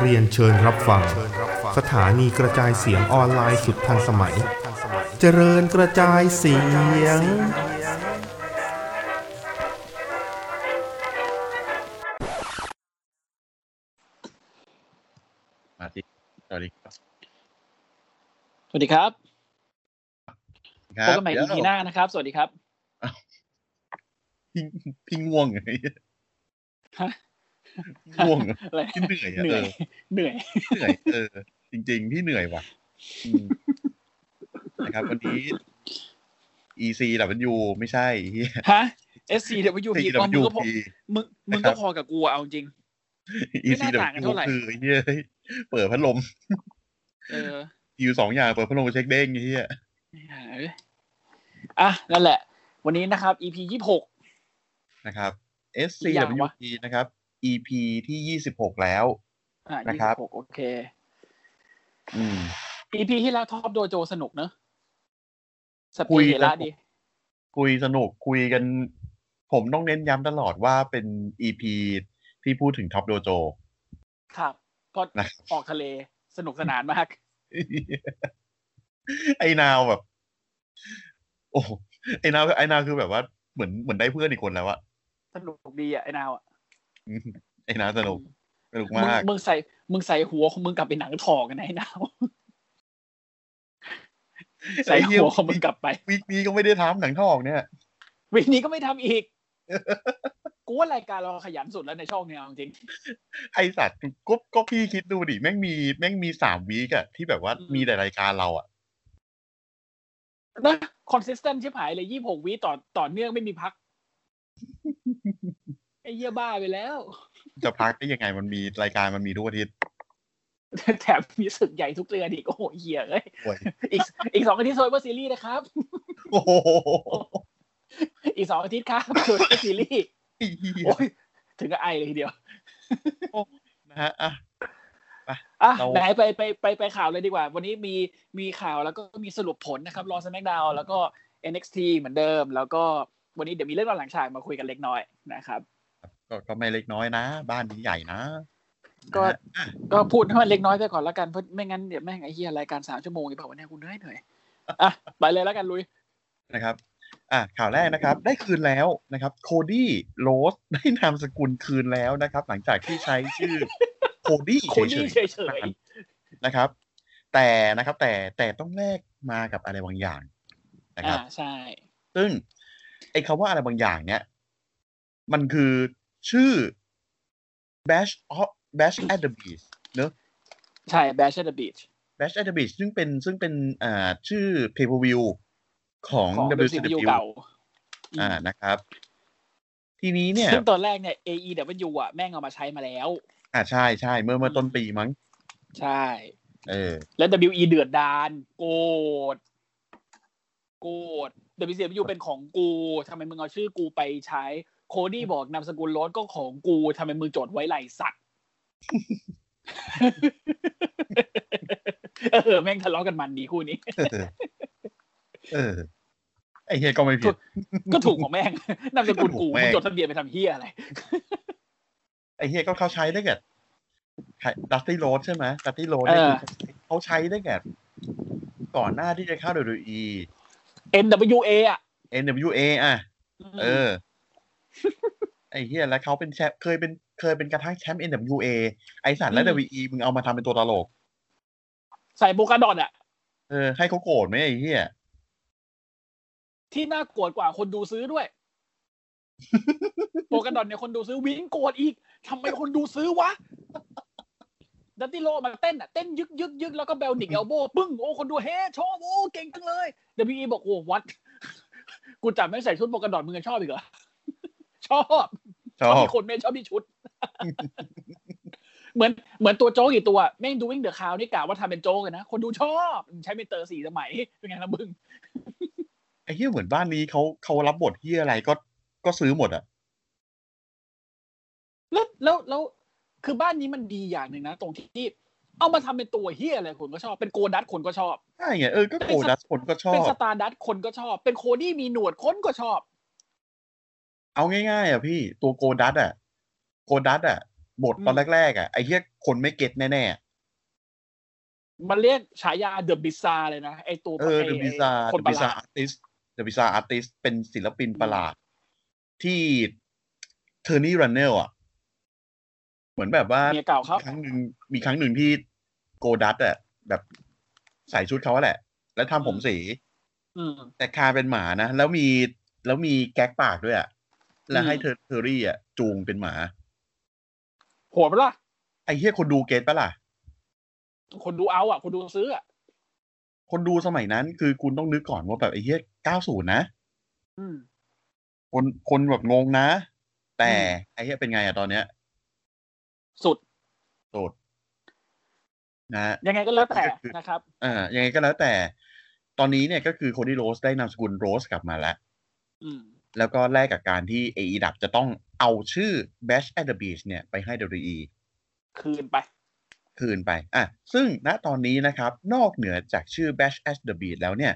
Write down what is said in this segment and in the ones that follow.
เรียนเชิญรับฟัง สถานีกระจายเสียงออนไลน์สุดทันสมัย เจริญกระจายเสียง มาที่สวัสดีครับ สวัสดีครับ ครั พบบ กันใหม่ เดี๋ยว EP หน้านะครับ สวัสดีครับ พี่พี่ง่วงไง ฮะ ง่วง อะไร พี่เหนื่อยอะ เหนื่ เอ อย อ เหเหนื่อยนื่อยเออ จริง ๆ พี่เหนื่อยว่ะอืมนะครับ วันนี้ EC ดับเบิลยูไม่ใช่เฮีย ฮะ SCWP ก็มึงก็พอ ECWP มึงมึง นะครับก็พอกับกูอะเอาจริง ไม่น่าต่างกัน ECWP เท่าไหร่ คือเฮียเปิดพัดลม เออ อยู่สองอย่าง เปิดพัดลมกับเช็คเด้งไอ้เฮีย เอ้ยอ่ะนั่นแหละ วันนี้นะครับ EP ยี่หก นะครับ SC อีกอย่า ดับงเบิลยู วะ พีนะครับ EP ที่ยี่สิบหกแล้ว อ่ะ นะ ยี่ ครับ หกโอเค อืม EP ที่แล้วท็อปโดโจสนุกเนอะส คุ ปี ย เฮ กัน ระดี คุยสนุกคุยกัน ผมต้องเน้นย้ำตลอดว่าเป็น EP ที่พูดถึงท็อปโดโจ ครับเพราะ นะ ออกทะเลสนุกสนานมาก ไอ้นาวแบบ โอ้โหไอ้นาวไอ้นาวคือแบบว่าเหมือนเหมือนได้เพื่อนอีกคนแล้วอะ สนุกดีอ่ะไอ้นาวอะ อืมไอ้นาวสนุกสนุก มึง มาก มึงใส่มึงใส่หัวของมึงกลับไปหนังถอกันนะไอ้นาว ใส่ ไอ้เย หัวของมึงกลับไป วีคนี้ก็ไม่ได้ทำหนังทอกเนี่ย วีคนี้ก็ไม่ทำอีก กูว่ารายการเราขยันสุดแล้วในช่องเนี่ยเอาจริง ไอสัตว์ก็ก็พี่คิดดูดิแม่งมีแม่งมีสามวีกอะที่แบบว่า อืม มีแต่รายการเราอะ นะคอนสิสเทนต์ชิบหายเลยยี่หกวีต่อต่อเนื่องไม่มีพัก ไอ้เยี่ยบ้าไปแล้ว จะพักได้ยังไงมันมีรายการมันมีทุกอาทิตย์ แถมมีศึกใหญ่ทุกเดือนอีกโอ้โหเหี้ยเลย โอ้ย อีกอีกสองอาทิตย์โซยเบอร์ซีรีส์นะครับ โอ้โห อีกสองอาทิตย์ครับโซยเบอร์ซีรีส์ ไอ้เหี้ย โอ้ยถึงกับไอเลยทีเดียว นะฮะอ่ะ อ่ะ เรา ไหนไปไปไปไปข่าวเลยดีกว่า วันนี้มีมีข่าวแล้วก็มีสรุปผลนะครับรอสแมกดาวแล้วก็ NXT เหมือนเดิม แล้วก็วันนี้เดี๋ยวมีเรื่องราวหลังฉากมาคุยกันเล็กน้อยนะครับ ก็ก็ไม่เล็กน้อยนะ บ้านนี้ใหญ่นะ ก็ นะฮะ ก็พูดให้มันเล็กน้อยไปก่อนแล้วกันเพราะไม่งั้นเดี๋ยวแม่งไอ้เหี้ยรายการสามชั่วโมงอีกเปล่าวะเนี่ยกูเหนื่อยเหนื่อยอ่ะไปเลยแล้วกันลุย นะครับ อ่ะข่าวแรกนะครับ ได้คืนแล้วนะครับ โคดี้โรสได้นามสกุลคืนแล้วนะครับ หลังจากที่ใช้ ชื่อ โคดี้ โคนี่ เฉ เฉ ย ยเฉย ๆนะครับ แต่นะครับ แต่แต่ต้องแลกมากับอะไรบางอย่าง ๆ นะครับ อ่าใช่ ซึ่งไอ้คำว่าอะไรบางอย่างเนี่ย มันคือชื่อ bash of bash at the beach เนอะ ใช่ Bash at the Beach bash at the beach ซึ่งเป็นซึ่งเป็นอ่าชื่อ pay per view ของ ของ WCW WCW เก่า อ่านะครับ ทีนี้เนี่ย ซึ่งตอนแรกเนี่ย AEW อ่ะแม่งเอามาใช้มาแล้ว อ่าใช่ใช่เมื่อเมื่อต้นปีมั้ง ใช่ เอ อ และ WE เดือดดานโกรธโกรธ WCW เป็นของกูทำไมมึงเอาชื่อกูไปใช้ โคดี้บอกนามสกุลโรสก็ของกูทำไมมึงจดไว้ไหลสัตว์ เออ แม่งทะเลาะกันมันดีคู่นี้ เออ เออ ไอเฮียก็ไม่ผิด ก็ถูกของแม่ง นามสกุลกู ถูกแม่ มึ ง งจดทะเบียนไปทำเฮียอะไร ไอเฮียก็เขาใช้ได้แก่ดัตตี้โรดใช่ไหมดัตตี้โรดเนี่ย เออ คือเขาใช้ได้แก่ก่อนหน้าที่จะเข้า WWE NWA อ่ะ NWA อ่ะ เอ ม อ ไอเฮียแล้วเขาเป็นแชมป์เคยเป็นเคยเป็นกระทั่งแชมป์ NWA ไอสัตว์และ WWE มึงเอามาทำเป็นตัวตลก ใส่โบกาดอนอ่ะ เออ ให้เขาโกรธไหมไอเฮีย ที่น่าโกรธกว่าคนดูซื้อ ด้วย โปรกันดอนเนี่ยคนดูซื้อวิ่งโกรธอีกทำไมคนดูซื้อวะ ดัตติโลมาเต้นอ่ะ เต้นยึกยึกยึกแล้วก็เบลนิกเอลโบปึ้ง โอ้คนดูเฮ้ชอบโอ้เก่งจังเลย WE บอกโอ้วัด กูจับไม่งใส่ชุดโปรกันดอนมึงยังชอบอีกเหร อ ชอบ ช ช อ อบบ ที่คนไม่ชอบที่ชุด เหมือนเหมือนตัวโจ๊กอีกตัวแม่งดูวิ่งเดอะคาวนี่กล่าวว่าทำเป็นโจ๊กเลยนะ คนดูชอบใช้เมนเตอร์สี่สมัยเป็นไงนะมึง ไอ้เหี้ยเหมือนบ้านนี้เขาเขารับบทเหี้ยอะไรก็ก็ซื้อหมดอ่ะ แล้วแล้วแล้วคือบ้านนี้มันดีอย่างหนึ่งนะ ตรงที่เอามาทำเป็นตัวเฮียอะไรคนก็ชอบ เป็นโกดัตคนก็ชอบ ใช่ไงเออ ก็โกดัสคนก็ชอ เป็น บ สตาร์ดัตคนก็ชอบ เป็นโคดี้มีหนวดคนก็ชอบ เอาง่ายๆอ่ะพี่ตัวโกดัตอ่ะโกดัตอ่ะบทตอนแรกๆอ่ะไอ้เหี้ยคนไม่เก็ตแน่ มันเรียกฉายาเดอะบิซาเลยนะ ไอตัว ๆ เออเด ไไ บิซา คน เด ประ บิ ห ซา ลาด อาร์ติสเดบิซาอาร์ติสเป็นศิลปินประหลาด ที่เทอร์นี่รันเนลอ่ะ เหมือนแบบว่า เมียเก่าเขา ครั้งหนึ่งมีครั้งหนึ่งที่โกดัตอ่ะแบบใส่ชุดเขาแหละ แล้วทำผมสี อืม แต่คาเป็นหมานะ แล้วมีแล้วมีแก๊กปากด้วยอ่ะ แล้วให้เธอเทอรี่อ่ะ จูงเป็นหมา โหดปะล่ะ ไอ้เหี้ยคนดูเก็ตปะล่ะ คนดูเอาอ่ะ คนดูซื้ออ่ะ คนดูสมัยนั้นคือคุณต้องนึกก่อนว่าแบบไอ้เหี้ย90 นะ อืม คนคนแบบงงนะ แต่ อืม ไอ้เหี้ยเป็นไงอ่ะตอนเนี้ย สุด โสดนะฮะ ยังไงก็แล้วแต่ ก็คือ นะครับ อ่ายังไงก็แล้วแต่ ตอนนี้เนี่ยก็คือคนที่โรสได้นามสกุลโรสกลับมาแล้ว อืม แล้วก็แลกกับการที่ AE ดับจะต้องเอาชื่อ Bash at the Beach เนี่ยไปให้ WE คืนไป คืนไป อ่ะ ซึ่งณตอนนี้นะครับ นอกเหนือจากชื่อ Bash at the Beat แล้วเนี่ย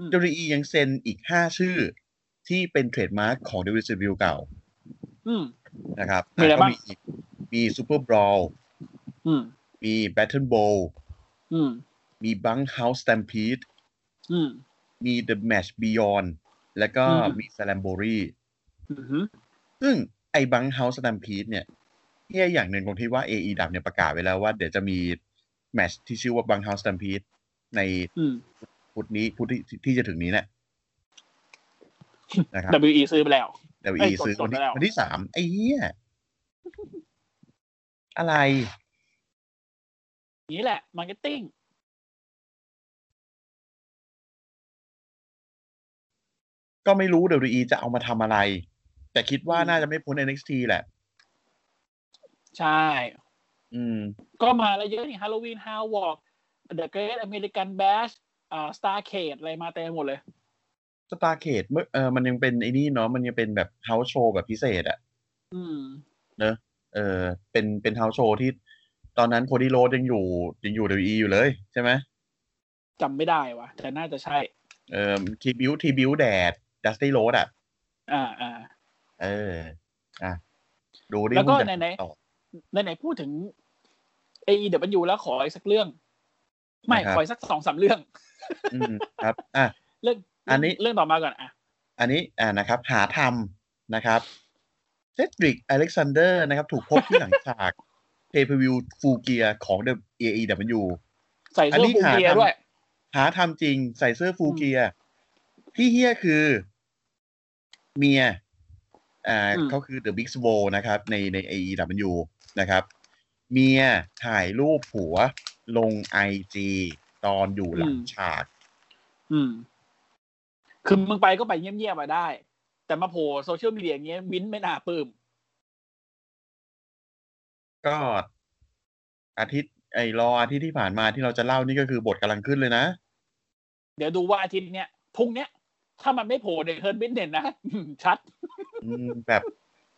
อืม WWE ยังเซ็นอีก 5 ชื่อที่เป็นเทรดมาร์กของ WCW เก่า อืม นะครับ มีอะไร ก็ บ้าง มีอีกมี Super Brawl อืม มี Battle Bowl อืม มี Bunkhouse Stampede อืม มี The Match Beyond แล้วก็ อืม มี Slamboree อือหือ ซึ่งไอ้ Bunkhouse Stampede เนี่ยเที่ยอย่างหนึ่งตรงที่ว่า AE ดับเนี่ยประกาศไว้แล้วว่าเดี๋ยวจะมีแมตชที่ชื่อว่า Bunkhouse Stampede ใน อืม พุธนี้พุธที่ที่จะถึงนี้แหละ นะครับ WE ซื้อไปแล้ว เอ้ WE ย ซื้อ จด วัน จดที่ไว้แล้ว วันที่สามไอ้เหี้ย อะไร อย่างนี้แหละ มาร์เก็ตติ้ง ก็ไม่รู้ WE จะเอามาทำอะไร แต่คิดว่า อืม น่าจะไม่พ้น NXT แหละ ใช่ อืม ก็มาแล้วเยอะนี่ฮาโลวีนฮาวอล์กเดอะเกรทอเมริกันแบชอ่าสตาร์เคดอะไรมาเต็มหมดเลย สตาร์เคดเมื่อเออมันยังเป็นไอ้นี่เนาะมันยังเป็นแบบเฮาส์โชว์แบบพิเศษอะ อืม เออ เป็นเป็นเฮาส์โชว์ที่ ตอนนั้นโคดีโรดยังอยู่ยังอยู่ WE อยู่เลยใช่ไหม จำไม่ได้วะแต่น่าจะใช่ เออทีบิวทีบิวแดดดัสตี้โรดอะ อ่าอ่า เอออ่ะดูดิ แล้วก็ มึงจะ ไหนๆ ต่อ ไหนๆพูดถึง AEW แล้วขออีกสักเรื่อง ไม่ นะครับ ขออีกสักสองสามเรื่อง อืมครับอ่ะ เรื่อง อันนี้ เรื่องต่อมาก่อนอ่ะ อันนี้อ่านะครับ หาทำนะครับเซดริกอเล็กซานเดอร์นะครับ ถูกพบที่หลังฉากเพย์ v วิวฟูเกียของ AEW ใส่เสื้อฟูเกียร์ด้วย หาทำจริงใส่เสื้อฟูเกียที่เฮียคือเมียอ่า อืม เขาคือเดอะบิ๊กสโวนะครับ ในใน AEW นะครับ เมียถ่ายรูปผัวลงไอจีตอนอยู่หลังฉาก อืม คือมึงไปก็ไปเงียบๆมาได้ แต่มาโผล่โซเชียลมีเดียอย่างเงี้ยวินไม่น่าปลื้ม ก็อาทิตย์ไอ้รออาทิตย์ที่ผ่านมาที่เราจะเล่านี่ก็คือบทกำลังขึ้นเลยนะ เดี๋ยวดูว่าอาทิตย์เนี้ยพรุ่งเนี้ย ถ้ามันไม่โผล่เดี๋ยวเฮิร์นบินเด่นนะ ชัด อืม แบบ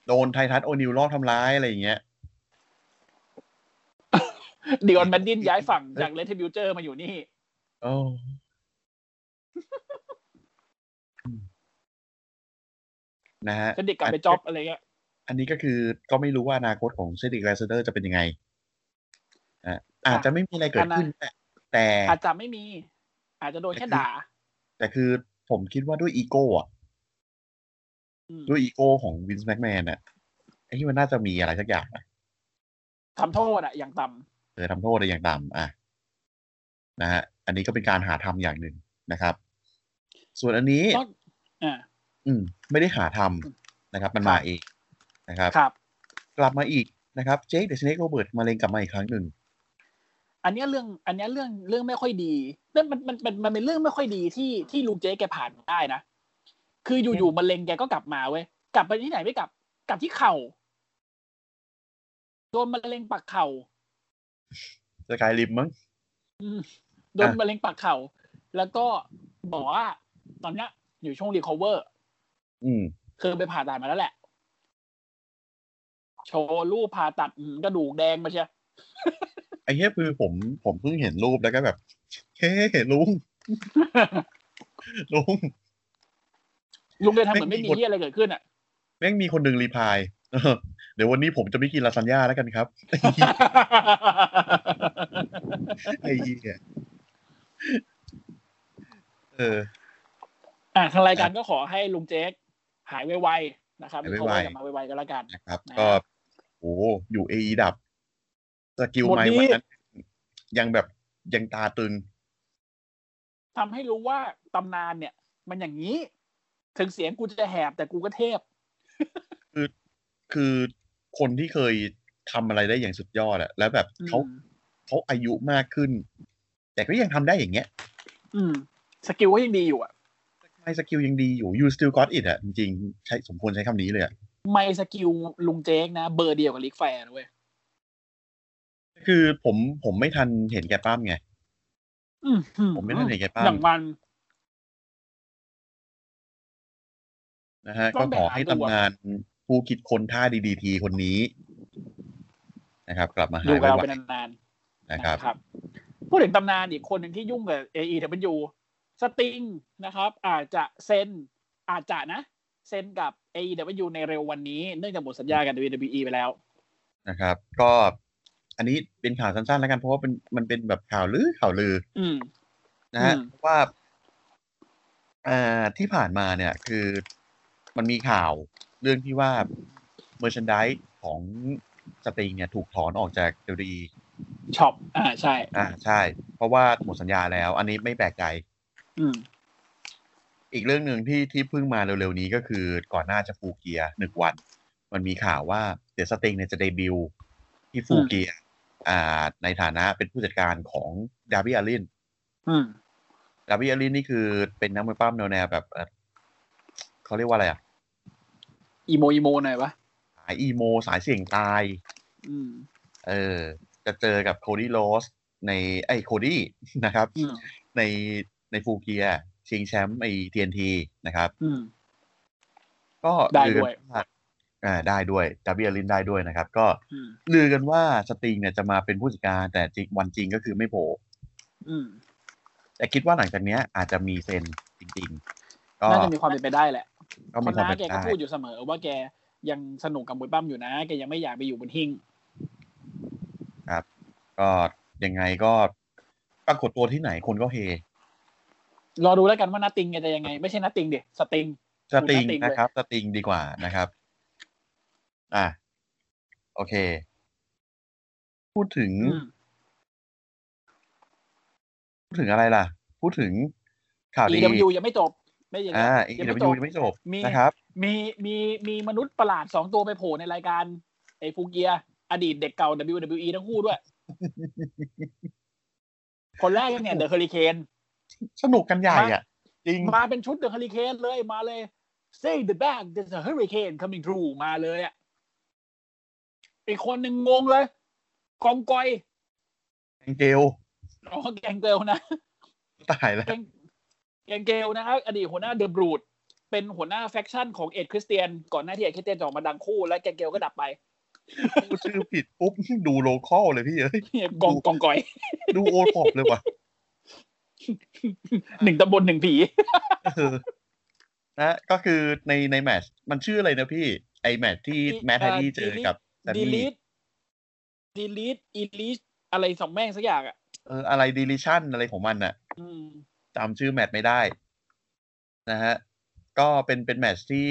โดนไททัสโอนิวลอบทำร้ายอะไรอย่างเงี้ย ดิออนแมนดินย้ายฝั่งจากเลทบิวเจอร์มาอยู่นี่ โอ้นะฮะ เซนดิกกลับไปจ็อบอะไรเงี้ย อันนี้ก็คือก็ไม่รู้ว่าอนาคตของเซติกไรเซเดอร์จะเป็นยังไงอ่ะอาจจะไม่มีอะไรเกิดขึ้นแต่แต่ อาจจะไม่มี อาจจะโดนแค่ด่า แต่คือผมคิดว่าด้วยอีโก้อะ อืม ด้วยอีโก้ของวินส์แม็กแมนอะไอ้ที่มันน่าจะมีอะไรสักอย่างนะ ทำโทษอะอย่างต่ เออทำโทษอะไรอย่างต่ำอ่ะนะฮะอันนี้ก็เป็นการหาทำอย่างหนึ่งนะครับ ส่วนอันนี้ ำนอกอ่า อืม ไม่ได้หาทำนะครับ มันมาเองนะครับ ครับ กลับมาอีกนะครับ เจคเดชเนกโรเบิร์ตมาเลงกลับมาอีกครั้งหนึ่ง อันเนี้ยเรื่อง อันเนี้ยเรื่องเรื่องไม่ค่อยดีเรื่องมันมันมันมันเป็นเรื่องไม่ค่อยดีที่ที่ลุงเจ๊แกผ่านมาได้นะ คืออยู่ๆมะเร็งแกก็กลับมาเว้ย กลับไปที่ไหนไม่กลับ กลับที่เข่า โดนมะเร็งปากเข่า สกายริมมั้ง อืมโดน อ่ะ มะเร็งปากเข่า แล้วก็บอกว่าตอนเนี้ยอยู่ช่วงรีคอเวอร์ อืม คือไปผ่าตัดมาแล้วแหละ โชว์รูปผ่าตัดอืมกระดูกแดงมาเชีย ไอ้เนี้ยคือผมผมเพิ่งเห็นรูปแล้วก็แบบเฮ้ลุง ลุง ลุงเลยทำเหมือนไม่มีเหี้ยอะไรเกิดขึ้นอ่ะ แม่งมีคนหนึ่งรีพลาย เออเดี๋ยววันนี้ผมจะไม่กินลาซานญ่าแล้วกันครับ ไอ้เหี้ยเออ อ่ะทางรายการก็ขอให้ลุงเจ๊กหายไวๆนะครับ หายไวๆ เขาว่ากลับมาไวๆก็แล้วกัน นะครับ นะ ก็โอ้โหอยู่เอดับ สกิล หมด ไม่ นี้ วันนั้นยังแบบยังตาตึง ทำให้รู้ว่าตำนานเนี่ย มันอย่างนี้ ถึงเสียงกูจะแหบแต่กูก็เทพ คือคนที่เคยทำอะไรได้อย่างสุดยอดอะแล้วแบบเขา อืม เขาอายุมากขึ้น แต่ก็ยังทำได้อย่างเงี้ย อืม สกิลก็ยังดีอยู่อ่ะ ไม่สกิลยังดีอยู่ you still got it อะจริงๆใช้สมควรใช้คำนี้เลยอะ ไม่สกิลลุงเจ๊กนะ เบอร์เดียวกับลิกแฟร์นะเว้ย คือผมผมไม่ทันเห็นแกป้ามไง อื้อหือ ผมไม่ทันเห็นแกป้ามอย่างมัน นะฮะ ต้ ก็ องไป ขอให้ หาดูอะ ตำนานผู้คิดคนท่าดีดีทีคนนี้ นะครับ กลับมา อ หา ยู่ ย กับเรา ไว เป็นนาน ๆ ๆ นะครับ บพูดถึงตำนานอีกคนหนึ่งที่ยุ่งกับ AEW สติงนะครับ อาจจะเซ็นอาจจะนะ เซ็นกับ AEW ในเร็ววันนี้ เนื่องจากหมดสัญญากับ WWE ไปแล้ว นะครับ ก็อันนี้เป็นข่าวสั้นๆแล้วกันเพราะว่าเป็นมันเป็นแบบข่าวลือข่าวลือ อืม นะฮะ อืม เพราะว่าอ่าที่ผ่านมาเนี่ยคือมันมีข่าวเรื่องที่ว่าเมอร์ชันดิของสตริงเนี่ยถูกถอนออกจากเดลี ช็อปอ่าใช่ อ่าใช่ เพราะว่าหมดสัญญาแล้ว อันนี้ไม่แปลกใจ อืม อีกเรื่องหนึ่งที่ที่เพิ่งมาเร็วๆนี้ก็คือก่อนหน้าจะฟูเกียร์หนึ่งวัน มันมีข่าวว่าเดี๋ยวสติงเนี่ยจะเดบิวต์ที่ฟูเกียร์อ่า ในฐานะเป็นผู้จัดการของดาร์บี้อาริน อืม ดาร์บี้อลินนี่คือเป็นนักมวยปล้ำแนวแนวแบบเอ่อเขาเรียกว่าอะไรอ่ะ อีโมอีโมหน่อยปะ สายอีโม สายเสี่ยงตาย อืม เออ จะเจอกับโคดี้โรสในไอ้โคดี้ นะครับ อืม ในในฟูเกียชิงแชมป์ไอ้ TNT นะครับ อืม ก็ ได้ด้วย ลือกันว่าอ่าได้ด้วยดาร์บี้อลินได้ด้วยนะครับ ก็ อืม ลือกันว่าสติงเนี่ยจะมาเป็นผู้จัดการแต่จริงวันจริงก็คือไม่โผล่ อืม แต่คิดว่าหลังจากเนี้ยอาจจะมีเซนจริงๆ ก็ น่าจะมีความเป็นไปได้แหละ ก็ เพ มี ราะ ความ น้า เป็น แก ไป ก็ ได้ พูดอยู่เสมอว่าแกยังสนุกกับมวยปั้มอยู่นะ แกยังไม่อยากไปอยู่บนหิ้ง ก็ยังไงก็ปรากฏตัวที่ไหนคนก็เฮ รอดูแล้วกันว่านัตติงแกจะยังไง ไม่ใช่นัตติงเด็สติง สติง สติงเลย นะครับสติงดีกว่านะครับ อ่ะโอเค พูดถึง อืม พูดถึงอะไรล่ะ พูดถึงข่าวดี EW ยังไม่จบ ไม่ยังไง อ่า e ยัง w ไม่จบ ยังไม่จบ มี นะครับ มีมีมีมนุษย์ประหลาดสองตัวไปโผล่ในรายการไอ้ฟูเกีย อดีตเด็กเก่า WWE ทั้งคู่ด้วย คนแรกเนี่ยเดอะเฮอริเคน สนุกกันใหญ่อ่ะ จริง มาเป็นชุดเดอะเฮอริเคนเลยมาเลย say the bag there's a hurricane coming through มาเลยอ่ะอีกคนหนึ่งงงเลย กองกอย แองเกล อ๋อแกงเกลนะ ตายแล้ว แกงแกงเกลนะครับอดีตหัวหน้าเดอะบรูดเป็นหัวหน้าแฟคชั่นของเอ็ดคริสเตียน ก่อนหน้าที่เอ็ดคริสเตียนจะออกมาดังคู่ และแกงเกลก็ดับไป พูดชื่อผิดปุ๊บ ดูโลคอลเลยพี่เอ้ย เนี่ยกองกองกอย ดูโอท็อปเลยว่ะ หนึ่งตำบลหนึ่งผี เออนะก็คือในในแมตชมันชื่ออะไรนะพี่ ไอแมตชที่ ที่ แมทแฮร์รี่ เอ่อ เจอ Delete กับซัน ดีลิ นี่ ทดีลิทอีลิทอะไรสองแม่งสักอย่างอ่ะ เอออะไรดีลิชันอะไรของมันน่ะ อืม จำชื่อแมตชไม่ได้ นะฮะ ก็เป็นเป็นแมตชที่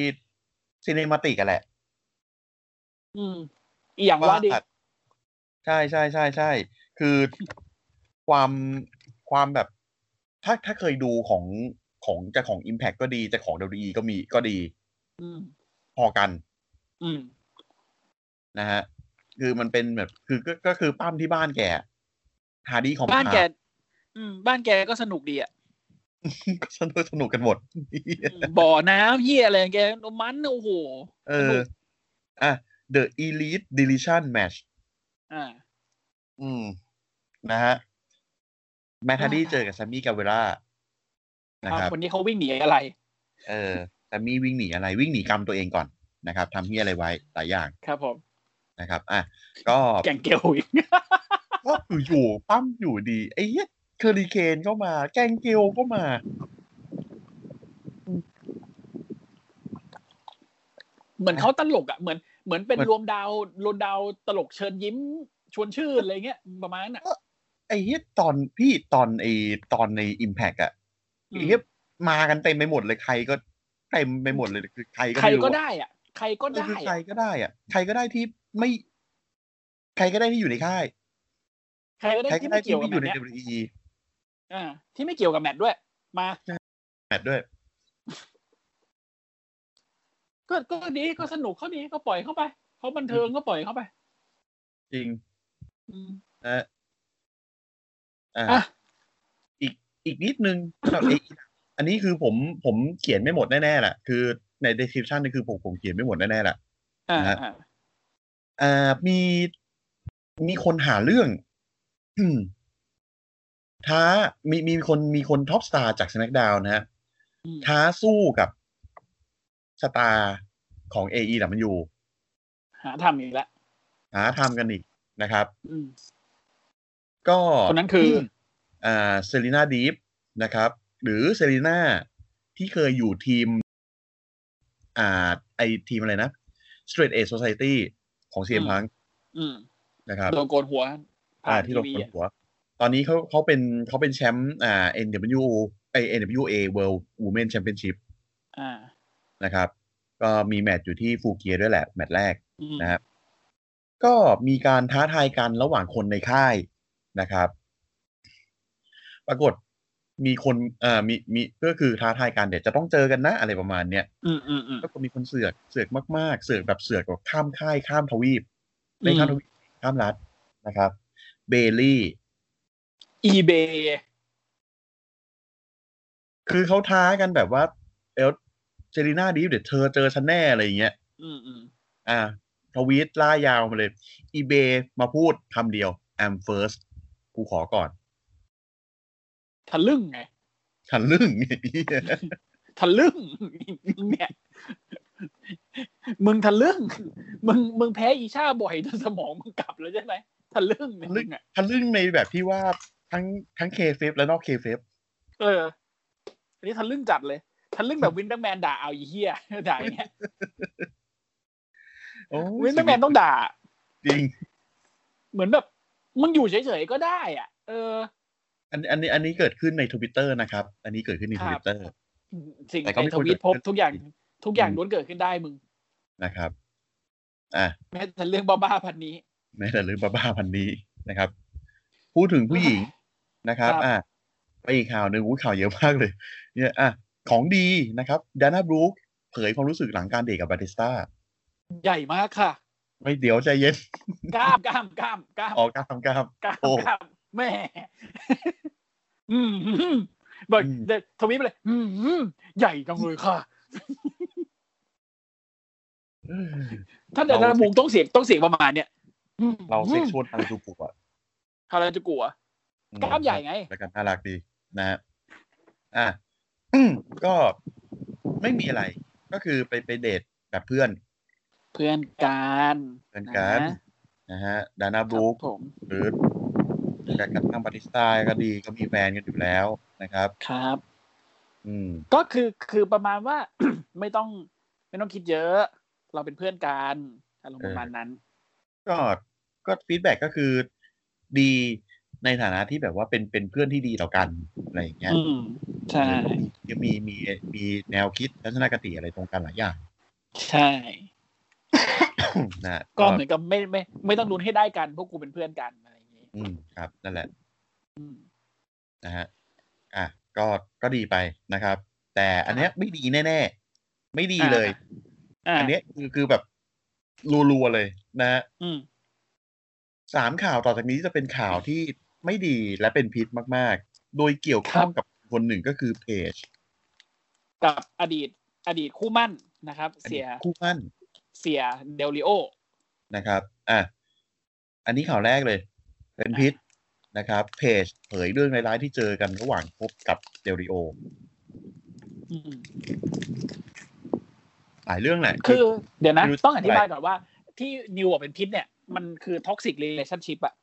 ซีเนมาติกกันแหละ อืมอีกอย่างว่าดิ ใช่ใช่ใช่ใช่คือความความแบบ ถ้าถ้าเคยดูของของจะของ Impact ก็ดีจะของ WWE ก็มีก็ดี อืม พอกัน อืม นะฮะ คือมันเป็นแบบ คือก็ก็คือปั้มที่บ้านแกฮาร์ดี้ของ บ้านแก อืม บ้านแกก็สนุกดีอ่ะ ก็สนุกสนุกกันหมด บ่อน้ำเหี้ยอะไรแกมันโอ้โห เอ สนุ อก อ่ะ The Elite Deletion Match อ่า อืม นะฮะ แมทฮาร์ดี้เจอกับแซมมี่กาเวล่านะครับ คนนี้เขาวิ่งหนีอะไร เออแซมมี่วิ่งหนีอะไร วิ่งหนีกรรมตัวเองก่อนนะครับทำเฮียอะไรไว้หลายอย่าง ครับผม นะครับ อ่ะ ก็ แกงเกล อีก ก็อยู่ๆปั้มอยู่ดี ไอ้เหี้ยเคอริเคนก็มา แกงเกลก็มา เหมือนเขาตลกอ่ะเหมือนเหมือนเป็น มัน รวมดาวรวมดาวตลกเชิญยิ้มชวนชื่นอะไรเงี้ยประมาณนั้นอ่ะ ไอ้เหี้ยตอนพี่ตอนไอ้ตอนใน Impact อะไอ้เหี้ยมากันเต็มไปหมดเลยใครก็เต็มไปหมดเลยคือใครก็ ใคร ไม่รู้ ก็ อะ ได้อ่ะ ใครก็ได้ คือใคร อะ ก็ได้อะใครก็ได้ที่ไม่ ใครก็ได้ที่อยู่ในค่าย ใครก็ได้ ใครก็ ที่ ได้ ไม่ ที่ เกี่ยวกั ไม่ บ อ แมต ยู่ ช์ ใน เนี้ย WWE อ่าที่ไม่เกี่ยวกับแมตช์ด้วย มา แมตช์ด้วย ก็ก็ดีก็สนุกเขาดีก็ปล่อยเข้าไปเขาบันเทิงก็ปล่อยเข้าไป จริง อืม นะอ่า อ่ะ อีกอีกนิดนึงสำหรับ AE อันนี้คือผมผมเขียนไม่หมดแน่ๆแหละคือใน description นี่คือผมผมเขียนไม่หมดแน่ๆแหละ อ่า นะฮะ อ่า อ่ามีมีคนหาเรื่อง ท้ามีมีคนมีคนท็อปสตาร์จาก SmackDown นะฮะ อืม ท้าสู้กับสตาร์ของ AEW หาทำอีกแล้ว หาทำกันอีกนะครับ อืม ก็ คนนั้นคืออื มอ่าเซรีนาดีฟนะครับ หรือเซรีนาที่เคยอยู่ทีม อ่าไอทีมอะไรนะ Straight Edge Society ของ CM Punk อืม นะครับ โดนโกนหัว อ่าที่ลง ที บน วีะ หัว ตอนนี้เขาเขาเป็นเขาเป็นแชมป์อ่า NW ไอ NWA World Women Championship อ่า นะครับ ก็มีแมตช์อยู่ที่ฟูเกียด้วยแหละแมตช์แรก อืม นะครับ ก็มีการท้าทายกันระหว่างคนในค่ายนะครับ ปรากฏมีคนเอ่อมีมีก็คือท้าทายกันเดี๋ยวจะต้องเจอกันนะ อะไรประมาณเนี้ย อืมอืมอืม ปรากฏมีคนเสือกเสือกมากๆ เสือกแบบเสือกแบบข้ามค่ายข้ามทวีปไม่ข้ามทวีปข้ามรัฐนะครับ เบลลี่ อีเบ คือเขาท้ากันแบบว่า เอลเจลิน่าดีฟเดี๋ยวเธอเจอฉันแน่อะไรอย่างเงี้ย อืมอืม อ่าทวีตล่ายาวมาเลย อีเบมาพูดคำเดียว I'm first กูขอก่อน ทะลึ่งไง ฉันลึ่ง ไอ้เหี้ย ทะลึ่ง เนี่ย มึงทะลึ่ง มึง มึงแพ้อีชาบ่อยจนสมองมึงกลับแล้วใช่ไหมทะลึ่งเนี่ยมึงอ่ะ ฉันลึ่งในแบบที่ว่าทั้งทั้งเคเฟฟและนอกเคเฟฟ เออ อันนี้ทะลึ่งจัดเลย ทะลึ่ง แบบวินเตอร์แมนด่าเอาอีเฮีย ด่าอย่างเงี้ย โอ้ย วินเตอร์แมนต้องด่า จริง เหมือนแบบ มึงอยู่เฉยๆก็ได้อ่ะ เออ อันอันนี้อันนี้เกิดขึ้นในทวิตเตอร์นะครับ อันนี้เกิดขึ้นใน ค ท รับ วิตเตอร์ สิ่ง แต่ก็ไม่ ในท ควร วิตพบ เกิดขึ้น ทุกอย่าง ทุกอย่างล้วนเกิดขึ้นได้มึง นะครับ อ่ะ แม้แต่เรื่องบ้าๆพันนี้ แม้แต่เรื่องบ้าๆพันนี้นะครับ พูดถึงผู้หญิงนะครับ ครับ อ่ะไปอีกข่าวหนึ่งอุ้ยข่าวเยอะมากเลย เนี่ยอ่ะของดีนะครับดาน่าบรูคเผยความรู้สึกหลังการเดทกับบาติสต้า ใหญ่มากค่ะ ไม่เดี๋ยวใจเย็น กล้ามกล้ามกล้ามกล้าม ออกกล้ามกล้าม กล้าม โอ้ กล้ามแม่ อืม บอก อืม เดี๋ยวทวิตไปเลย อืมใหญ่จังเลยค่ะ ท่านแต่ละมุงต้องเสียงต้องเสียงประมาณเนี้ยอืม เราเซ็กชวลทางจูปุกอะ ฮาราจูกุอะกล้ามใหญ่ไง แล้วกันน่ารักดีนะฮะอ่ะ ก็ไม่มีอะไร ก็คือไปไปเดทแบบเพื่อน เพื่อนกัน เพื่อนกันะ นะฮะ ดานาบ ครั รู บ ค ผม หรือกับกับทางบาติสตาก็ดีก็มีแฟนกันอยู่แล้วนะครับ ครับ อืม ก็คือคือประมาณ ว่า ไม่ต้องไม่ต้องคิดเยอะ เราเป็นเพื่อนกันอารมณ์ประมาณนั้น ก็ก็ฟีดแบ็กก็คือดีในฐานะที่แบบว่าเป็นเป็นเพื่อนที่ดีต่อกันอะไรอย่างเงี้ย อืมใช่ ยังมีมีมีแนวคิดทัศนคติอะไรตรงกันหลายอย่าง ใช่ นะ ก็เหมือนกับไม่ไม่ ไม่ต้องลุ้นให้ได้กันเพราะกูเป็นเพื่อนกันอะไรอย่างงี้ อืมครับ นั่นแหละ อืม นะฮะอ่ะก็ก็ดีไปนะครับ แต่อันเนี้ยไม่ดีแน่ ๆ ไม่ดีเลย อา อันเนี้ยคือคือแบบรัวๆเลยนะฮะ อืม สามข่าวต่อจากนี้จะเป็นข่าวที่ไม่ดีและเป็นพิษมากๆ โดยเกี่ยวข้องกับคนหนึ่งก็คือเพจ กับอดีต อดีตคู่มั่นนะครับ เสีย อดีตคู่มั่น เสียเดลลิโอ นะครับอ่ะอันนี้ข่าวแรกเลย เป็นพิษนะครับ เพจเผยเรื่องร้ายๆที่เจอกันระหว่างพบกับเดลริโอ อืม หลายเรื่องแหละ คือ เดี๋ยวนะ ไม่รู้ ต้องอธิบายก่อนว่า ที่นิวอะเป็นพิษเนี่ย มันคือท็อกซิ r เ l a t i o n s h i p อะ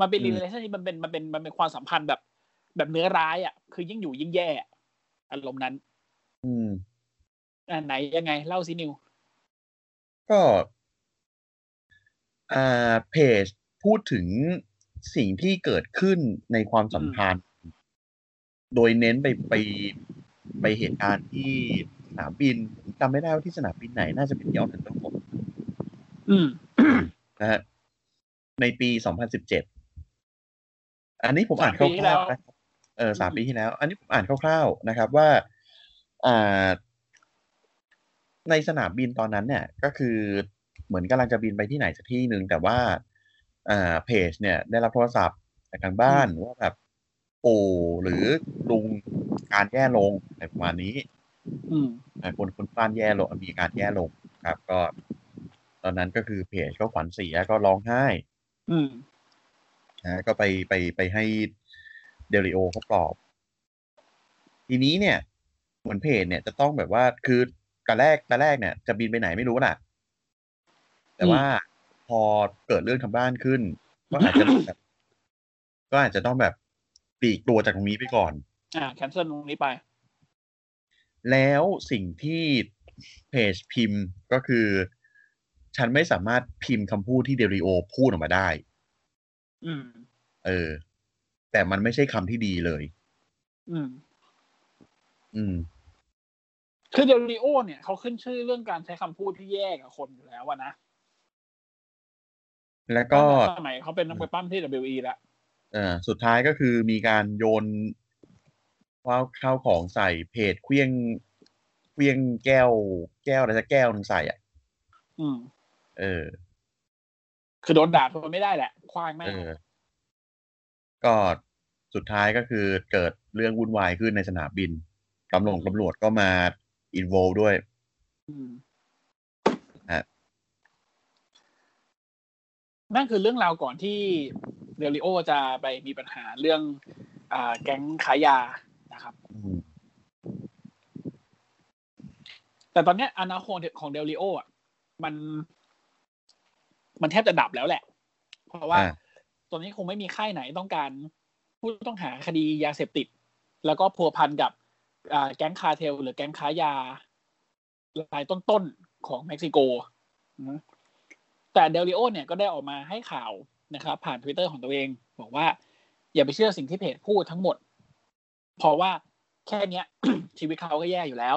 มันเป็น อืม relationship มันเป็นมันเป็นมันเป็นความสัมพันธ์แบบ แบบเนื้อร้ายอะคือยิ่งอยู่ยิ่งแย่อะอารมณ์นั้น อืม อ่าไหนยังไง เล่าสินิว ก็อ่าเพจพูดถึงสิ่งที่เกิดขึ้นในความสัมพันธ์ โดยเน้นไปไปไปเหตุการณ์ที่สนามบินจำไม่ได้ว่าที่สนามบินไหน น่าจะเป็นที่ออลแลนโด อืม นะฮะในปี 2017 อันนี้ผมอ่านค สามปีที่แล้ ร่าว ว ๆนะครับเออสามปีที่แล้ว อันนี้ผมอ่านคร่าวๆนะครับว่าอ่า ในสนามบินตอนนั้นเนี่ยก็คือเหมือนกำลังจะบินไปที่ไหนสักที่หนึ่งแต่ว่าอ่าเพจ เนี่ย ได้รับโทรศัพท์จากทางบ้านว่าแบบปู่หรือลุงการแย่ลงอะไรประมาณนี้ อืม อ่าคนคนบ้านแย่ลงมีอาการแย่ลงครับ ก็ ตอนนั้นก็คือเพจก็ขวัญเสียก็ร้องไห้ อืม นะก็ไปไปไปให้เดลิโอเขาปลอบ ทีนี้เนี่ย เหมือนเพจเนี่ยจะต้องแบบว่าคือตอนแรกตอนแรกเนี่ย จะบินไปไหนไม่รู้น่ะ แต่ว่าพอเกิดเรื่องทางบ้านขึ้น ก็อาจจะแบบก็อาจจะต้องแบบปลีกตัวจากตรงนี้ไปก่อน อ่าแคนเซิลตรงนี้ไป แล้วสิ่งที่เพจพิมพ์ก็คือ ฉันไม่สามารถพิมพ์คำพูดที่เดริโอพูดออกมาได้ อืม เออ แต่มันไม่ใช่คำที่ดีเลย อืม อืม คือเดลิโอเนี่ยเขาขึ้นชื่อเรื่องการใช้คำพูดที่แย่กับคนอยู่แล้วอะนะ แล้วก็ ตั้งแต่สมัยเขาเป็นนักไปปั้มที่ WE แล้ว เออสุดท้ายก็คือมีการโยนว่าข้าวของใส่เพจเคลี้ยงเคลี้ยงแก้ว แก้วอะไรสักแก้วหนึงใส่อ่ะ อืม เออ คือโดนด่าทนไม่ได้แหละ ควางไม่ เออ ก็สุดท้ายก็คือเกิดเรื่องวุ่นวายขึ้นในสนามบิน ตำรวจตำรวจก็มาอินโวด้วย ม ฮะ นั่นคือเรื่องราวก่อนที่เดลิโอจะไปมีปัญหาเรื่อง อ่า แก๊งขายยานะครับ อืม แต่ตอนเนี้ยอนาคตของเดลิโออ่ะ มัน มันแทบจะดับแล้วแหละ เพราะว่า อ่ะ ตอนนี้คงไม่มีค่ายไหนต้องการผู้ต้องหาคดียาเสพติด แล้วก็พัวพันกับอ่าแก๊งคาร์เทล หรือแก๊งค้ายารายต้นๆของเม็กซิโกนะแต่เดลิโอเนี่ยก็ได้ออกมาให้ข่าวนะครับ ผ่านทวิตเตอร์ของตัวเอง บอกว่า อย่าไปเชื่อสิ่งที่เพจพูดทั้งหมด เพราะว่าแค่เนี้ย ชีวิตเขาก็แย่อยู่แล้ว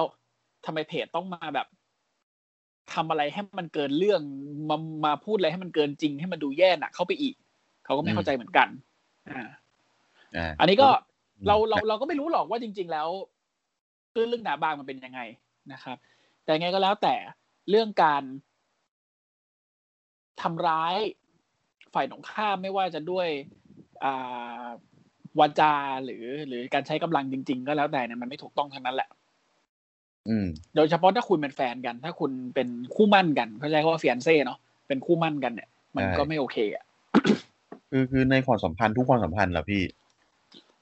ทำไมเพจต้องมาแบบทำอะไรให้มันเกินเรื่องมามาพูดอะไรให้มันเกินจริงให้มันดูแย่หนักเข้าไปอีก เขาก็ไม่เข้าใจเหมือนกัน อ่า อ่ะ อันนี้ก็เราเราเราก็ไม่รู้หรอกว่าจริง ๆ แล้วคลื่นลึกหนาบางมันเป็นยังไงนะครับ แต่ไงก็แล้วแต่เรื่องการทำร้ายฝ่ายตรงข้ามไม่ว่าจะด้วยอ่าวาจาหรือ หรือการใช้กำลังจริง ๆ ก็แล้วแต่เนี่ยมันไม่ถูกต้องทั้งนั้นแหละ อืม โดยเฉพาะถ้าคุณเป็นแฟนกัน ถ้าคุณเป็นคู่มั่นกันเขาใช้คำว่าเฟียนเซ่เนาะเป็นคู่มั่นกันเนี่ย มัน ใช่ ก็ไม่โอเคอ่ะ คือคือในความสัมพันธ์ทุกความสัมพันธ์แหละพี่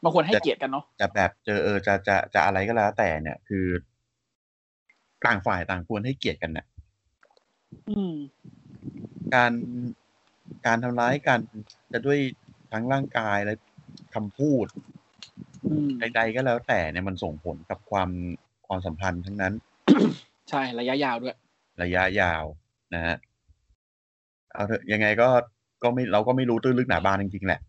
มันควรให้เกียรติกันเนาะ จะแบบเจอเออจะจะจะอะไรก็แล้วแต่เนี่ย คือต่างฝ่ายต่างควรให้เกียรติกันน่ะ อืม การการทำร้ายกันจะด้วยทั้งร่างกายและคำพูด อืม ใดๆก็แล้วแต่เนี่ยมันส่งผลกับความความสัมพันธ์ทั้งนั้น ใช่ ระยะยาวด้วย ระยะยาวนะฮะเอาเถอะยังไงก็ก็ไม่เราก็ไม่รู้ตื้นลึกหนาบานจริงๆแหละ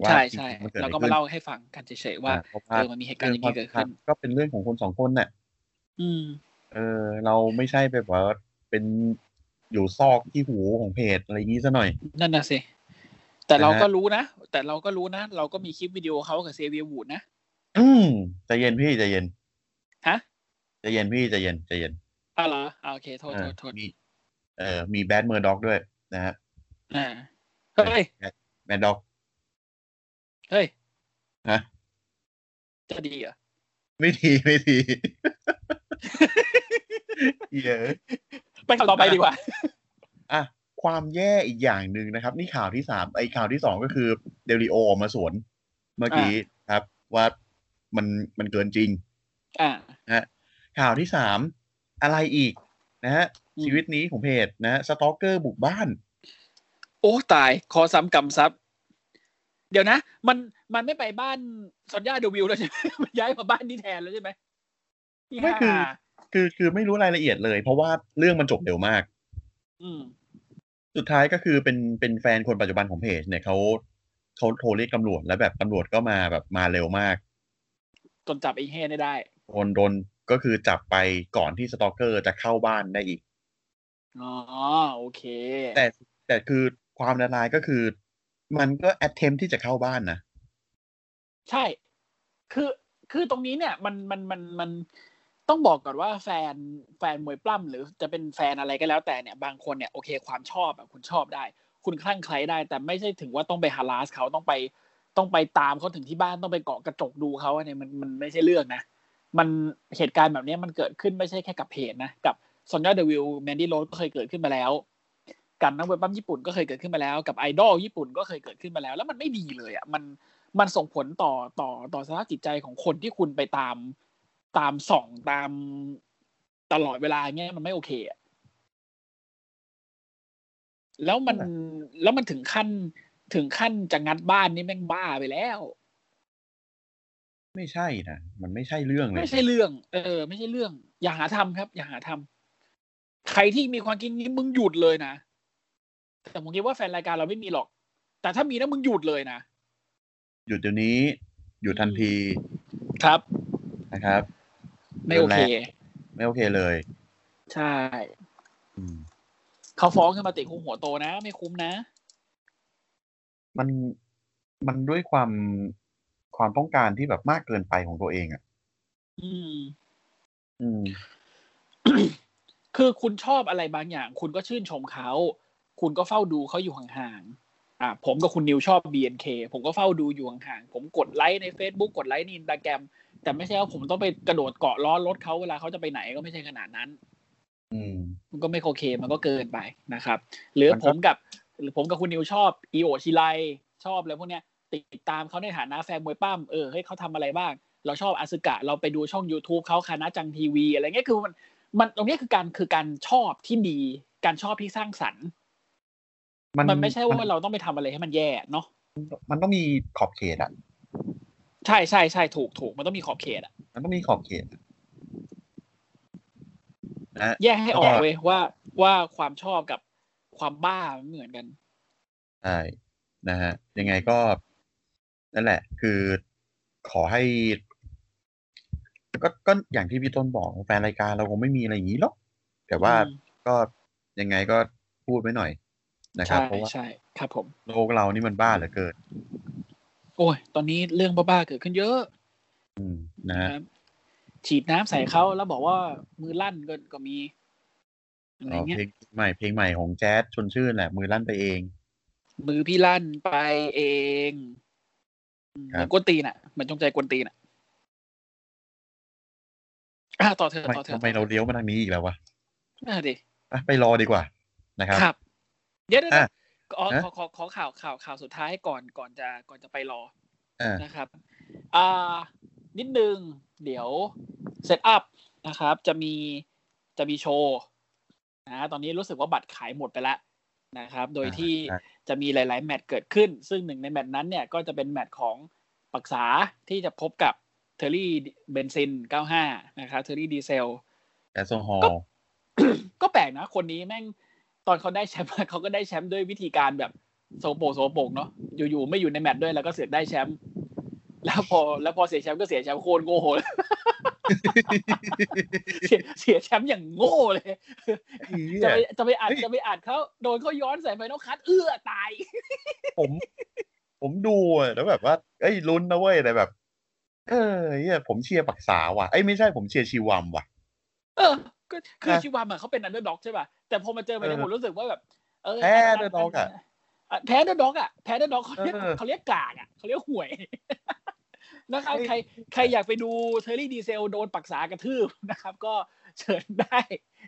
ว่า ใช่ จริงๆ ใช่ นดอะเราไร ก็ ขึ้ มาน เล่าให้ฟังกันเฉยๆว่า อ่ะเพราะ เอ ว่า อมันมีเหตุการณ์อย่างนี้เกิด ครั ขึ้ บ น ก็เป็นเรื่องของคนสองคนน่ะ อืม เออ เราไม่ใช่แบบว่าเป็นอยู่ซอกที่หูของเพจอะไรอย่างนี้ซะหน่อย นั่นน่ะสิ แต่เรา นะฮะ ก็รู้นะ แต่เราก็รู้นะ เราก็มีคลิปวิดีโอเขากับเซเวียร์วูดนะ อืมใจเย็นพี่ใจเย็น ฮะ ใจเย็นพี่ใจเย็นใจเย็น อ้าวเหรออ่าโอเค โทษ เอ โท อ ษโทษ มีเออมีแบดเมอร์ด็อกด้วยนะฮะ อ่า เฮ้ย แบดด็อก เฮ้ย ฮะ จะดีเหรอ ไม่ที ไม่ที เยอะ ไปข่าวต่อไปดีกว่า อ่ะความแย่อีกอย่างหนึ่งนะครับ นี่ข่าวที่สามไอข่าวที่สองก็คือเดลิโอออกมาสวนเมื่อกี้ครับ ว่ามันมันเกินจริง อ่า ข่าวที่สามอะไรอีกนะฮะ อืม ชีวิตนี้ของเพจนะฮะสตอกเกอร์บุกบ้าน โอ้ตาย คอซ้ำกำซับเดี๋ยวนะ มันมันไม่ไปบ้านซอนยาเดอะวิลแล้วใช่ไหม มันย้ายมาบ้านนี่แทนแล้วใช่ไหม ไม่คือ ฮ่า คือคือไม่รู้รายละเอียดเลย เพราะว่าเรื่องมันจบเร็วมาก อืม สุดท้ายก็คือเป็นเป็นแฟนคนปัจจุบันของเพจเนี่ยเขาเขาโทรเรียกตำรวจแล้วแบบตำรวจก็มาแบบมาเร็วมาก จนจับไอ้เฮได้ได้ โดนโดนก็คือจับไปก่อนที่สตอกเกอร์จะเข้าบ้านได้อีก อ๋อ โอเค แต่แต่คือความละลายก็คือ มันก็แอดเทมที่จะเข้าบ้านนะ ใช่ คือ คือตรงนี้เนี่ยมัน มัน มัน มัน ต้องบอกก่อนว่าแฟน แฟนมวยปล้ำหรือจะเป็นแฟนอะไรก็แล้วแต่เนี่ย บางคนเนี่ยโอเคความชอบอะคุณชอบได้ คุณคลั่งไคล้ได้ แต่ไม่ใช่ถึงว่าต้องไปฮาราสเขาต้องไป ต้องไปตามเขาถึงที่บ้านต้องไปเกาะกระจกดูเขาอันเนี่ยมันมันไม่ใช่เรื่องนะ มันเหตุการณ์แบบเนี้ยมันเกิดขึ้นไม่ใช่แค่กับเพจนะ กับซอนยาเดวิลแมนดี้โรสก็เคยเกิดขึ้นมาแล้ว กับนักมวยปั้มญี่ปุ่นก็เคยเกิดขึ้นมาแล้ว กับไอดอลญี่ปุ่นก็เคยเกิดขึ้นมาแล้ว แล้วมันไม่ดีเลยอ่ะมัน มันส่งผลต่อต่อต่อสภาพจิตใจของคนที่คุณไปตามตามส่องตามตลอดเวลาเงี้ยมันไม่โอเคอะแล้วมันแล้วมันถึงขั้นถึงขั้นจะงัดบ้านนี่แม่งบ้าไปแล้ว ไม่ใช่นะ มันไม่ใช่เรื่องเลย ไม่ใช่เรื่อง เออ ไม่ใช่เรื่อง อย่าหาทำครับ อย่าหาทำใครที่มีความคิดนี้มึงหยุดเลยนะ แต่ผมคิดว่าแฟนรายการเราไม่มีหรอก แต่ถ้ามีนะมึงหยุดเลยนะ หยุดเดี๋ยวนี้ หยุดทันที ครับ นะครับ ไม่โอเค ไม่โอเคเลย ใช่ อืม เขาฟ้องขึ้นมาติดคุกหัวโตนะ ไม่คุ้มนะ มันมันด้วยความความต้องการที่แบบมากเกินไปของตัวเองอะ่ะ อืม อืม คือคุณชอบอะไรบางอย่าง คุณก็ชื่นชมเขาคุณก็เฝ้าดูเขาอยู่ห่างๆอ่ะผมกับคุณนิวชอบ BNK ผมก็เฝ้าดูอยู่ห่างๆผมกดไลค์ใน Facebook กดไลค์ในอินสตาแกรมแต่ไม่ใช่ว่าผมต้องไปกระโดดเกาะล้อรถเขาเวลาเขาจะไปไหนก็ไม่ใช่ขนาดนั้น อืม มันก็ไม่โอเคมันก็เกินไปนะครับ หรือผมกับหรือผมกับคุณนิวชอบอีโอชิไลชอบอะไรพวกเนี้ย ติดตามเขาในฐานะแฟนมวยปั้มเออเฮ้ยเขาทำอะไรบ้าง เราชอบอาซึกะ เราไปดูช่อง YouTube เขาคานะจังทีวี อะไรเงี้ยคือมันมันตรงเนี้ยคือการคือการชอบที่ดี การชอบที่สร้างสรรค์ มันไม่ใช่ว่าเราต้องไปทำอะไรให้มันแย่เนาะ มันต้องมีขอบเขตอ่ะ ใช่ใช่ใช่ถูกถูกมันต้องมีขอบเขตอะ มันต้องมีขอบเขตอะนะ แยกให้ออก เออ เว้ยว่าว่าความชอบกับความบ้ามันไม่เหมือนกัน ใช่นะฮะ ยังไงก็ นั่นแหละ คือขอให้ ก็ก็อย่างที่พี่ต้นบอกแฟนรายการเราคงไม่มีอะไรอย่างนี้หรอก แต่ว่า อืม ก็ยังไงก็พูดไว้หน่อยนะครับ ใช่ เพราะว่า ใช่ครับผม โลกเรานี่มันบ้าเหลือเกิน โอ้ย ตอนนี้เรื่องบ้าๆเกิดขึ้นเยอะ อืมนะฮะ ครับฉีดน้ำใส่เขาแล้วบอกว่ามือลั่นก็ก็มีอะไร เอา เงี้ย เพลงใหม่เพลงใหม่ของแจ๊สชวนชื่นแหละ มือลั่นไปเอง มือพี่ลั่นไปเองอืม ครับ เหมือนกวนตีนอ่ะเหมือนจงใจกวนตีนอ่ะอ่ะต่อเถ ทำไม อะต่อเถอะ ทำไมเราเลี้ยวมาทางนี้อีกแล้ววะ น่าดิ อ่ะไปรอดีกว่านะครับ ครับ เดี๋ยวเดี๋ยว อ่ะ ขอ ฮะ ขอขอขอข่าวข่าวข่าวสุดท้ายก่อนก่อนจะก่อนจะไปรอ อ่า นะครับ อ่า นิดนึง เดี๋ยวเซตอัพนะครับ จะมี จะมีโชว์นะ ตอนนี้รู้สึกว่าบัตรขายหมดไปแล้วนะครับ โดยที่ อ่ะ จะมีหลาย ๆ แมตช์เกิดขึ้น ซึ่งหนึ่งในแมตช์นั้นเนี่ย ก็จะเป็นแมตช์ของปักษาที่จะพบกับเทอร์รี่เบนซิน 95 นะครับ เทอร์รี่ดีเซล แจ๊สโซฮอล ก็แปลกนะ คนนี้แม่ง ตอนเขาได้แชมป์มา เขาก็ได้แชมป์ด้วยวิธีการแบบโซโปกโซโปกเนาะอยู่ๆไม่อยู่ในแมตช์ด้วยแล้วก็เสือกได้แชมป์แล้วพอ แล้วพอเสียแชมป์ก็เสียแชมป์โคตรโง่เลย เสียเสียแชมป์อย่างโง่เลย ไอ้เหี้ จะ ย ไปจะไปอัด เฮ้ย จะไปอัดเขาโดนเขาย้อนใส่ไฟนอลคัดเอื้อตาย ผม ผมดูอะแล้วแบบว่า เอ้ยลุ้นนะเว้ยแต่แบบ เออเหี้ยผมเชียร์ปักษาว่ะเอ้ยไม่ใช่ผมเชียร์ชีวัมว่ะ เออก็คือ ฮะ ชิวามอะเขาเป็นอันเดอร์ด็อกใช่ป่ะแต่พอมาเจอไปเนี่ย เออ ผมรู้สึกว่าแบบเออ แพ้ underdog อะ แพ้อันเดอร์ด็อกอะแพ้อันเดอร์ด็อกเขาเรียก เออ เขาเรียกกากอะเขาเรียกห่วย นะครับ เฮ้ย ใครใครอยากไปดูเทอร์รี่ดีเซลโดนปักษากระทืบนะครับ ก็เชิญได้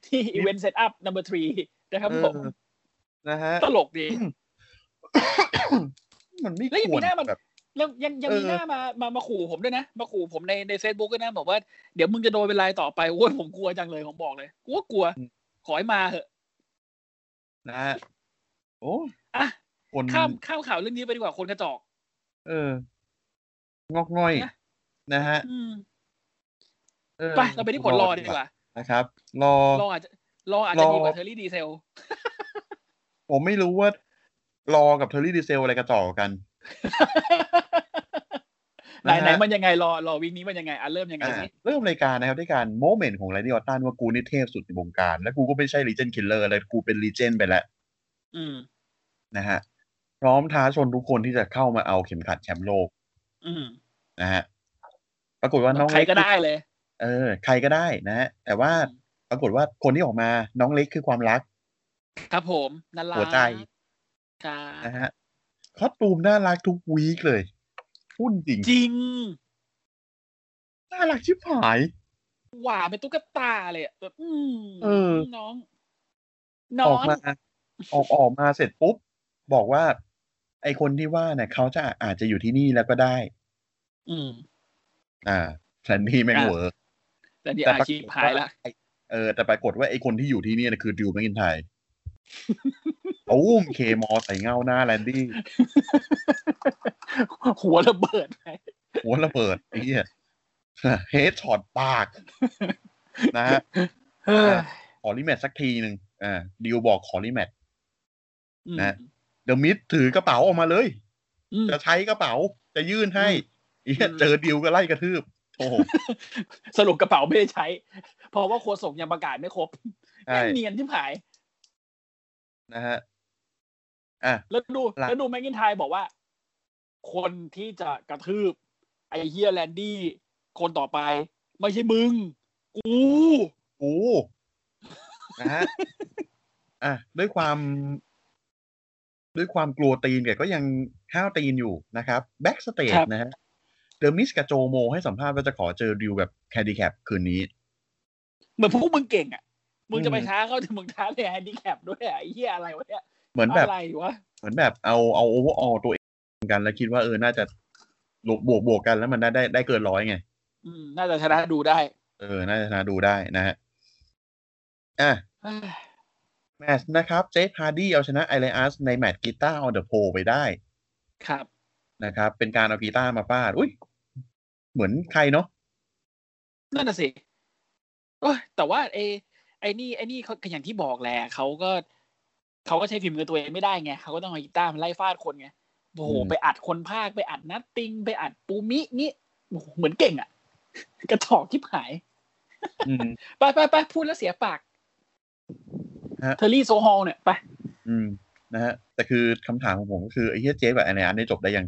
ที่อีเวนต์เซตอัพ number three นะครับผม เออนะฮะ ตลกดี มันไม่ แล้วยัง คว มี ร หน้ามัน แบบ แล้วยังยังมี เออ หน้ามามามาขู่ผมด้วยนะ มาขู่ผมในในเฟซบุ๊กด้วยนะ บอกว่าเดี๋ยวมึงจะโดนเป็นรายต่อไปโอ้ยผมกลัวจังเลยผมบอกเลยกลัวกลัวขอให้มาเถอะ นะฮะโอ้ อ่ะ คน ข้ามข้ามข่าวเรื่องนี้ไปดีกว่าคนกระจอก เออ งอกง่อย นะ นะฮะ อืม เออ ไปเราไปที่ผลรอดีกว่า นะครับ รอ รออาจจะรออาจจะ รอ ดีกว่าเทอร์รี่ดีเซล ผมไม่รู้ว่ารอกับเทอร์รี่ดีเซลอะไรกระจอกกัน ไหนไหนมันยังไงรอรอวีคนี้มันยังไงอ่ะเริ่มยังไงสิ เริ่มรายการนะครับด้วยการโมเมนต์ของไรนี่ออตตันว่ากูนี่เทพสุดในวงการ และกูก็ไม่ใช่ลีเจนคิลเลอร์อะไรกูเป็นลีเจนไปแล้ว อืม นะฮะ พร้อมท้าชนทุกคนที่จะเข้ามาเอาเข็มขัดแชมป์โลก อืม นะฮะ ปรากฏว่าน้อง ใคร เล็ก ก็ได้เลย เออ ใครก็ได้นะฮะ แต่ว่าปรากฏว่าคนที่ออกมาน้องเล็กคือความรัก ครับผมน่ารัก หัวใจ ค่ะ นะฮะคอสตูมน่ารักทุกวีคเลยพุ่นจริง จริง น่ารักชิบหาย หว่าเป็นตุ๊กตาเลยอะแบบอืม เออ น้อง อ น้อ อก ง มาออกออกมาเสร็จปุ๊บ บอกว่า ไอคนที่ว่าเนี่ยเขาจะอาจจะอยู่ที่นี่แล้วก็ได้ อืม อ่าฉันนี่แม่ง อ่า เวอร์ แต่เดี๋ยวอาชีพหายละ เออ แต่ปรากฏว่าไอคนที่อยู่ที่เนี่ยนะคือดิวแมกินไทย โอ้มเคมอใส่เงาหน้าแลนดี้ หัวระเบิดไป หัวระเบิดไอ้เหี้ยเฮดช็อตปาก นะฮะ เฮ้ย ขอรีแมทสักทีหนึ่งอ่าดิวบอกขอรีแมท อืม นะ เดอะมิดถือกระเป๋าออกมาเลย อืม จะใช้กระเป๋าจะยื่นให้ไอ้เหี้ย อืม เจอดิวก็ไล่กระทืบโอ้โห สรุปกระเป๋าไม่ได้ใช้ เพราะว่าโคศกยังประกาศไม่ครบ ใช่ แม่งเนียนที่หาย นะฮะ อ่ะ แล้วดู หลัง แล้วดูแมกกินไทยบอกว่า คนที่จะกระทืบ ไอเฮียแลนดี้คนต่อไป ไม่ใช่มึง กู กูนะฮะ อ่ะ ด้วยความ ด้วยความกลัวตีนแกก็ยังห้าวตีนอยู่นะครับ แบ็กสเตจนะฮะ เดอะมิสกับโจโมให้สัมภาษณ์ว่าจะขอเจอดิวแบบแคดดี้แคปคืนนี้ เหมือนพวกมึงเก่งอ่ะ มึงจะไป อืม ท้าเขาถึงมึงท้าเลยแฮนดี้แคปด้วยอะไอเฮียอะไรวะเนี่ย เหมือนแบบ อะไรวะ เหมือนแบบเอาเอาโอเวอร์ออตัวเองกัน แล้วคิดว่าเออ น่าจะบวกบวกบวกกันแล้วมันได้ได้ได้เกินร้อยไง อืมน่าจะชนะดูได้ เออ น่าจะชนะดูได้นะฮะ อ่ะ เอ้ย แมตช์นะครับ เจฟฮาร์ดี้เอาชนะไอเลอัสในแมตช์กีตาร์ออนเดอะโพไปได้ ครับ นะครับ เป็นการเอากีตาร์มาฟาด อุ้ย เหมือนใครเนาะ นั่นน่ะสิโอ้ยแต่ว่าไอไอนี่ไอนี่เขาอย่างที่บอกแหละเขาก็เขาก็ใช้ฝีมือตัวเองไม่ได้ไงเขาก็ต้องเอากีตาร์มาไล่ฟาดคนไงโอ้โห อืม ไปอัดคนภาคไปอัดนัตติง ไปอัดปูมิงี้โอ้โหเหมือนเก่งอ่ะ กระถอกทิบหาย อืม ไปไปไปพูดแล้วเสียปาก ฮะ เทอร์รี่โซฮอลเนี่ยไป อืม นะฮะ แต่คือคำถามของผมก็คือ ไอ้เฮียเจฟกับไอเลอัสได้จบได้ยัง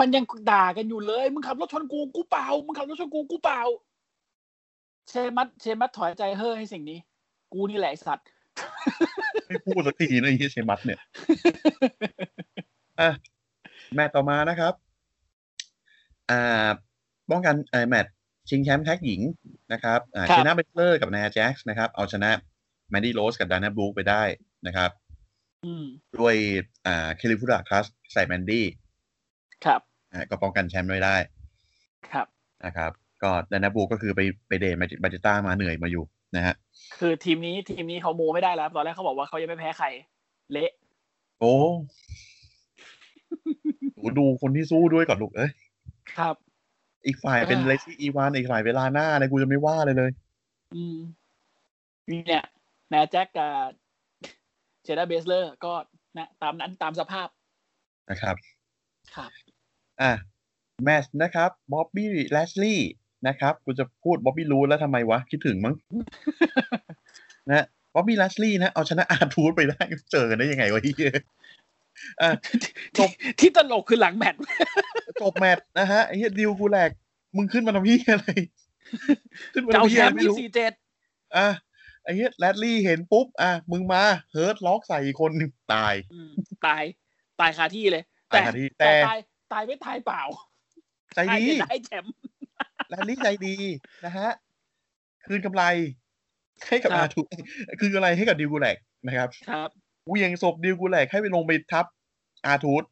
มันยังด่ากันอยู่เลย มึงขับรถชนกูกูเปล่า มึงขับรถชนกูกูเปล่า เชมัดเชมัดถอยใจเฮ้อให้สิ่งนี้ กูนี่แหละไอ้สัตว์ ไม่พูดสักทีนะไอ้เฮียเชมัสเนี่ย อ่ะ แมตช์ต่อมานะครับ อ่า ป้องกันไออแมตช์ชิงแชมป์แท็กหญิงนะครับ อ่า ครั เช บ นะเบตเลอร์กับนาแจ็กซ์นะครับ เอาชนะแมนดี้โรสกับดานาบลูไปได้นะครับ อืม ด้วยอ่าเคลิฟูดาคลัสใส่แมนดี้ ครับ อ่าก็ป้องกันแชมป์ไม่ได้ ครับ นะครับ ก็ดานาบูก็คือไปไปเดทมาบาจิต้ามาเหนื่อยมาอยู่นะฮะ คือทีมนี้ทีมนี้เขาโมไม่ได้แล้วครับตอนแรกเขาบอกว่าเขายังไม่แพ้ใคร เละ โอ้ โหดูคนที่สู้ด้วยก่อนลูกเอ้ย ครับ อีกฝ่ายเป็น อ่า เลซี่อีวานอีกฝ่ายเวลาหน้าเลยกูจะไม่ว่าเลยเลย อืมเนี่ยนะแจ็คกับเจด้าเบสเลอร์ก็นะตามนั้นตามสภาพ นะครับ ครับ อ่ะแมตช์นะครับบ๊อบบี้แลชลีย์นะครับกูจะพูดบ๊อบบี้รู้แล้วทำไมวะ คิดถึ งมั้ง นะบ๊อบบี้แลชลีย์นะเอาชนะอาร์ทูธไปได้ เจอกันได้ยังไงวะเฮีย จบ ที่ตลกคือหลังแมต ช์ จบแมตช์นะฮะไอ้เฮียดิวกูแหลก มึงขึ้นมาทำเฮียอะไร ขึ้นมา เจ้า ทำ แช เฮียอะ ม ไร ป์ ไม่ ยี่ รู้ สี่เจ็ด อ่ะไอ้เฮียแรดลี่เห็นปุ๊บ อ่ะ มึงมา เฮิร์ตล็อกใส่อีกคนหนึ่งตาย ตาย ตายคาที่เลย ตา แต่ ยทันที แต่ แต่ ตายตายไม่ตายเปล่า ใจ ตาย ดี จะได้แชมป์ แลนลี่ใจดีนะฮะ คืนกำไร ให้กับ ครั อา บ ถูกคืนกำไรให้กับดิวกูแลกนะครับ ครับ เหวียงศพดิวกูแลกให้ไปลงไปทับ อาทูต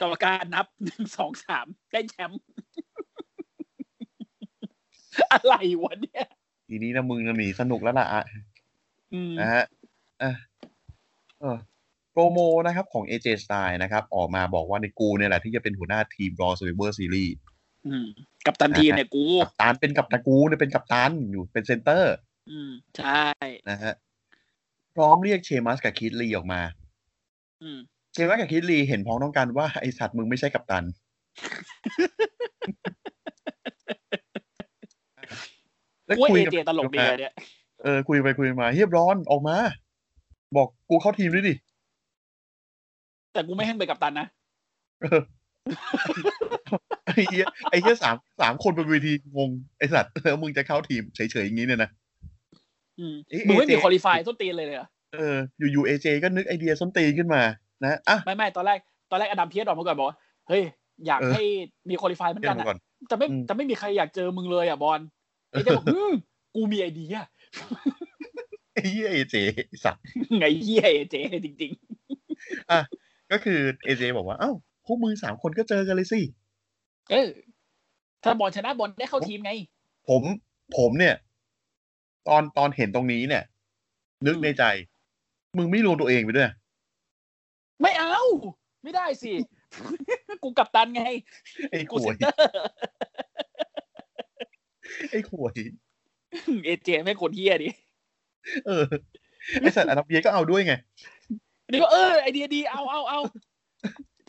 กรรมการนับหนึ่งสองสามได้แชมป์ อะไรวะเนี่ย ทีนี้นะมึงนะหนีสนุกแล้วล่ะอะ อืม นะฮะอ่ะเออโปรโมนะครับของ AJ Style นะครับ ออกมาบอกว่าในกูเนี่ยแหละที่จะเป็นหัวหน้าทีม Raw Survivor Series อืมกับตันทีมเนี่ยกู กัปตันเป็นกับตะกูเนี่ยเป็นกับตันอยู่เป็นเซนเตอร์ อืม ใช่ นะฮะโป ร้อมเรียกเชมัสกับคิดลีออกมา อืม เชมัสกับคิดลีเห็นพ้องต้องการว่าไอสัตว์มึงไม่ใช่กัปตัน แล้ว ว่า คุ เอย เจตลกดีเลยเนี่ย เออคุยไปคุยมาเฮียบร้อนออกมา บอกกูเข้าทีมด้วยดิ แต่กูไม่ให้มึงเป็นกัปตันนะ เออไอ้เฮียไอ้เฮียสามสามคนบนเวทีงงไอสัตว์แล้วมึงจะเข้าทีมเฉยๆอย่างนี้เนี่ยนะ อืม เอ๊ะ มึงไม่มี เอเจ คอลี่ฟายส้นตีนเลยเลยเหรอ เอออยู่ๆเอเจก็นึกไอเดียส้นตีนขึ้นมานะอ่ะ ไม่ไม่ตอนแรก ตอนแรกอดัมเพียสออกมาก่อนบอกว่าเฮ้ย อยาก เออ ให้มีคอลี่ฟายเหมือน เดี๋ย กั วนผม อะ ก่อน แต่ไม่ อืม แต่ไม่มีใครอยากเจอมึงเลยอ่ะบอลไอ้เจ้าบอกอืมกูมีไอเดีย ไอ้เฮียเอเจไอ้สัตว์ ไงเหี้ยไอ้เจ๊จริง ก็คือเอเจบอกว่า เอ้า พวกมึงสามคนก็เจอกันเลยสิ ๆ เออ ถ้าบอลชนะบอลได้เข้าทีมไง ผม ผมเนี่ย ตอนตอนเห็นตรงนี้เนี่ย นึกในใจ มึงไม่รวมตัวเองไปด้วย ไม่เอา ไม่ได้สิ กูกัปตันไง ไอ้ข กู ว เซ็ ย นเตอร์ ไอ้ขวย เอเจไม่งโคนเฮียดิ เออ ไอ้สัตว์อนาเบียก็เอาด้วยไง นี่ก็เออไอเดียดีเอาเอาเอา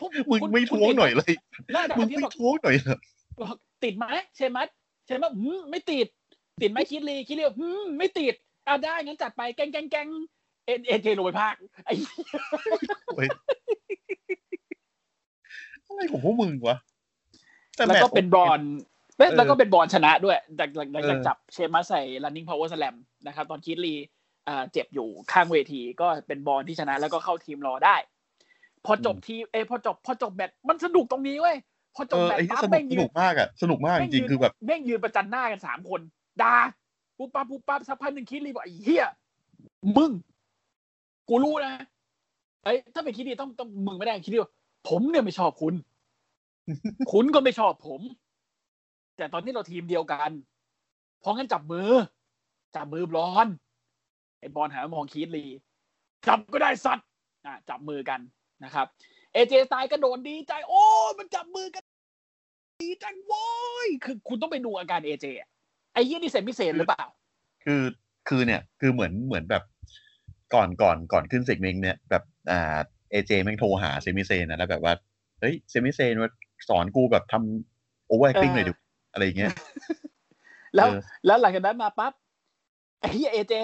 พวก มึง คุณ ไม่ คุณ ท้วงหน่อยเลย แล้วแต่ มึง พี่ ไม่ บอก ท้วงหน่อยเหรอ บอกติดไหมเชมัสเชมัสหืมไม่ติด ติดไหมคิดเลยคิดเลยหืมไม่ติดเอาได้งั้นจัดไปแกงแกงแกงเอ็นเอเจลงไปภาคไอ้ ขวยอะไรของพวกมึงวะ แล้วมตก็ช์ เป็นบอลเอ้ย เออ แล้วก็เป็นบอลชนะด้วยจากจากจาก เออ จากจับเชมัสใส่ running power slam นะครับ ตอนคิดลีอ่าเจ็บอยู่ข้างเวทีก็เป็นบอลที่ชนะ แล้วก็เข้าทีมรอได้ พอจบทีมเอยพอจบพอจบแมตช์มันสนุกตรงนี้เว้ยพอจ เอบ อ แมต ไอ้ ช์ ที่ ปั๊สบนุกสแม่งยื นุ น กมากอะสนุกมากจริงๆคือแบบ แม่งยืนประจันหน้ากันสามคนด่าปุ๊บปั๊บปุ๊บปั๊บสักพักหนึ่งคิดรีบอกไอ้เหี้ยมึง กูรู้นะไอ้ยถ้าเป็นคิดดีต้องต้องมึงไม่ได้คิดดีว่าผมเนี่ยไม่ชอบคุณ คุณก็ไม่ชอบผม แต่ตอนนี้เราทีมเดียวกัน เพราะงั้นจับมือ จับมือบอลไอ้บอลหามองคิดรีจับก็ได้สัตว์อ่ะจับมือกันนะครับเอเจสไตล์กระโดดดีใจ โอ้มันจับมือกัน ดีจังโว้ย คือคุณต้องไปดูอาการเอเจอะไอ้เหี้ยนี่เสร็จไม่เสร็จหรือเปล่า คือคือเนี่ยคือเหมือนเหมือนแบบก่อนก่อนก่อนขึ้นเซกเมนต์เนี่ยแบบอ่าเอเจแม่งโทรหาเซมิเซนนะแล้วแบบว่าเฮ้ยเซมิเซนมาสอนกูแบบทำโอเวอร์แอคติ้งหเออน่อยดิอะไรอย่างเงี้ย แล้ว เออ แล้วหลังจากนั้นมาปั๊บ ไอ้เหี้ยเอเจ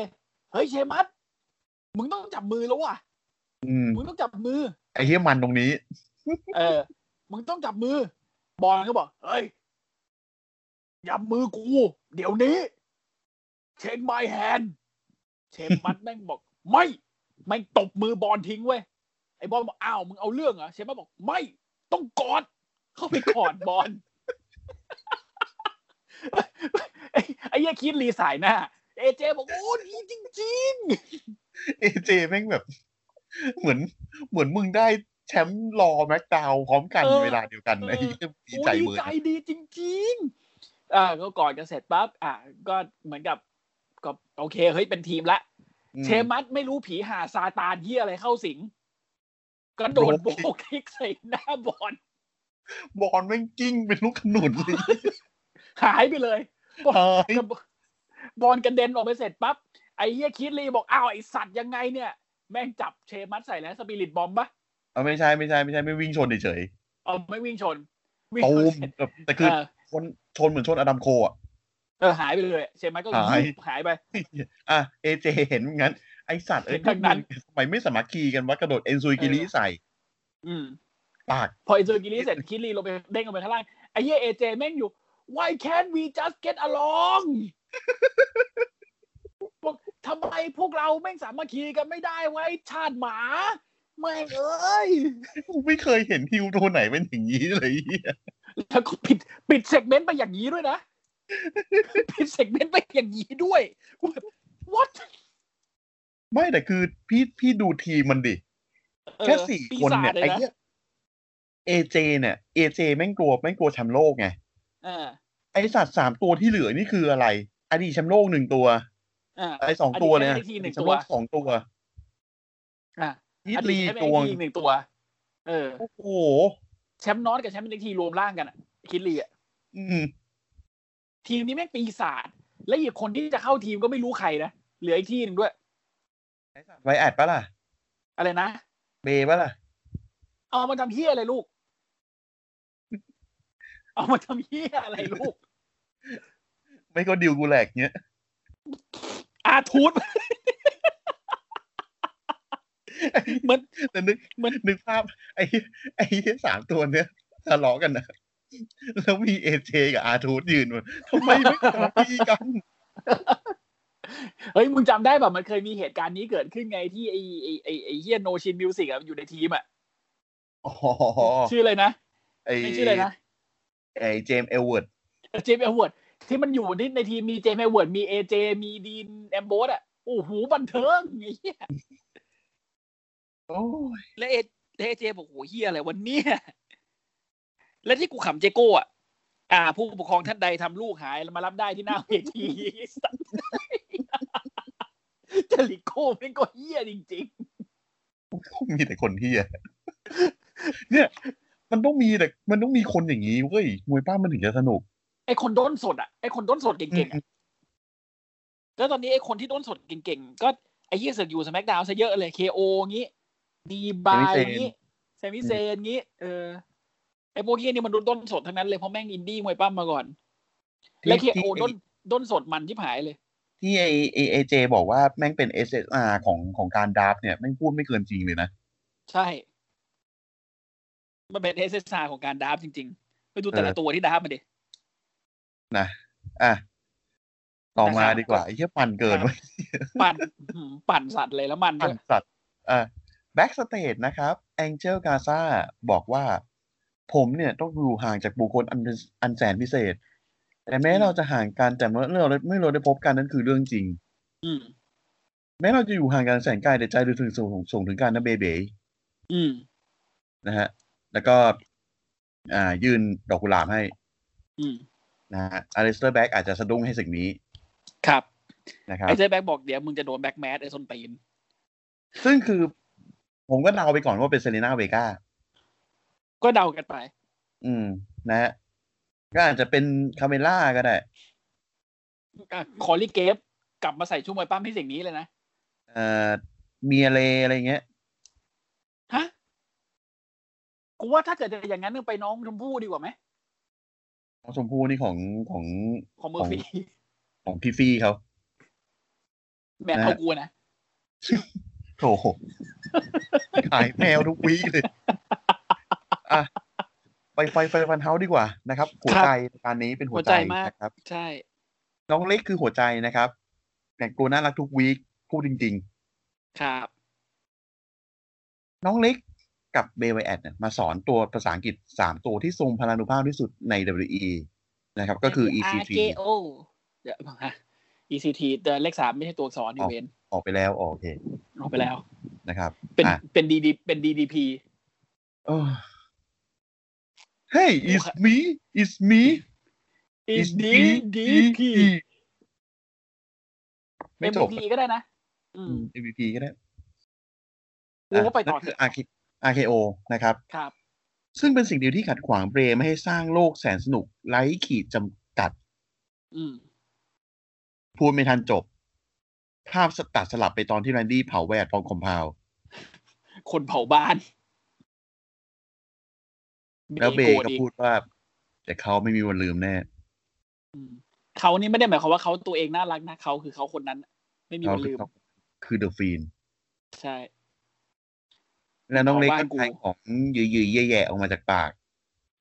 เฮ้ยเชมัสมึงต้องจับมือแล้วว่ะ อืม มึงต้องจับมือ ไอ้เฮียมันตรงนี้ เออ มึงต้องจับมือ บอลก็บอก เฮ้ย จับมือกู เดี๋ยวนี้ เชนไมแฮนเชมัสแม่งบอก ไม่ แม่งตบมือบอลทิ้งเว้ย ไอ้บอลบอก อ้าว มึงเอาเรื่องเหรอ เชมัสบอก ไม่ ต้องกอด เข้าไปกอดบอล ไอ้ไอ้เหี้ยคิดรีสายหน้า เอเจบอกโอ้ดีจริง เอเจแม่งแบบ เหมือนเหมือนมึงได้แชมป์รอแม็กดาวน์พร้อมกัน เออ เวลาเดียวกัน เออ ไอ้เหี้ย ๆ ดี โอ้ ใจ ดี เบอร์ ใจดีจริงๆอ่าก็กอดกันเสร็จปั๊บ อ่าก็เหมือนกับก็โอเค เฮ้ย เป็นทีมละ อืม เชมัสไม่รู้ผีหาซาตานเหียอะไรเข้าสิง กระโดด โด โบ น กคลิกใส่หน้าบอล บอลแม่งกิ้งเป็นลูกขนุ นเลย หายไปเลย เฮ้ย กระบบอลกระเด็นออกไปเสร็จปั๊บ ไอ้เฮียคิดลีบอก อ้าว ไอสัตว์ยังไงเนี่ย แม่งจับเชมัสใส่แล้วสปิริตบอมบ์ปะ เอาไม่ใช่ไม่ใช่ไม่ใช่ไม่วิ่งชนเฉย เอาไม่วิ่งชน วิ่ง ๆตู ชน ม เสร็จ แบบแต่ เอ คือ อ ชนชนเหมือนชนอดัมโคอะ เออหายไปเลย เชมัสก็ หาย หายไป อ่ะเอเจเห็นงั้น ไอสัตว์เอ้ย เห็นดังนั้น พวกมึงทำไมไม่สามัคคีกันวะกระโดดเอนซุยกิริใส่ อืม ปาก พอไอเซอร์กิลี่เสร็จคิดลีลงไปเด้งลงไปข้างล่าง ไอ้เหี้ยเอเจแม่งอยู่ why can't we just get along บอกทำไมพวกเราแม่งสามัคคีกันไม่ได้ไว้ชาติหมาแม่งเอ้ย ไม่เคยเห็นฮิวตัวไหนเป็นอย่างนี้เลยเหี้ย แล้วก็ปิดปิดเซกเมนต์ไปอย่างนี้ด้วยนะ ปิดเซกเมนต์ไปอย่างนี้ด้วยกูแบบ what ไม่แต่คือพี่พี่ดูทีมมันดิ เออ แค่สี่ ปี คน ศาจ เนี่ย เลย ไอ้ นะ เนี้ยเอเจเนี่ยเอเจแม่งกลัวแม่งกลัวแชมป์โลกไง เออ ไอสัตว์สามตัวที่เหลือนี่คืออะไร อดีตแชมป์โลกหนึ่งตัว เออ ไอสองตัวเนี่ย อดีต MVP หนึ่ง แชมป์โลก ตัว สองตัว อ่ะ ยิ อ ด ดี ลี ต ตัว ทีหนึ่งตัว เออ โอ้โห แชมป์นอตกับแชมป์เอ็นทีรวมร่างกันอะคิดลีอะ อืม ทีมนี้แม่งปีศาจและอีกคนที่จะเข้าทีมก็ไม่รู้ใครนะ เหลืออีกที่หนึ่งด้วย ไวแอดปะล่ะ อะไรนะ เบปะล่ะ เอามาทำเฮียอะไรลูก เอามาทำเฮียอะไรลูก ไม่ก็ดิวกูแหลกเนี้ย อาทูต เหมือน แต่นึก มัน นึกภาพ ไอ้ไอ้สามตัวเนี้ยทะเลาะกันนะแล้วมีเอเจกับอาร์ทูธยืนมันทำไมไม่ทำพี่กัน เฮ้ยมึงจำได้แบบมันเคยมีเหตุการณ์นี้เกิดขึ้นไงที่ไอไอไอไอเฮียโนชินมิวสิกอะอยู่ในทีมอะ อ๋อ ชื่ออะไรนะ ไอ้ ไม่ชื่ออะไรนะ ไอ้เจมส์เอลเวิร์ด เจมส์เอเวิร์ดที่มันอยู่ที่ในทีมมีเจมส์เอเวิร์ดมีเอเจมีดีนแอมโบสอะโอ้โหบันเทิงไอ้เฮีย โอ้ย และเอและเอเจบอกโอ้โหเฮียอะไรวันเนี้ยและที่กูขำเจโก้อะอ่า ผู้ปกครองท่านใดทำลูกหายแล้วมารับได้ที่หน้าเวที สัตว์เจลิโก้แม่งก็เฮียจริง ๆ มีแต่คนที่อะเนี่ย มันต้องมีแต่มันต้องมีคนอย่างนี้เว้ยมวยป้ามันถึงจะสนุก ไอคนด้นสดอ่ะไอคนด้นสดเก่งๆอะแล้วตอนนี้ไอคนที่ด้นสดเก่งๆ ก็ไอเยี่ยเสือกอยู่สมักดาวซะเยอะเลยเคโองี้ ดีบาย เซมิเซน งี้เซมิเซนงี้ เออ ไอพวกเหียนี่มันดูด้นสดทั้งนั้นเลยเพราะแม่งอินดี้มวยปั้มมาก่อน และเค ที่ โอด้นด้นสดมันที่หายเลย ที่ไอไอ้ไอเจบอกว่าแม่งเป็น SSR ของของการดราฟต์เนี่ยแม่งพูดไม่เกินจริงเลยนะ ใช่ มันเป็นเอสเอสาของการดับจริงๆ ไปดูแต่ละ เออ ตัวที่ดับมาดิ อ่ะ ต่อมาดีกว่าไอ้เหี้ยปั่นเกินเว้ย ปั่นอืมปั่นสัตว์เลยแล้วมันด้ พั วน ย สัตว์อ่าแบ็กสเตจนะครับแองเจลกาซาบอกว่า ผมเนี่ยต้องอยู่ห่างจากบุคคลอันเป็นอันแสนพิเศษ แต่แม้เราจะห่างกันแต่เมื่อเราได้เมื่อเราได้พบกันนั่นคือเรื่องจริง อืม แม้เราจะอยู่ห่างกันแสนไกลแต่ใจเราถึงส่งส่งถึงกันนะเบเบ อืม นะฮะ แล้วก็อ่ายื่นดอกกุหลาบให้ อืม นะฮะอเลสเตอร์แบ็กอาจจะสะดุ้งให้สิ่งนี้ ครับ นะครับ ไอ้เจ๊แบ็กบอกเดี๋ยวมึงจะโดนแบ็กแมสไอ้ส้นตีน ซึ่งคือผมก็เดาไปก่อนว่าเป็นเซเลนาเวกา ก็เดากันไป อืม นะฮะก็อาจจะเป็นคาเมล่าก็ได้ อ่ะคอลลี่เกฟกลับมาใส่ชุดมวยปั้มที่สิ่งนี้เลยนะ เอ่อเมียเลอะไรเงี้ย ฮะ กูว่าถ้าเกิดจะอย่างนั้นนึงไปน้องชมพู่ดีกว่าไหม น้องชมพู่นี่ของของ ของเมอร์ฟี่ ของพี่ฟี่เขา แม่เอากูนะ โถขายแมวทุกวีคเลย อ่ะ ไปไฟไฟฟันเฮาดีกว่านะครับ หัวใจการนี้เป็นหัวใจ หัวใจมาก นะครับ ใช่ น้องเล็กคือหัวใจนะครับแต่งตัวน่ารักทุกวีคพูดจริง ครับ ๆ น้องเล็กกับเบวแอดเนี่ยมาสอนตัวภาษาอังกฤษสามตัวที่ทรงพลานุภาพที่สุดใน WE นะครับ ก็คือ ECT RKO เดี๋ยวฮะ ECT แต่เลขสามไม่ใช่ตัวอักษรอยู่เวน ออกไปแล้วอ๋อโอเค ออกไปแล้ว นะครับ เป็น อ่ะ เป็นดีดีเป็น DDP เออ Hey it's me it's me is it's DDP ไม่จบ MVP ก็ได้นะ อื อื ม ม MVP ก็ได้ กูก็ไปต่อ นั่น เถ คือ อะ RK RKO นะครับ ครับ ซึ่งเป็นสิ่งเดียวที่ขัดขวางเบรไม่ให้สร้างโลกแสนสนุกไร้ขีดจำกัด อืม พูดไม่ทันจบ ภาพสตัดสลับไปตอนที่แรนดี้เผาแวดฟองคอมพาว คนเผาบ้าน แล้วเบร โธ ก็ อี พูดว่า แต่เขาไม่มีวันลืมแน่ อืมเขานี่ไม่ได้หมายความว่าเขาตัวเองน่ารักนะเขาคือเขาคนนั้น ไม่มี เขา วัน คื ลื อ ม เขาคือเดอะฟีน ใช่ และน้องเล็กก็เผาบ้านกู ใช้ของยืยๆแย่ๆออกมาจากปาก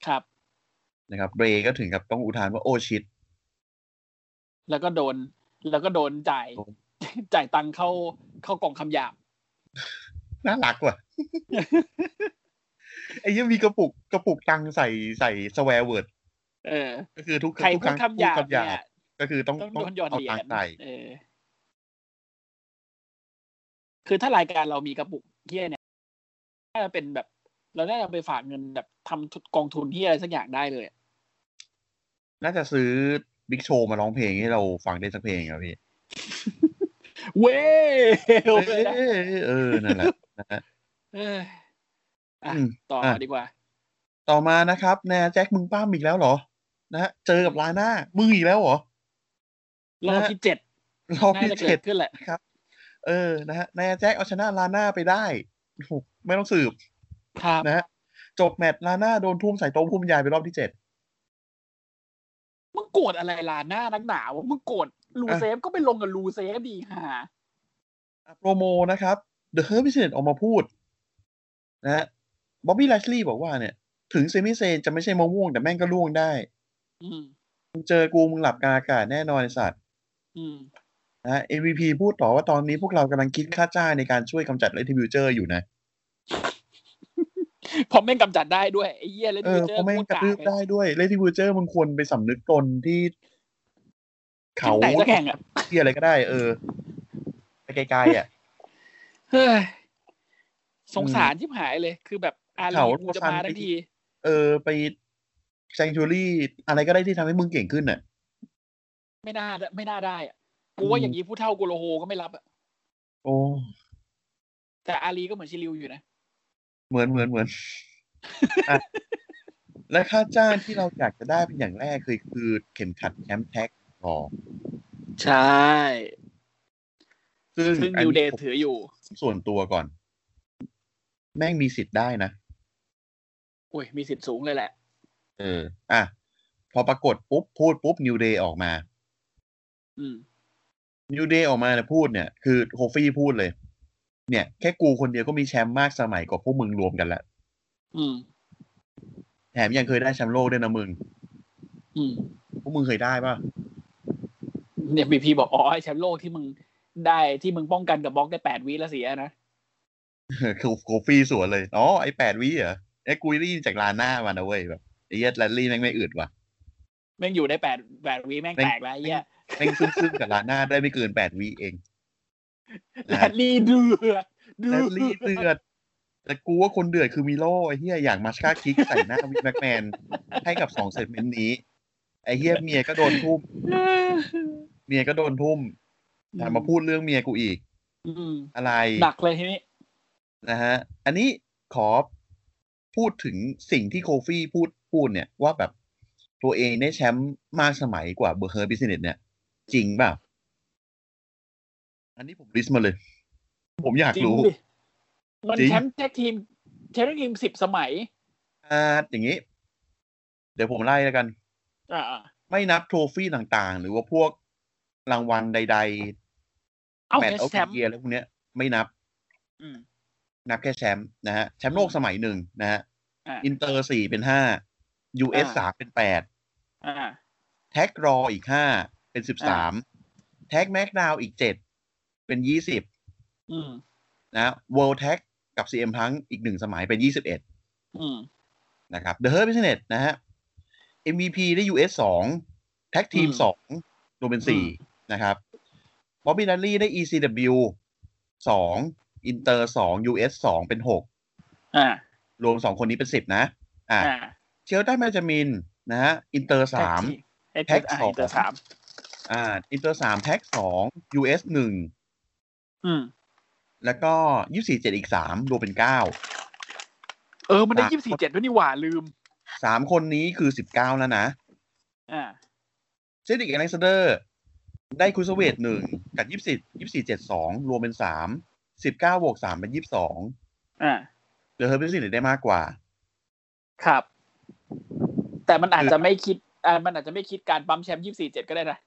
ครับ นะครับเบรก็ถึงกับต้องอุทานว่าโอชิต แล้วก็โดน แล้วก็โดนจ่าย โดน จ่ายตังค์เข้าเข้ากล่องคำหยาบ น่ารักว่ะ ไอ้เหี้ยังมีกระปุกกระปุกตังใส่ใส่สแวร์เวิร์ด เออ ก็คือทุก ใคร ทุก พู ค ด รั้ง คำหยาบ พูด เนี่ย ก็คือต้อง ต้องโดนหยอด เอา เหรีย ตัง ญ ใส่ เออ คือถ้ารายการเรามีกระปุกเฮียเนี่ยน่าจะเป็นแบบ เราน่าจะไปฝากเงินแบบทำทุนกองทุนที่อะไรสักอย่างได้เลยอะ น่าจะซื้อบิ๊กโชว์มาร้องเพลงให้เราฟังได้สักเพลงครับพี่ เว้ เอย อเออนั่นแหละนะฮะ เอ้ยอ่ะ อืม ต่ออะ ดีกว่า ต่อมานะครับแนแจ็คมึงป้ามอีกแล้วเหรอ นะฮะเจอกับลาน่ามึงอีกแล้วเหรอ รอบ นะ ที่เจ็ด รอบ น่า ที่ จะเกิ เจ็ด ดขึ้นแหละ นะครับ เออนะฮะนายแจ็คเอาชนะลาน่าไปได้โอ้โหไม่ต้องสืบ ครับ นะฮะจบแมตช์ลาน่าโดนทุ่มใส่โต๊ะพุ่มยายไปรอบที่เจ็ด มึงโกรธอะไรล่ะหน้านักหนาวะมึงโกรธลู อ่ะ เซฟก็ไปลงกับลูเซฟดีห่า อ่ะโปรโมนะครับ The Hurt Business ออกมาพูด นะฮะบ๊อบบี้ลัชลีบอกว่าเนี่ย ถึงเซมิเซนจะไม่ใช่มะม่วงแต่แม่งก็ล่วงได้ อืม มึงเจอกูมึงหลับกลางอากาศแน่นอนไอ้สัตว์ อืม นะฮะ MVP พูดต่อว่าตอนนี้พวกเรากำลังคิดค่าจ้างในการช่วยกำจัดเลทิบิวเจอร์อยู่นะ พอแม่งกำจัดได้ด้วยไอ้เหี้ยเลย เออ เจ เพ อ ราะแม่ง พูด กระ กา ตืบ ไป ได้ด้วยเลทิบิวเจอร์มึงควรไปสำนึกตนที่ เขา ที่ไหนจะแข่งอ่ะ ที่อะไรก็ได้ เออ ไปไกลๆอ่ะ เฮ้ยสงสารชิบหายเลย คือแบบอาลี เขา กูจะมา ซันไป ทันที เออ ไปแซงชูรี่อะไรก็ได้ที่ทำให้มึงเก่งขึ้นน่ะ ไม่น่าได้ไม่น่าได้อ่ะกูว่าอย่างนี้ผู้เท่ากูโลโฮก็ไม่รับอ่ะ โอ้ แต่อาลีก็เหมือนชิลิวอยู่นะ เหมือนเหมือนเหมือนอ่ะ และค่าจ้างที่เราอยากจะได้เป็นอย่างแรกคือคือเข็มขัดแชมป์แท็กรอ ใช่ ซึ่ง ซึ่ง อัน นิวเด นี้ ย์ถืออยู่ ผมส่วนตัวก่อน แม่งมีสิทธิ์ได้นะ อุ้ยมีสิทธิ์สูงเลยแหละ เออ อ่ะ พอปรากฏปุ๊บ พูดปุ๊บนิวเดย์ออกมา อืม นิวเดย์ออกมาเนี่ยพูดเนี่ย คือโฮฟี่พูดเลย เนี่ย แค่กูคนเดียวก็มีแชมป์มากสมัยกว่าพวกมึงรวมกันแล้ว อืม แถมยังเคยได้แชมป์โลกด้วยนะมึง อืม พวกมึงเคยได้ปะ เนี่ยบีพีบอกอ๋อไอ้แชมป์โลกที่มึงได้ที่มึงป้องกันกับบล็อกได้แปดวิแล้วเสียนะ คือโคฟี่สวนเลย อ๋อ ไอแปดวิเหรอไอกูได้ยินจากลาน่ามานะเว้ยแบบไอเหี้ยแรลลี่แม่งไม่อึดว่ะ แม่งอยู่ได้แปดแปดวิแม่ง แม่ง แตกแล้วไอ้เหี้ย แม่งซึ้งซึ้งกับลาน่าได้ไม่เกินแปดวิเอง แรด ลี่เดือดเดื แร อ ลลี่ ด เดือด แต่กูว่าคนเดือดคือมิโลไอเหี้ยอย่างมาชคาคิกใส่หน้าวิกแมกแมน ให้กับสองเซตเมนต์นี้ ไอเหี้ยเมียก็โดนทุ่ม เมียก็โดนทุ่มแต่มาพูดเรื่องเมียกูอีก อืม อะไร หนักเลยทีนี้ นะฮะ อันนี้ขอพูดถึงสิ่งที่โคฟี่พูดพูดเนี่ยว่าแบบตัวเองได้แชมป์มากสมัยกว่าเบอร์เฮอร์บิสเนสเนี่ย จริงเปล่าอันนี้ผมลิสต์มาเลย ผมอยาก จริง รู้ ดิมัน จริง แชมป์แท็กทีมแชมป์แท็กทีมสิบสมัย อ่าอย่างนี้ เดี๋ยวผมไล่แล้วกัน อ่า ไม่นับโทรฟี่ต่างๆ หรือว่าพวกรางวัลใด ๆ ๆ เอ้า แมต เอ ช์เอา สแชมป์ เกียร์แล้วพวกเนี้ย ไม่นับ อืม นับแค่แชมป์นะฮะ แชมป์โลกสมัยหนึ่งนะฮะ อ่า อินเตอร์สี่เป็นห้ายูเอส อ่า สามเป็นแปด อ่า แท็กรออีกห้าเป็นสิบ อ่า สามแท็กแม็กดาวอีกเจ็ดเป็นยี่สิบ อืม นะเวิลด์แท็กกับซีเอ็มพังอีกหนึ่งสมัยเป็นยี่สิบเอ็ด อืม นะครับเดอะเฮิร์บิสเนสนะฮะ MVP ได้ US สองแท็กทีม อืม สองรวมเป็นสี่ อื นะครับบ๊อบบี้ดัลลี่ได้ ECW สองอินเตอร์สอง US สองเป็นหก อ่าร วมสองคนนี้เป็นสิบนะ อ่า อ่า เชลตันแมจามินนะฮะอินเตอร์สาม แท็กทีม แท็กสอง เอสเอสสาม อ่าอินเตอร์สามแท็กสอง US หนึ่ง อืม แล้วก็ยี่สี่เจ็ดอีกสามรวมเป็นเก้า เออ มันได้ยี่สิบสี่เจ็ดด้วยนี่หว่าลืม สามคนนี้คือสิบเก้าแล้วนะ อ่า เซดริกอเล็กซานเดอร์ ได้ครูสเวทหนึ่งกับยี่สิบยี่สี่เจ็ดสองรวมเป็นสามสิบเก้าบวกสามเป็นยี่สิบสอง อ่า เดอะเฮอร์บิสได้มากกว่า ครับ แต่มันอาจจะไม่คิดอ่ามันอาจจะไม่คิดการปั๊มแชมป์ยี่สิบสี่เจ็ดก็ได้นะ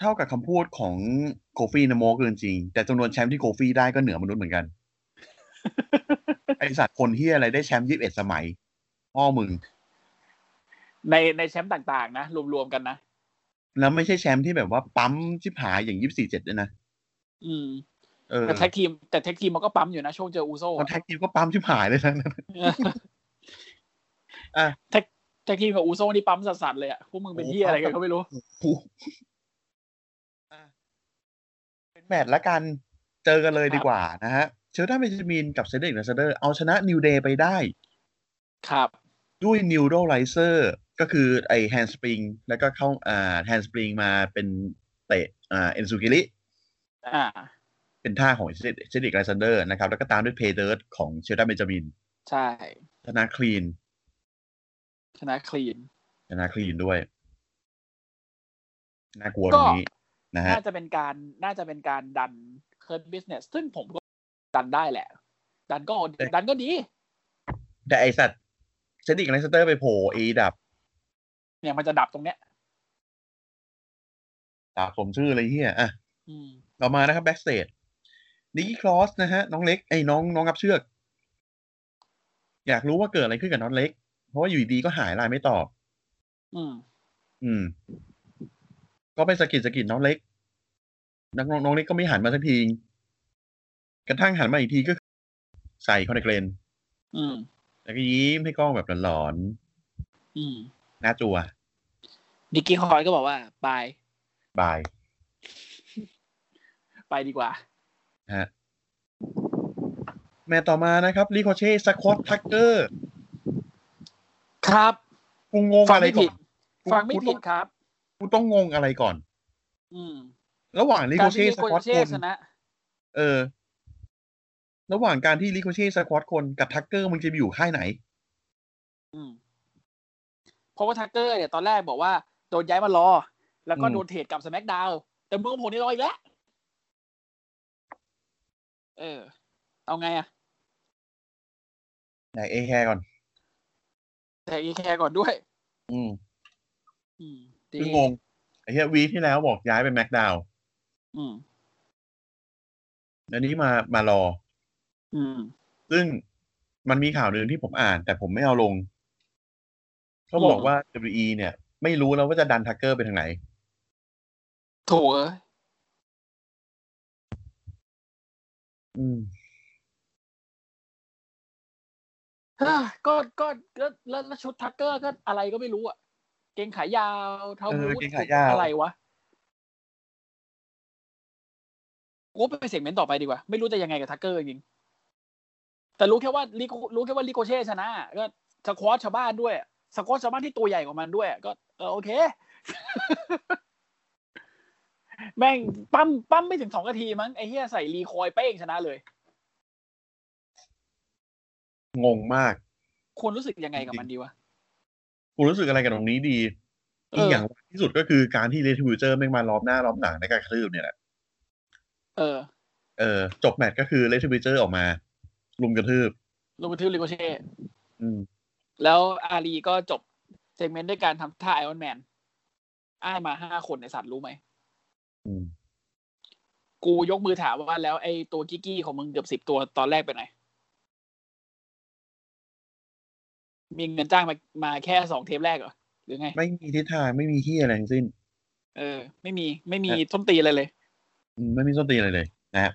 เท่ากับคำพูดของโคฟี่นะโมเกินจริง แต่จำนวนแชมป์ที่โคฟี่ได้ก็เหนือมนุษย์เหมือน กัน ไอสัตว์คนที่อะไรได้แชมป์ยี่สิบเอ็ดสมัยพ่อมึง ในในแชมป์ต่างๆ นะ รวมๆ กันนะ แล้วไม่ใช่แชมป์ที่แบบว่าปั๊มชิบหายอย่างยี่สิบสี่เจ็ดด้วยนะ อืม เออ แต่แท็กทีม แต่แท็กทีมมันก็ปั๊มอยู่นะ ช่วงเจออูโซ่ ตอนแท็กทีมก็ปั๊มชิบหายเลยนะ อ่ะ แท็กแท็กทีมกับอูโซ่นี่ปั๊มสัสๆเลยอะพวกมึงเป็นเหี้ยอะไรกันก็ไม่รู้ อ่ะเป็นแมตช์ละกัน เจอกันเลยดีกว่านะฮะ เชลตันเบนจามินกับเซเดริกแลนซเดอร์ เอาชนะนิวเดย์ไปได้ ครับ ด้วยนิวโรไลเซอร์ก็คือไอแฮนด์สปริง แล้วก็เข้าอ่าแฮนด์สปริงมาเป็นเตะอ่าเอนซูกิริ อ่า เป็นท่าของเซเดริกแลนซเดอร์นะครับ แล้วก็ตามด้วยเพเดิร์ดของเชลตันเบนจามิน ใช่ ชนะคลีน ชนะคลีน ชนะคลีนด้วย น่ากลัวต ก็ รงนี้นะฮะ น่าจะเป็นการ น่าจะเป็นการดัน เคิร์ดบิสเนสซึ่งผมก็ดันได้แหละ ดันก็ดันก็ดี แต่ไอสัตว์เซนติกไลสเตอร์ไปโผล่อีดับ เนี่ยมันจะดับตรงเนี้ย ดับสมชื่อเลยเฮียอ่ะ อืม ต่อมานะครับแบ็กสเตจนิกกี้คลอสนะฮะ น้องเล็กไอ้น้องน้องกับเชือก อยากรู้ว่าเกิดอะไรขึ้นกับน้องเล็ก เพราะว่าอยู่ดีๆก็หายไลน์ไม่ตอบ อืม อืม ก็ไปสะกิดสะกิดน้องเล็กน้องน้องเล็กก็ไม่หันมาสักที กระทั่งหันมาอีกทีก็คือใส่คอนแทคเลนส์ อืม แล้วก็ยิ้มให้กล้องแบบหลอน อืม ๆหน้าจัว นิกกี้คอยก็บอกว่าไป บาย ไปดีกว่า ฮะแมตช์ต่อมานะครับรีโคเช่สควอตทักเกอร์ ครับ กูงง ฟัง อะไร ไม่ ก่ ผิ อ ด น ฟังไม่ กู ผิดครับ กูต้องงงอะไรก่อน อืม ระหว่างรีโค การ เช่ ที่ ส โค ควอต เช่ คน ชนะ เออ ระหว่างการที่รีโคเช่สควอตคนกับทักเกอร์มึงจะไปอยู่ค่ายไหน อืมเพราะว่าทักเกอร์เนี่ยตอนแรกบอกว่าโดนย้ายมารอ แล้วก็ อืม โดนเทรดกลับสแมกดาวแต่มึงกับผมนี่รออีกแล้ว เออ เอาไงอะ ไหนเอแคก่อน แต่อีแคร์ก่อนด้วย อืม อืมดี คืองงไอ้เหี้ยวีคที่แล้วบอกย้ายไปแม็กดาวน์ อืม อันนี้มามารอ อืม ซึ่งมันมีข่าวหนึ่งที่ผมอ่าน แต่ผมไม่เอาลงเขาบอก อืม ว่า WE เนี่ย ไม่รู้แล้วว่าจะดันทักเกอร์ไปทางไหน โถเอ้ย อืม เฮ้ย ก็ก็ก็แล้วแล้วชุดทักเกอร์ก็อะไรก็ไม่รู้อะเกงขายาวเท้า เออ บูท เกงขายาว อะไรวะกูว่าไปเสียงเมนต์ต่อไปดีกว่า ไม่รู้จะยังไงกับทักเกอร์จริงๆแต่รู้แค่ว่าลิโกรู้แค่ว่าลิโกเช่ชนะ ก็สควอชชาวบ้านด้วยสควอชชาวบ้านที่ตัวใหญ่กว่ามันด้วย ก็เออโอเค แม่งปั้มปั้มไม่ถึงสองนาทีมั้งไอ้เหี้ยใส่รีคอยเป้งชนะเลย งงมาก ควรรู้สึกยังไงกับมันดีวะ กูรู้สึกอะไรกับตรงนี้ดี เอออี อีกอย่างที่สุดก็คือการที่เรทิวเจอร์ไม่งมารอบหน้ารอบหลังในการคลืบเนี่ยแหละ เออ เออ จบแมตช์ก็คือเรทิวเจอร์ออกมา ลุมกระทืบ ลงบันทึกลิโกเช่ อืม แล้วอารีก็จบเซกเมนต์ด้วยการทำท่าไอออนแมนอ้ายมาห้าคนในสัตว์รู้ไหม อืม กูยกมือถามว่าแล้วไอ้ตัวกิ๊กกี้ของมึงเกือบสิบ10 ตัวตอนแรกไปไหน มีเงินจ้างมามาแค่สองเทปแรกเหรอ หรือไง ไม่มีทิศทางไม่มีที่อะไรทั้งสิ้น เออ ไม่มีไม่มีส้นตีนอะไรเลย อืม ไม่มีส้นตีนอะไรเลยนะครับ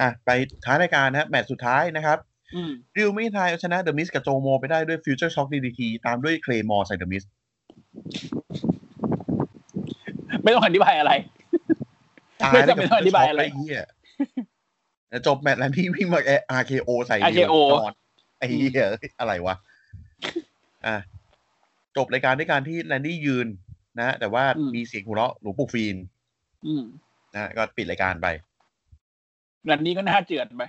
อ่ะ ไปท้ายรายการนะครับ แมตช์สุดท้ายนะครับ อืม ริวไม่ทายเอาชนะเดอะมิสกับโจโมไปได้ด้วยฟิวเจอร์ช็อคดีดีทีตามด้วยเคลมอร์ใส่เดอะมิส ไม่ต้องอธิบายอะไร ตาย ไม่ แล้ว จำเป็น กับ ต้องอธิบาย Future Shock อะไร ไอ้เหี้ยแล้วจบแมตช์แล้วนี่วิ่งมาแออาร์เคโอใส่ RKO จอนไอ้เหี้ยอะไรวะ อ่ะ จบรายการด้วยการที่แลนดี้ยืนนะฮะแต่ว่า อืม มีเสียงหัวเราะหลวงปู่ฟีน อืม นะฮะก็ปิดรายการไป แบบนี้ก็น่าเจือนไป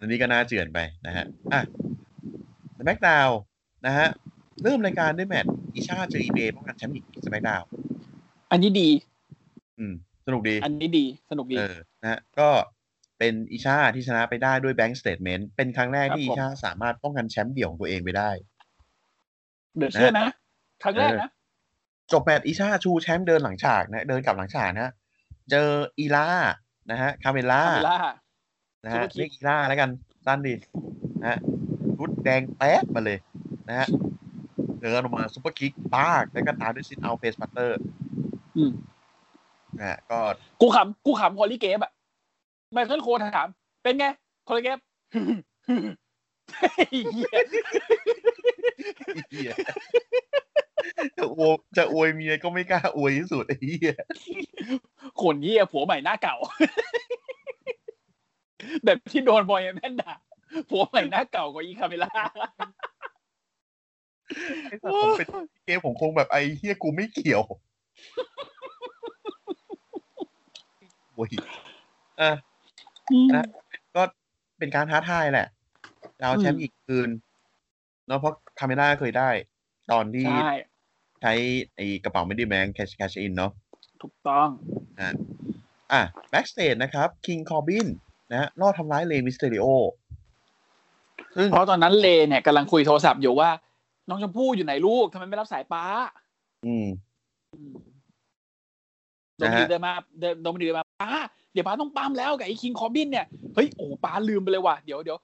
อันนี้ก็น่าเจือนไปนะฮะ อ่ะสแมกดาวนะฮะ เริ่มรายการด้วยแมตช์อิชาเจออีเบย์ป้องกันแชมป์อีกสแมกดาว อันนี้ดี อืม สนุกดี อันนี้ดีสนุกดี เออ นะฮะก็เป็นอิชาที่ชนะไปได้ด้วยแบงก์สเต t เมนต์ เป็นครั้งแรกที่ ค อิ รับผม ชาสามารถป้องกันแชมป์เดี่ยวของตัวเองไปได้ เดือดเชื่อนะครั้งแรกนะ จบแมตช์อิชาชูแชมป์เดินหลังฉากนะ เดินกลับหลังฉากนะ เจออีล่า นะฮะ คาเมล่า คาเมล่า นะ ซู ฮะ เปอร์คิก เรียกอีล่าแล้วกันสั้นดีนะฮะรุดแดงแป๊ดมาเลย นะฮะ เดินออกมาซุปเปอร์คิกบ้ากแล้วก็ตามด้วยซินเอาเฟสปัตเตอร์ อืม นะฮะก็ กูขำกูขำคอลลี่เกฟอะไมเคิลโคถาม เป็นไงคอลลี่เกฟ ไอ้เหี้ย เหี้ย จะอวยจะอวยเมียก็ไม่กล้าอวยที่สุดไอ้เหี้ย ขนเหี้ยผัวใหม่หน้าเก่า แบบที่โดนบอยแมนด่าผัวใหม่หน้าเก่ากว่าอีคาเมล่า ไอ้สัตว์ผมเป็นเกมผมคงแบบไอ้เฮียกูไม่เกี่ยว โอ้ยอ่ะ นะ ก็เป็นการท้าทายแหละเราเอาแชมป์อีกคืนเนาะเพราะคาเมล่าเคยได้ ตอนที่ ใช่ ใช้ไอ้กระเป๋าไม่ได้แมงแคชแคชอินเนาะ ถูกต้อง อ่ะแบ็กสเตจนะครับคิงคอบิน นะฮะล่อทำร้ายเลมิสเตอริโอซึ่ง เพราะตอนนั้นเลเนี่ยกำลังคุยโทรศัพท์อยู่ว่า น้องชมพู่อยู่ไหนลูกทำไมไม่รับสายป้า อืม โด นะ มิ ฮะ นิกเดินมาเดินโดมินิกเดินมาป้าเดี๋ยวป้าต้องปั๊มแล้วกับไอ้คิงคอบินเนี่ยเฮ้ยโอ้ป้าลืมไปเลยว่ะเดี๋ยวเดี๋ยว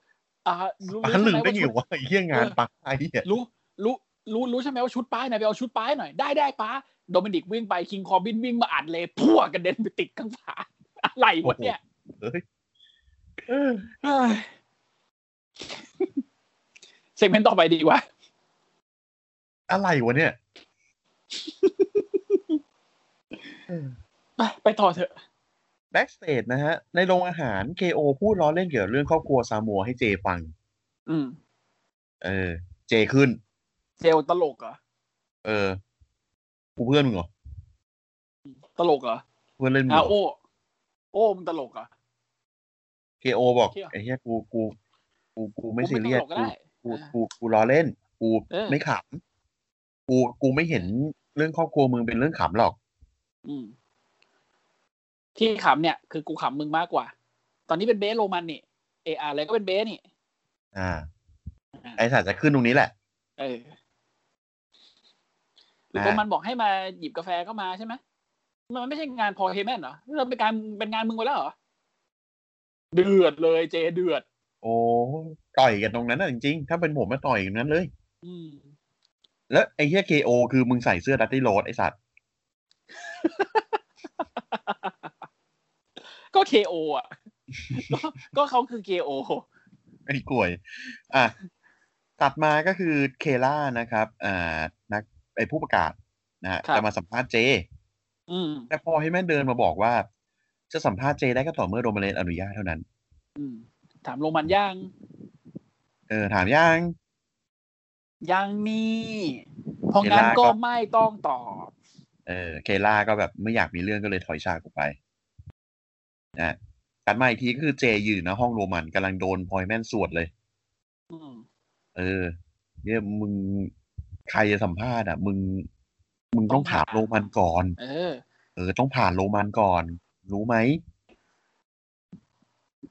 อ่ารู้ ปา รู้ ลืม ใช่ ได้ไงว่าชุด วะไอ้เหี้ยงาน เออ ปาไอ้เนี่ย รู้รู้รู้รู้ใช่ไหมว่าชุดป้ายไหนไปเอาชุดป้ายหน่อยได้ได้ป้าโดมินิกวิ่งไปคิงคอบินวิ่งมาอัดเลยพั่วกระเด็นไปติดข้างฝาอะไรวะเนี่ย เออ เฮ้ยเซกเมนต์ต่อไปดีวะ อะไรวะเนี่ย ไปไปต่อเถอะ แบ็กสเตจนะฮะ ในโรงอาหาร KO พูดล้อเล่นเกี่ยวกับเรื่องครอบครัวซามัวให้เจฟัง อืม เออ เจขึ้น เจลตลกเหรอ เออ กูเพื่อนมึงเหรอ ตลกเหรอ เพื่อนเล่นมึง อ่ะ เหรอ โอ้โอ้มันตลกเหรอ KO บอก เชี่ย ไอ้เหี้ยกูกูกูกูไม่ กู ซีเรียส ตลกกูก็ได้ กูกูกูล้อเล่น กู เออ ไม่ขำกูกูไม่เห็นเรื่องครอบครัวมึงเป็นเรื่องขำหรอก อืม ที่ขำเนี่ย คือกูขำมึงมากกว่า ตอนนี้เป็นเบสโรมันนี่เออาร์อะไรก็เป็นเบสนี่ อ่า ไอ้สัตว์จะขึ้นตรงนี้แหละ เออ นะ โรมันบอกให้มาหยิบกาแฟก็มาใช่ไหมมันไม่ใช่งานพอลเฮแมนเหรอเราเป็นการเป็นงานมึงไปแล้วเหรอ เดือดเลยเจเดือด โอ้ต่อยกันตรงนั้นนะจริงๆ ถ้าเป็นผมมาต่อยกันนั้นเลย อืม แล้วไอ้เหี้ย KO คือมึงใส่เสื้อดัตตี้โรดไอ้สัตว์ ก็เคโออ่ะ ก็ก็เขาคือเคโอ ไอ้กล่วย อ่ะ ตัดมาก็คือเคล่านะครับ อ่า นักไอ้ผู้ประกาศนะฮะจะมาสัมภาษณ์เจ อืม แต่พอให้แม่เดินมาบอกว่า จะสัมภาษณ์เจได้ก็ต่อเมื่อโรมาเลนอนุญาตเท่านั้น อืม ถามโรมันยัง เออ ถามยัง ยังนี่เพองั้น เวลาก็ ก็ไม่ต้องตอบ เออ เคล่าก็แบบไม่อยากมีเรื่องก็เลยถอยฉากออกไปนะตัดมาอีกทีก็คือเจยืนนะห้องโรมันกำลังโดนพอยแมนสวดเลย อืม เออเนี่ยมึงใครจะสัมภาษณ์อ่ะ มึง มึงต้อง ต้อง ถา ถาม มโรมันก่อน เออ เออ ต้องผ่านโรมันก่อน รู้ไหม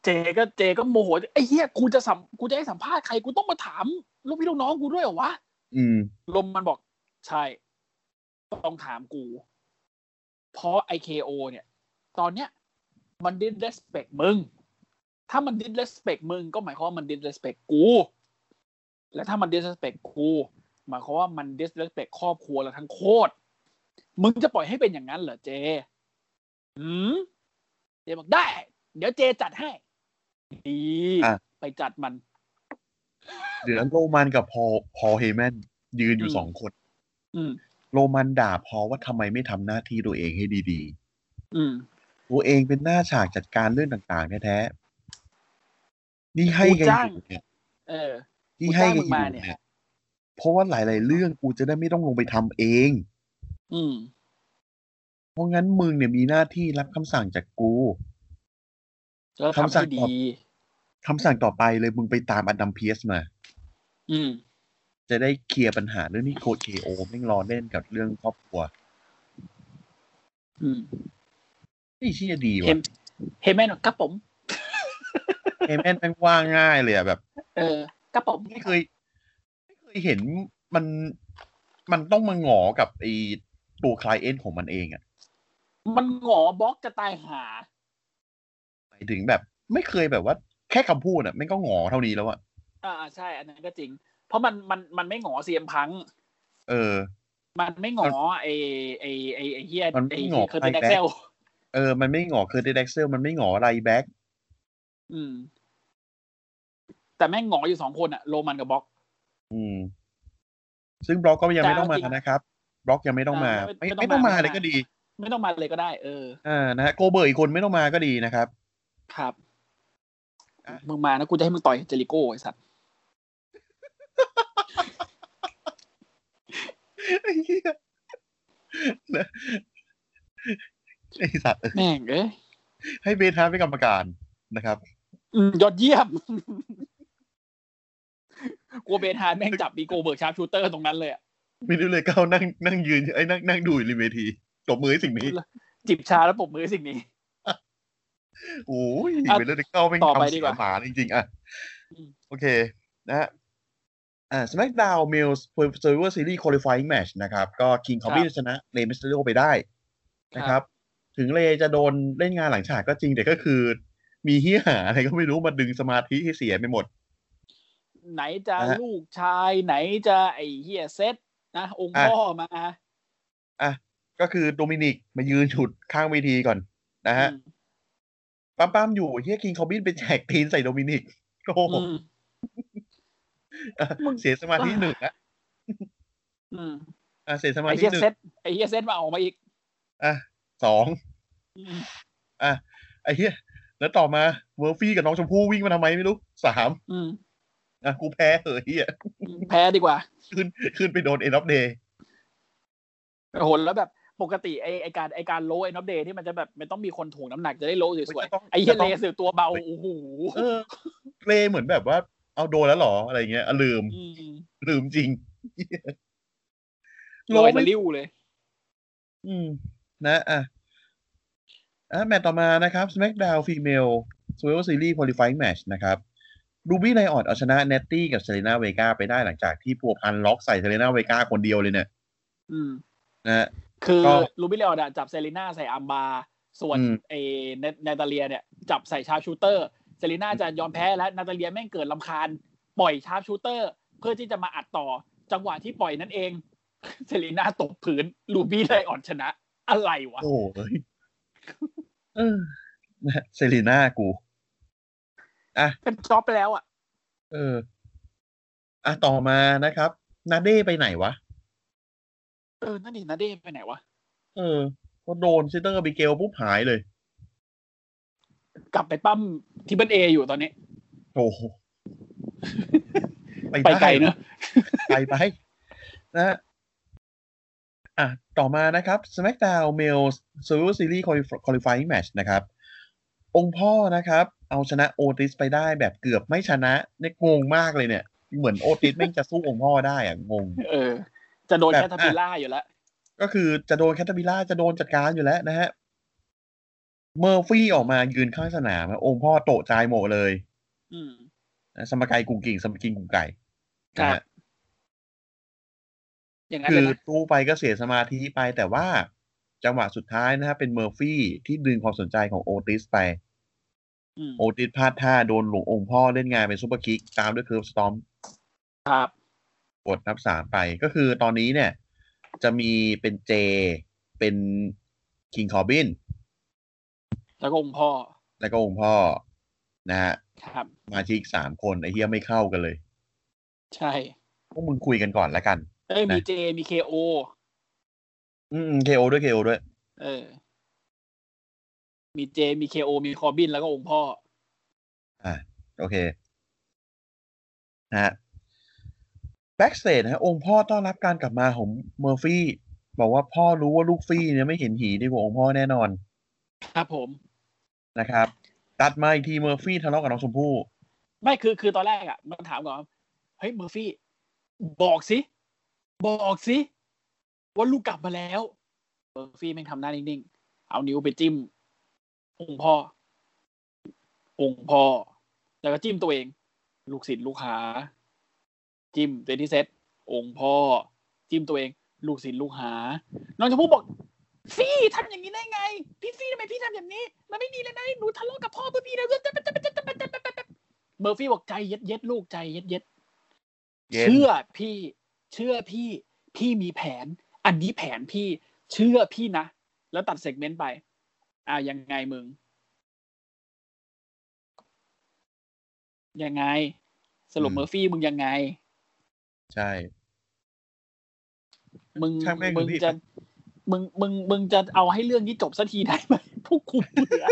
เจก็เจก็โมโหไอ้เหี้ยกูจะสัมกูจะให้สัมภาษณ์ใครกูต้องมาถามลูกพี่ลูกน้องกูด้วยเหรอวะ อืม ลมมันบอกใช่ ต้องถามกู เพราะไอเคโอเนี่ย ตอนเนี้ย มันดิสเรสเ c คมึง ถ้ามันดิสเรสเ c คมึง ก็หมายความว่ามันดิสเรสเ c คกู และถ้ามันดิสเรสเ c คกูหมายความว่ามันดิสเรสเ c คครอบครัวเราทั้งโคตรมึงจะปล่อยให้เป็นอย่างนั้นเหรอเจหืมเจบอกได้ เดี๋ยวเจจัดให้ ดี อ่ะ ไปจัดมัน เหลือโรมันกับพอพอเฮแมนยืนอยู่ อืม สองคน อืม โรมันด่าพอว่าทำไมไม่ทำหน้าที่ตัวเองให้ดี อืม ๆ ตัวเองเป็นหน้าฉากจัดการเรื่องต่างๆแท้ๆนี่ให้กัน กู อ จ้าง ยู่เนี่ย เออ นี่ให้กันอกูจ้างมึงมา ยู่ เนี่ย เนี่ยเพราะว่าหลาย ๆ เรื่องกูจะได้ไม่ต้องลงไปทำเอง อืม เพราะงั้นมึงเนี่ยมีหน้าที่รับคำสั่งจากกู แล้ว คำ ทำ สั่ง ให้ ตอบ ดี คำสั่งต่อไปเลยมึงไปตามอดัมเพียสมา อืม จะได้เคลียร์ปัญหาเรื่องนี้โคดเคโอไม่งรอเล่นกับเรื่องครอบครัว อืม นี่เชี่ยดี เห็ ว่ะ นเห็นไหมหนอกระผม เอเมนแม่งว่าง่ายเลยอะแบบ เออกระผม ไม่เคย ไม่เคยเห็นมันมันต้องมาหงอกับไอตัวคลายเอนของมันเองอะ มันหงอบล็อกจะตายหา หมายถึงแบบ ไม่เคยแบบว่า แค่คำพูดอะแม่งก็หงอเท่านี้แล้วอะ อ่าอ่าใช่ อันนั้นก็จริง เพราะมันมันมันไม่หงอเสียมพัง เออ มันไม่หงอไอไอไอไอเฮีย มันไม่ ไอ หงอ เคอร์ติน ใคร แด แบ็คกเซล เออมันไม่หงอเคอร์ติเด็กเซลมันไม่หงอไรแบ็ก อืม แต่แม่งหงออยู่สองคนอะโรมันกับบล็อก อืม ซึ่งบล็อกก็ยังไม่ต้องมา แต่เอาจริง นะครับบล็อกยังไม่ต้องมา เออไม่ ไม่ ไม่ ไม่ ต้ ต้ อ อง งมามาไม่ เล ต้อย งมา ก็ดี ไม่ต้องมาเลยก็ได้ เออ อ่านะฮะโกเบอร์อีกคนไม่ต้องมาก็ดีนะครับ ครับ อ่ะ มึงมานะกูจะให้มึงต่อยเจริโก้ไอสัตว์ ไอ้เหี้ยนะไอ้สัตว์ แม่งเอ้ย ให้เบทาเป็นกรรมการนะครับ อืมยอดเยี่ยม กลัวเบนฮาร์ดแม่งจับดีโกเบิร์กชาร์ปชูเตอร์ตรงนั้นเลยอะ มินิเลยเก้านั่งนั่งยืนไอ้ยนั่งนั่งดูอยู่ริมเวทีตบมือให้สิ่งนี้ จิบชาแล้วปรบมือสิ่งนี้ โอ้ย อ่ะ เป็นเรื่องที่เข้าไม่ ต่อไป ทำ ดี เสี ก ย ว่า หมาจริงๆอ่ะ อืม โอเคนะฮะอ่า SmackDown Males Survivor Series Qualifying Match นะครับ ก็ King Corbin ชนะเลมิสเตอริโอไปได้นะครับ ถึงเลจะโดนเล่นงานหลังฉากก็จริงแต่ก็คือ มีเฮี้ยหาอะไรก็ไม่รู้มาดึงสมาธิให้เสียไปหมด ไหนจะ อ่ะฮะ ลูกชายไหนจะไอ้เฮียเซตนะองค์ อ่ะ พ่อมา ก็คือโดมินิกมายืนฉุดข้างเวทีก่อนนะฮะ อืม ปั๊มปั๊มๆอยู่เฮียคิงคอบินเป็นแจกทีนใส่โดมินิกโอ้โห อืม มึง เสียสมาธิหนึ่งอะ อืม อ่ะเสียสมา ไอ้ ธิ เฮีย หนึ่ง เซตไอ้เฮียเซตมาออกมาอีก อ่ะสอง อืม ไอ้เฮียแล้วต่อมาเมอร์ฟี่กับน้องชมพู่วิ่งมาทำไมไม่รู้สาม อืม อ่ะกูแพ้เหอะเฮีย อืมแพ้ดีกว่า ขึ้นขึ้นไปโดนเอ็นอ d ฟเดย์ โอ้โหแล้วแบบปกติไอไอการไอการโลไอน็อปเดย์ที่มันจะแบบมันต้องมีคนถ่วงน้ำหนักจะได้โลสวยๆไอเฮียเลสือตัวเบาโอ้โห เออเลเหมือนแบบว่าเอาโดนแล้วเหรออะไรเงี้ยอ่ะลืม อืม ลืมจริง เหี้ย โล โล ไอ ไม่ ตะลิ้วเลย อืม นะ อ่ะ อ่ะ แมตตช์ต่อมานะครับ SmackDown Female Survivor Series Qualifying Match นะครับรูบี้ไลออดเอาชนะเนตตี้กับเซเลนาเวกาไปได้หลังจากที่พัวพันล็อกใส่เซเลนาเวกาคนเดียวเลยเนี่ย อืม นะฮะ คือ ก็ ลูบิเลอดอะจับเซรีน่าใส่อัมบาร์ส่วน อืม ไอเนเนตาเลียเนี่ย จับใส่ชาร์ปชูเตอร์ เซรีน่าจะยอมแพ้แล้วนาตาเลียแม่งเกิดลำคาญ ปล่อยชาร์ปชูเตอร์ เพื่อที่จะมาอัดต่อ จังหวะที่ปล่อยนั่นเอง เซรีน่าตกพื้นลูบี้ไลออนชนะ อะไรวะ โอ้โหเอ้ยเออนะฮะเซเลนากู เป็นจ็อบไปแล้วอะ เออ อ่ะ ต่อมานะครับ นาเด้ไปไหนวะ เออ นั่นดินาเดฟไปไหนวะ เออ ก็โดนซิสเตอร์บิเกลปุ๊บหายเลย กลับไปปั้มทิเบนเออยู่ตอนนี้ โอ้โหด้ ไปไกลเนอะ ไปไปนะฮะอ่ะ ต่อมานะครับ SmackDown Males Survivor Series Qualif- Qualifying Match นะครับ องค์พ่อนะครับ เอาชนะโอติสไปได้แบบเกือบไม่ชนะเนี่ยงงมากเลยเนี่ย เหมือนโอติสแม่งจะสู้องค์พ่อได้อ่ะ งง เออ จะโดน แบบ แคทาพิลล่าอยู่แล้ว ก็คือจะโดนแคทบิล่าจะโดนจัดการอยู่แล้วนะฮะ เมอร์ฟี่ออกมายืนข้างสนามอ่ะองค์พ่อโตะจายโมเลย อืม นะสมการกุ่งกิ่งสมกิงกุ่งไก่นะ ครั ฮะ บ อย่างนั้น คื เลย อ นะ ตู้ไปก็เสียสมาธิไปแต่ว่า จังหวะสุดท้ายนะฮะเป็นเมอร์ฟี่ที่ดึงความสนใจของโอติสไป ม โอติสพลาดท่าโดนหลวงองค์พ่อเล่นงานเป็นซูเปอร์คิก ตามด้วยเคิร์ฟสตอม ครับ กดนับสามไปก็คือตอนนี้เนี่ย จะมีเป็นเจ เป็นคิงคอบิน แล้วก็องค์พ่อ แล้วก็องค์พ่อ นะฮะ ครับ มาชิกสามคน ไอ้เฮียไม่เข้ากันเลย ใช่ พวกมึงคุยกันก่อนละกัน เอ้ย นะ มีเจมีเคโอ อืมเคโอด้วยเคโอด้วย เออ มีเจมีเคโอมีคอร์บินแล้วก็องค์พ่อ อ่ะโอเคนะฮะแบ็กสเตจนะฮะองค์พ่อต้อนรับการกลับมาของเมอร์ฟี่ บอกว่าพ่อรู้ว่าลูกฟี่เนี่ยไม่เห็นหีดีกว่าองค์พ่อแน่นอน ครับผม นะครับ ตัดมาอีกทีเมอร์ฟี่ทะเลาะกับน้องชมพู่ ไม่คือคือตอนแรกอ่ะ มันถามก่อนว่าเฮ้ยเมอร์ฟี่ บอกสิ บอกสิ ว่าลูกกลับมาแล้วเมอร์ฟี่แม่งทำหน้านิ่งๆ เอานิ้วไปจิ้ม องค์พ่อ องค์พ่อ แล้วก็จิ้มตัวเอง ลูกศิษย์ลูกหา จิ้มเดนิเซตองค์พ่อ จิ้มตัวเอง ลูกศิษย์ลูกหา น้องชมพู่บอก ฟี่ทำอย่างนี้ได้ไง พี่ฟี่ทำไมพี่ทำอย่างนี้ มันไม่ดีเลยนะหนูทะเลาะกับพ่อเพื่อพี่นะเมอร์ฟี่บอกใจเย็ดเย็ดๆลูกใจเย็ดเย็ดๆ เย็น เชื่อพี่ เชื่อพี่ พี่มีแผน อันนี้แผนพี่ เชื่อพี่นะ แล้วตัดเซกเมนต์ไป อ่ายังไงมึง ยังไง สรุป อืม เมอร์ฟี่มึงยังไง ใช่ มึง ช่างแม่ง มึง ดูดิ จะมึงมึงมึงจะเอาให้เรื่องนี้จบสักทีได้ไหม พวกกูเบื่อ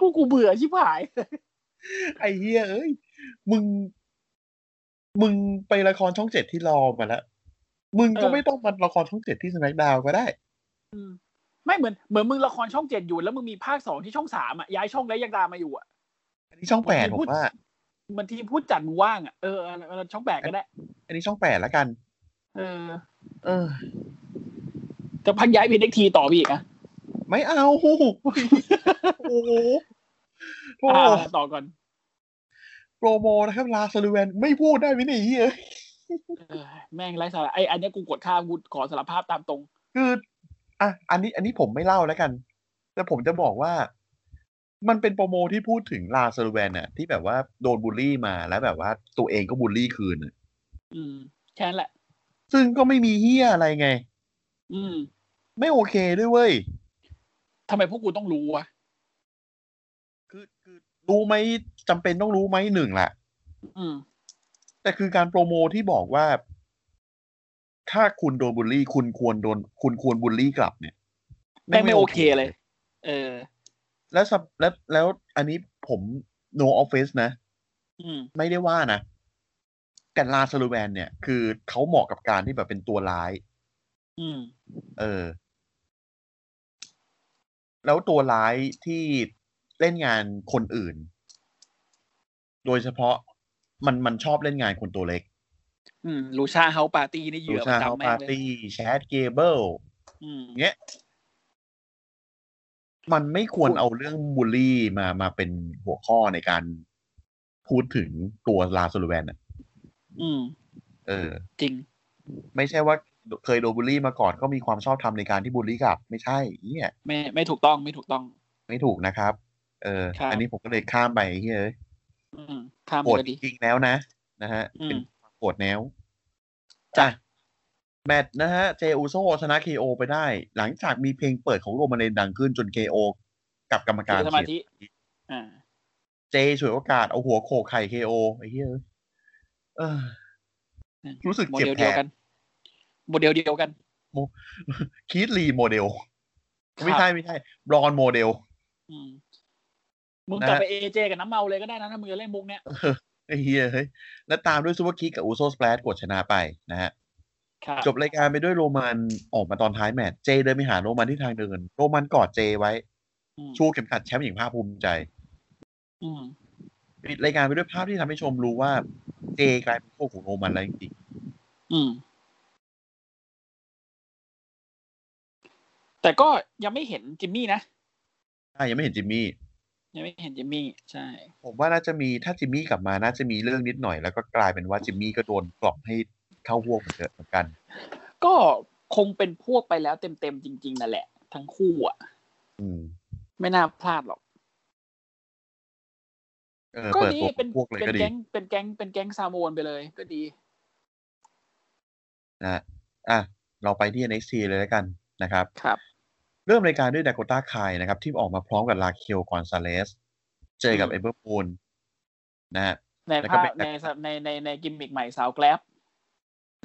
พวกกูเบื่อชิบหาย ไอเฮียเอ้ย มึง มึงไปละครช่องเจ็ดที่รอมาแล้ว มึงก็ เออ ไม่ต้องมาละครช่องเจ็ดที่สแนคดาวก็ได้ ไม่เหมือนเหมือนมึงละครช่องเจ็ดอยู่แล้วมึงมีภาคสองที่ช่องสามอ่ะย้ายช่องแล้วยังตามมาอยู่อ่ะ อันนี้ช่องแปดผมึง ม พูด ว่า มันทีมพูดจัดมึงว่างอ่ะเออเอาเอาช่องแปดก็ได้ อันนี้ช่องแปดละกัน เออ เออ จะพักย้ายพีเอ็กทีต่อไปอีกอ่ะ ไม่เอาโอ้โหโอ้ อ่า โห ต่อก่อน โปรโมนะครับลาซาลูแวนไม่พูดได้ไหมเนี่ยไอ้เหี้ย เออแม่งไร้สาระไอ้อันเนี้ยกูกดข้ามกูขอสารภาพตามตรง คืออ่ะอันนี้อันนี้ผมไม่เล่าแล้วกัน แต่ผมจะบอกว่า มันเป็นโปรโมที่พูดถึงลาซาลูแวนน่ะที่แบบว่าโดนบูลลี่มาแล้วแบบว่าตัวเองก็บูลลี่คืนน่ะ อืม แค่นั้นแหละ ซึ่งก็ไม่มีเหี้ยอะไรไง อืม ไม่โอเคด้วยเว้ย ทำไมพวกกูต้องรู้วะ คือคือรู้ไหมจำเป็นต้องรู้ไหมหนึ่งแหละ อืม แต่คือการโปรโมที่บอกว่า ถ้าคุณโดนบูลลี่ คุณควรโดน คุณควรบูลลี่กลับเนี่ย แม่งไม่โอเคเลย เออ แล้วสับแล้วแล้วอันนี้ผม no office นะ อืม ไม่ได้ว่านะแต่ลาซาลูแวนเนี่ย คือเขาเหมาะกับการที่แบบเป็นตัวร้าย อืม เออ แล้วตัวร้ายที่เล่นงานคนอื่น โดยเฉพาะมันมันชอบเล่นงานคนตัวเล็ก อืมลูชาเฮาปาร์ตี้นี่เห ดู ยื่อป ชา ระ เฮา จำแม่ ปาง ร์ เลย ตี้แชทเกเบิล อืม เงี้ยมันไม่ควรเอาเรื่องบูลลี่มามาเป็นหัวข้อในการพูดถึงตัวลาซูลูแวนอ่ะ อืม เออ จริง ไม่ใช่ว่าเคยโดนบูลลี่มาก่อนก็มีความชอบธรรมในการที่บูลลี่กลับ ไม่ใช่เนี่ย ไม่ไม่ถูกต้องไม่ถูกต้อง ไม่ถูกนะครับ เออ ครับ อันนี้ผมก็เลยข้ามไปเฮ้ย อืมข้ามไป โกรธ เลย จ ดิ ริงๆแล้วนะนะฮะ อืม เป็นโกรธแนวจ้ะแมตช์นะฮะ เจอูโซชนะเคโอไปได้ หลังจากมีเพลงเปิดของโรมาเลนดังขึ้นจนเคโอกับกรรมการ คือสมา เสีย ธิ อ่า เจฉวยโอกาสเอาหัวโขกไข่เคโอไอ้เหี้ยเออรู้สึก โม เจ็บ เดล แผ เดี ล ยวกัน โมเดลเดียวกัน คีดลีโมเดล ครับ ไม่ใช่ไม่ใช่บรอนโมเดล อืม มึง นะ กลับไปเอเจกับน้ำเมาเลยก็ได้นะถ้ามึงจะเล่นมุกเนี้ย ไอ้เหี้ยเฮ้ยแล้วตามด้วยซูเปอร์คิกกับอูโซสแปลชกดชนะไปนะฮะ ครับ จบรายการไปด้วยโรมันออกมาตอนท้ายแมตช์เจเดินไปหาโรมันที่ทางเดิน โรมันกอดเจไว้ อืม ชูเข็มขัดแชมป์อย่างภาคภูมิใจ อืม ปิดรายการไปด้วยภาพที่ทำให้ชมรู้ว่าเจกลายเป็นพวกของโรมันแล้วจริง อืม แต่ก็ยังไม่เห็นจิมมี่นะ ๆใช่ยังไม่เห็นจิมมี่ ยังไม่เห็นจิมมี่ ใช่ ผมว่าน่าจะมีถ้าจิมมี่กลับมาน่าจะมีเรื่องนิดหน่อยแล้วก็กลายเป็นว่าจิมมี่ก็โดนกล่อมให้เข้าพวกเหมือนเดิมเหมือนกัน ก็คงเป็นพวกไปแล้วเต็มๆจริงๆนั่นแหละ ทั้งคู่อ่ะ อืม ไม่น่าพลาดหรอก เออ ก็ เปิด ดี ตัว เป็น พวกเลย เป็น ก็ดี แก๊งเป็นแก๊งเป็นแก๊งซาโมนไปเลย ก็ดี นะฮะอ่ะเราไปที่ NXT เลยแล้วกันนะครับ ครับ เริ่มรายการด้วยด a ก o ต้าคายนะครับ ที่ออกมาพร้อมกับลาเคียวกอนซาเลส เจอกับ อืม เอเบอร์พูลนะฮะ ใน แล้วก็ ภาพ เป็น ในสในในในกิมมิกใหม่สาวแกลบ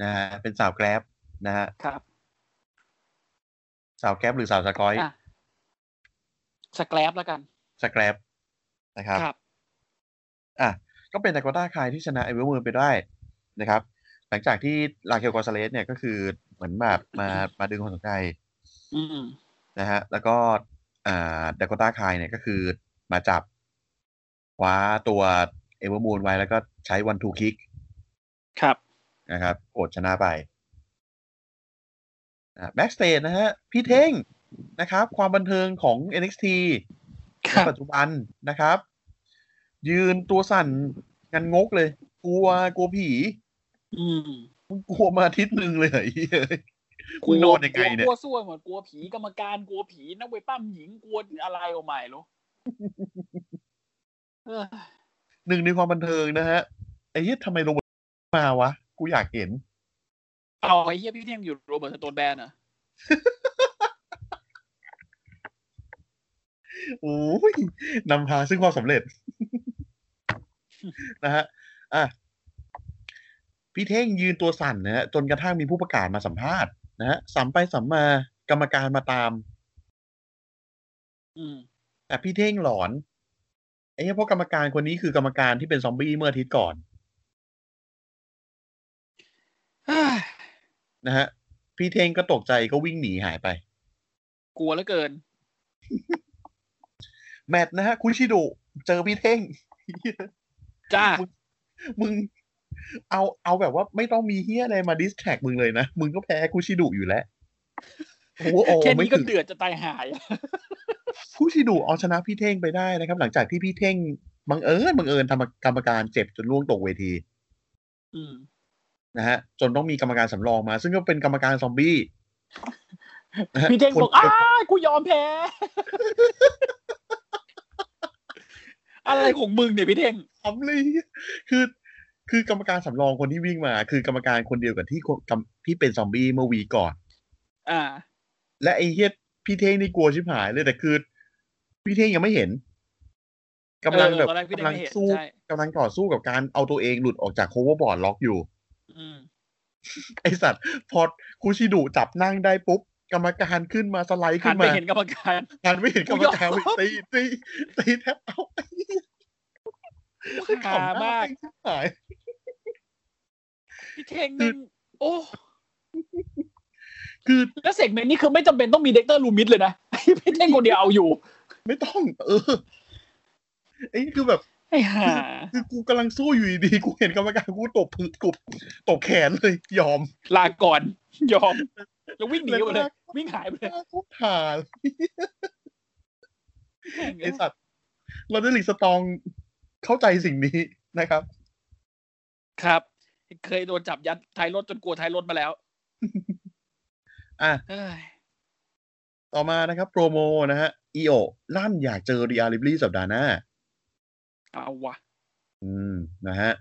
นะฮะเป็นสาวแกร็บนะฮะ ครับ สาวแกร็บหรือสาวสกอย อ่ะสแกลบแล้วกัน สแกร็บนะครับ ครับ อ่ะก็เป็นดากอต้าคายที่ชนะไอเวอร์เมืองไปได้นะครับ หลังจากที่ลาเคลกอนซาเลสเนี่ยก็คือเหมือนแบบมามาดึงความสนใจ อืม นะฮะแล้วก็อ่าดากอต้าคายเนี่ยก็คือมาจับคว้าตัวเอเวอร์มูนไว้แล้วก็ใช้วันทูคิก ครับ นะครับกดชนะไปแบ็กสเตจนะฮะ พี่เท่งนะครับ ความบันเทิงของ NXT ค ใน รับ ปัจจุบันนะครับ ยืนตัวสั่นงันงกเลย กลัวกลัวผี อืม มึงกลัวมาอาทิตย์หนึ่งเลยเหรอไอ้เหี้ย กูนอนยังไงเนี่ย กลัวกลัวซ่วหมดกลัวผีกรรมการกลัวผีนักเวยปั้มหญิงกลัวอะไรเอาใหม่รู้ เออ หนึ่งในความบันเทิงนะฮะไอ้เหี้ยทำไมลงมาวะ กูอยากเห็น เอาไอ้เฮียพี่เท่งอยู่โรเบิร์ตสโตนแบนเหรอ โอ้ยนำพาซึ่งความสำเร็จ นะฮะอ่ะพี่เท่งยืนตัวสั่นนะฮะจนกระทั่งมีผู้ประกาศมาสัมภาษณ์นะฮะสัมไปสัมมากรรมการมาตาม อืม แต่พี่เท่งหลอนไอ้เหี้ยเพราะกรรมการคนนี้คือกรรมการที่เป็นซอมบี้เมื่ออาทิตย์ก่อน นะฮะพี่เท่งก็ตกใจก็วิ่งหนีหายไป กลัวเหลือเกิน แมตช์นะฮะ คุชิโดะเจอพี่เท่ง จ้า มึง เอาเอาแบบว่าไม่ต้องมีเฮียอะไรมาดิสแท็กมึงเลยนะ มึงก็แพ้คุชิโดะอยู่แล้ว โอ้โหโอ้ แค่นี้ ไม่ ก็ ถึง เดือดจะตายหาย ผู้ชิดูเอาชนะพี่เท่งไปได้นะครับ หลังจากที่พี่เท่งบังเอิญบังเอิญทำกรรมการเจ็บจนล่วงตกเวที อืม นะฮะ จนต้องมีกรรมการสำรองมา ซึ่งก็เป็นกรรมการซอมบี้นะฮะ พี่เท่งบอก คน อ้ากูยอมแพ้ อะไรของมึงเนี่ยพี่เท่ง ขำเลยคือ คือกรรมการสำรองคนที่วิ่งมา คือกรรมการคนเดียวกับที่คนที่เป็นซอมบี้เมื่อวีก่อน อ่า และไอ้เฮียพี่เท่งนี่กลัวชิบหายเลยแต่คือ พี่เท่งยังไม่เห็นกำลังแบบ เออตอนแรกพี่เท่ กำ ง ลัง ไม่เห็น สู้ ใช่ กำลังต่อสู้กับการเอาตัวเองหลุดออกจากโคเวอร์บอร์ดล็อกอยู่ อืม ไอสัตว์ พอคุชิดุจับนั่งได้ปุ๊บ กรรมการขึ้นมาสไลด์ หั ขึ้ น น ไป มา เห็นกรรมการ หันไม่เห็นกรรมการ กูยอม ตีตีตีแทบเอาไอ้เหี้ยคือ หา ขำ มาก แงชิบหาย พี่เท่งนึงโอ้ คือ แล้วเซกเมนต์นี้คือไม่จำเป็นต้องมีเด็กเตอร์ลูมิดเลยนะ พี่เท่งคนเดียวเอาอยู่ ไม่ต้อง เออไอ้นี่คือแบบ ไอ้ห่า คือกูกำลังสู้อยู่ดีๆกูเห็นกรรมการกูตบพื้นกบตบแขนเลยยอม ลาก่อน ยอม แล้ววิ่งหนีไปเลย วิ่งหายไปเลย น่าทุกทานไอสัตว์เราได้ลิกสตองเข้าใจสิ่งนี้นะครับ ครับ เคยโดนจับยัดท้ายรถจนกลัวท้ายรถมาแล้ว อ่ะ เอ้ย ต่อมานะครับ โปรโมนะฮะอีโอลั่นอยากเจอรีอาริบลี่สัปดาห์หน้า เอาวะ อืม นะฮะ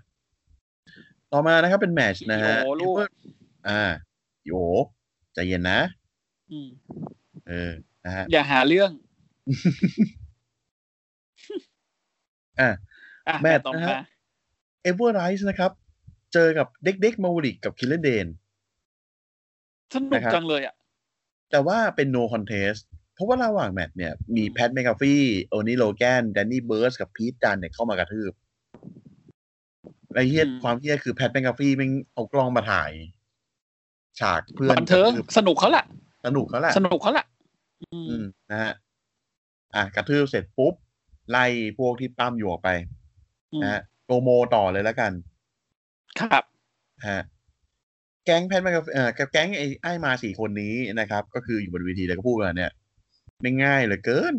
ต่อมานะครับเป็นแมตชนะฮะ อีโอลูก อ่าอีโอใจเย็นนะ อืม เออ นะฮะ อย่าหาเรื่อง อ่ะ อ่ะ แมตช์ ต่อ นะ มา ฮะ เอเวอร์ไรส์นะครับ เจอกับเด็กๆมาวริกกับคิลเลนเดน สนุก นะครับ จังเลยอ่ะ แต่ว่าเป็น no contest เพราะว่าระหว่างแมตช์เนี่ย มี อืม แพทแมคคาฟี่โอนี่โลแกนแดนนี่เบิร์สกับพีทจันเนี่ยเข้ามากระทืบไอ้เฮียความเฮียคือแพทแมคคาฟี่แม่งเอากล้องมาถ่าย ฉากเพื่อน บันเทิกงระทืบ สนุกเขาแหละ สนุกแล้วแหละ สนุกเขาแหละอื อื ม มนะฮะอ่ะกระทืบเสร็จปุ๊บ ไล่พวกที่ปั้มอยู่ออกไป อืม นะฮะโปรโมต่อเลยแล้วกัน ครับ นะฮะแก๊งแพทแมคคาฟี่เอ่อกับแก๊งไอ้ไอ้มาสี่คนนี้นะครับ ก็คืออยู่บนเวทีแล้วก็พูดกันเนี่ย ไม่ง่ายเหลือเกิน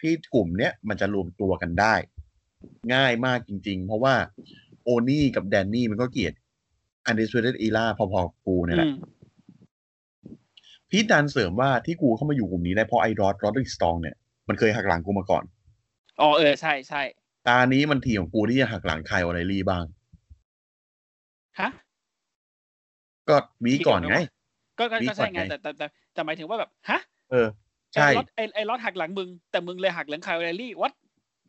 ที่กลุ่มเนี้ยมันจะรวมตัวกันได้ ง่ายมากจริง ๆ เพราะว่าโอนี่กับแดนนี่มันก็เกลียดอันดิสเวเดตอีล่าพอๆกับกูเนี่ยแหละ อืม พีทดันเสริมว่าที่กูเข้ามาอยู่กลุ่มนี้ได้เพราะไอ้รอดรอดริกสตองเนี่ยมันเคยหักหลังกูมาก่อน อ๋อเออใช่ใช่ ตานี้มันทีของกูที่จะหักหลังใครอะไรรีบ้าง ฮะ ก็วีก่อนไง ก็ก็ มี ก็ใช่ไง ก่อนไง แต่แต่แต่แต่หมายถึงว่าแบบฮะ เออ ใช่ ไอ้รถไอ้ไอ้รถหักหลังมึง แต่มึงเลยหักหลังคาร์เรลลี่วัด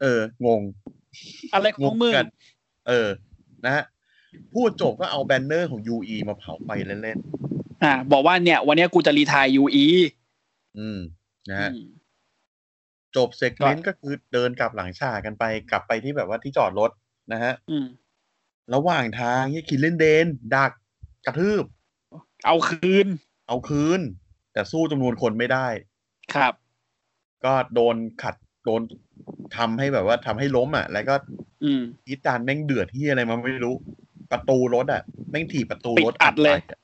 เอองง อะไรของมึงงงกัน เออ นะฮะพูดจบก็เอาแบนเนอร์ของ UE มาเผาไปเล่น อ่า บอกว่าเนี่ย วันเนี้ยกูจะรีไทายยูอี ๆอืมนะฮะ จบเซกเมนต์ก็คือเดินกลับหลังฉากกันไปกลับไปที่แบบว่าที่จอดรถนะฮะ อืม ระหว่างทางเนี่ยคินเล่นเดน ดักกระทืบ เอาคืน เอาคืน แต่สู้จำนวนคนไม่ได้ ครับ ก็โดนขัดโดนทำให้แบบว่าทำให้ล้มอ่ะ แล้วก็ อืม อีตานแม่งเดือดที่อะไรมาไม่รู้ ประตูรถอ่ะ แม่งถีบประตูรถ ปิดอัดเลย ไปอะ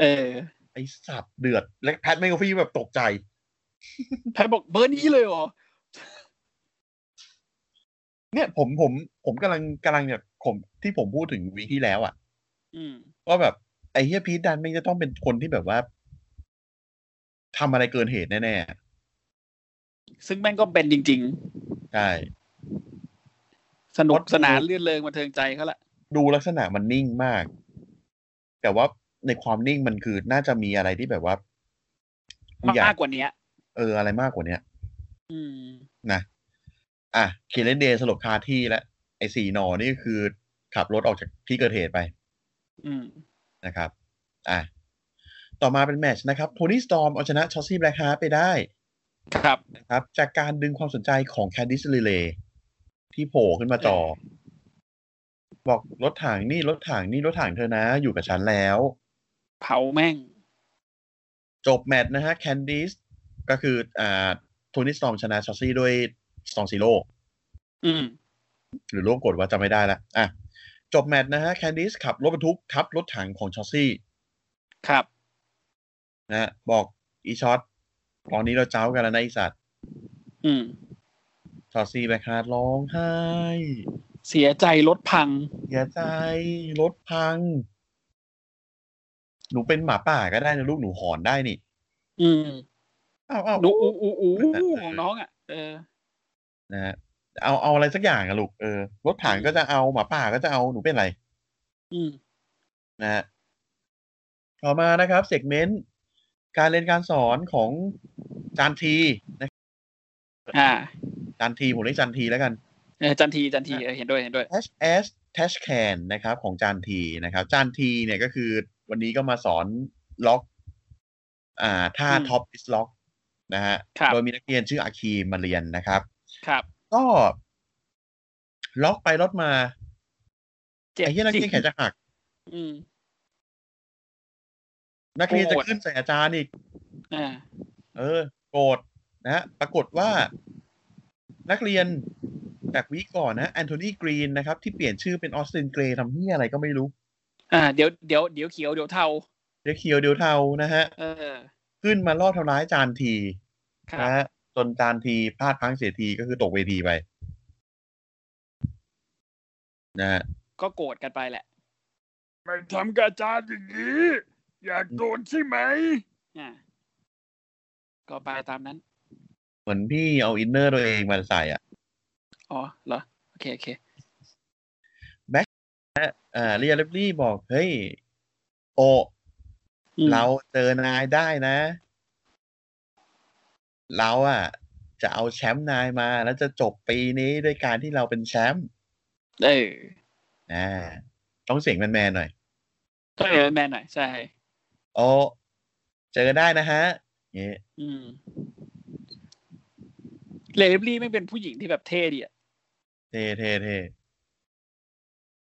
เออ ไอ้สับเดือด และแพทแม่งก็ฟีแบบตกใจ แพทบอกเบอร์นี้เลยเหรอ เนี่ยผมผม ผมกำลังกำลังเนี่ยผมที่ผมพูดถึงวีคที่แล้วอ่ะ อืม ว่าแบบไอ้เฮียพีทดันไม่งจะต้องเป็นคนที่แบบว่าทำอะไรเกินเหตุแน่ ซึ่งแม่งก็เป็นจริง ๆ ใช่ ๆ สนุก รถ สนานเลื่อนเลงบันเทิงใจเขาแหละ ดูลักษณะมันนิ่งมาก แต่ว่าในความนิ่งมันคือน่าจะมีอะไรที่แบบว่ากูอยาม าก กกว่านี้ เอออะไรมากกว่าเนี้ย อืม นะอ่ะเคเลนเดย์สลบคาที่และไอ้สี่หนอนี่คือขับรถออกจากที่เกิดเหตุไป อืม นะครับ อ่ะต่อมาเป็นแมตชนะครับโทนี่สตอมเอาชนะชอสซี่แบล็กฮาร์ไปได้ ครับ นะครับจากการดึงความสนใจของแคดดิสลีเลที่โผล่ขึ้นมาจอ บอกรถถังนี่รถถังนี่รถถังเธอนะ อยู่กับฉันแล้ว เผาแม่ง จบแมตช์นะฮะแคนดิสก็คืออ่าโทนี่สตองชนะชอสซี่ด้วยสตองซีโร่ อืม หรือร่วมกดว่าจะไม่ได้ละอ่ะ จบแมตช์นะฮะแคนดิสขับรถบรรทุกทับรถถังของชอสซี่ ครับ นะฮะบอกอีช็อต ตอนนี้เราเจ้ากันแล้วนะไอสัตว์ อืม ชอตซีแบคฮาร์ดร้องไห้ เสียใจรถพัง เสียใจรถพัง หนูเป็นหมาป่าก็ได้นะลูกหนูหอนได้นี่ อืม อ้าวอ้าว ดูอูอูอูของน้องอ่ะ เออ นะฮะเอาเอาอะไรสักอย่างอะลูกเออรถถังก็จะเอาหมาป่าก็จะเอาหนูเป็นอะไร อืม นะฮะต่อมานะครับเซกเมนต์การเรียนการสอนของจานทีนะ อ่า จานทีผมเรียกจานทีแล้วกัน เออจันทีจันทีเออเห็นด้วยเห็นด้วย H S t a s h c a n นะครับ ของจานทีนะครับ จานทีเนี่ยก็คือวันนี้ก็มาสอนล็อก อ่าท่า อืม ท็อปอิสล็อกนะฮะ ครับ โดยมีนักเรียนชื่ออาคีมมาเรียนนะครับ ครับ ก็ล็อกไปล็อกมา เจ็บ ไอ้ที่นัก จริ เรียน ง แขนจะหัก อืม นักเรียนจะ โกรธ ขึ้นใส่อาจารย์อีก อ่า เออโกรธนะฮะปรากฏว่า นักเรียนจากวีคก่อนนะแอนโทนีกรีนนะครับ ที่เปลี่ยนชื่อเป็นออสตินเกรย์ทำเฮียอะไรก็ไม่รู้ อ่า เดี๋ยวเดี๋ยวเดี๋ยวเขียวเดี๋ยวเทา เดี๋ยวเคียวเดี๋ยวเทานะฮะ เออ ขึ้นมาล่อทำร้ายจานที ครั นะ บ ฮะจนจานทีพลาดพลั้งเสียทีก็คือตกเวทีไปนะฮะ ก็โกรธกันไปแหละมันทำกระจานอย่างนี้ อยากโดนใช่ไหมอ่า ก็ไปตามนั้น เหมือนพี่เอาอินเนอร์ตัวเองมาใส่อ่ะ อ๋อ เหรอ โอเค โอเค อ่าเรียลเลบลี่บอก เฮ้ย โอ อืม เราเจอนายได้นะ เราอ่ะ จะเอาแชมป์นายมา แล้วจะจบปีนี้ด้วยการที่เราเป็นแชมป์ เออ อ่าต้องเสียงแมนๆหน่อย ต้องเออแมนหน่อย ใช่ โอ เจอได้นะฮะอย่างงี้ อืมเลเลบลี่ไม่งเป็นผู้หญิงที่แบบเท่ดีอ่ะ เท่เท่เท่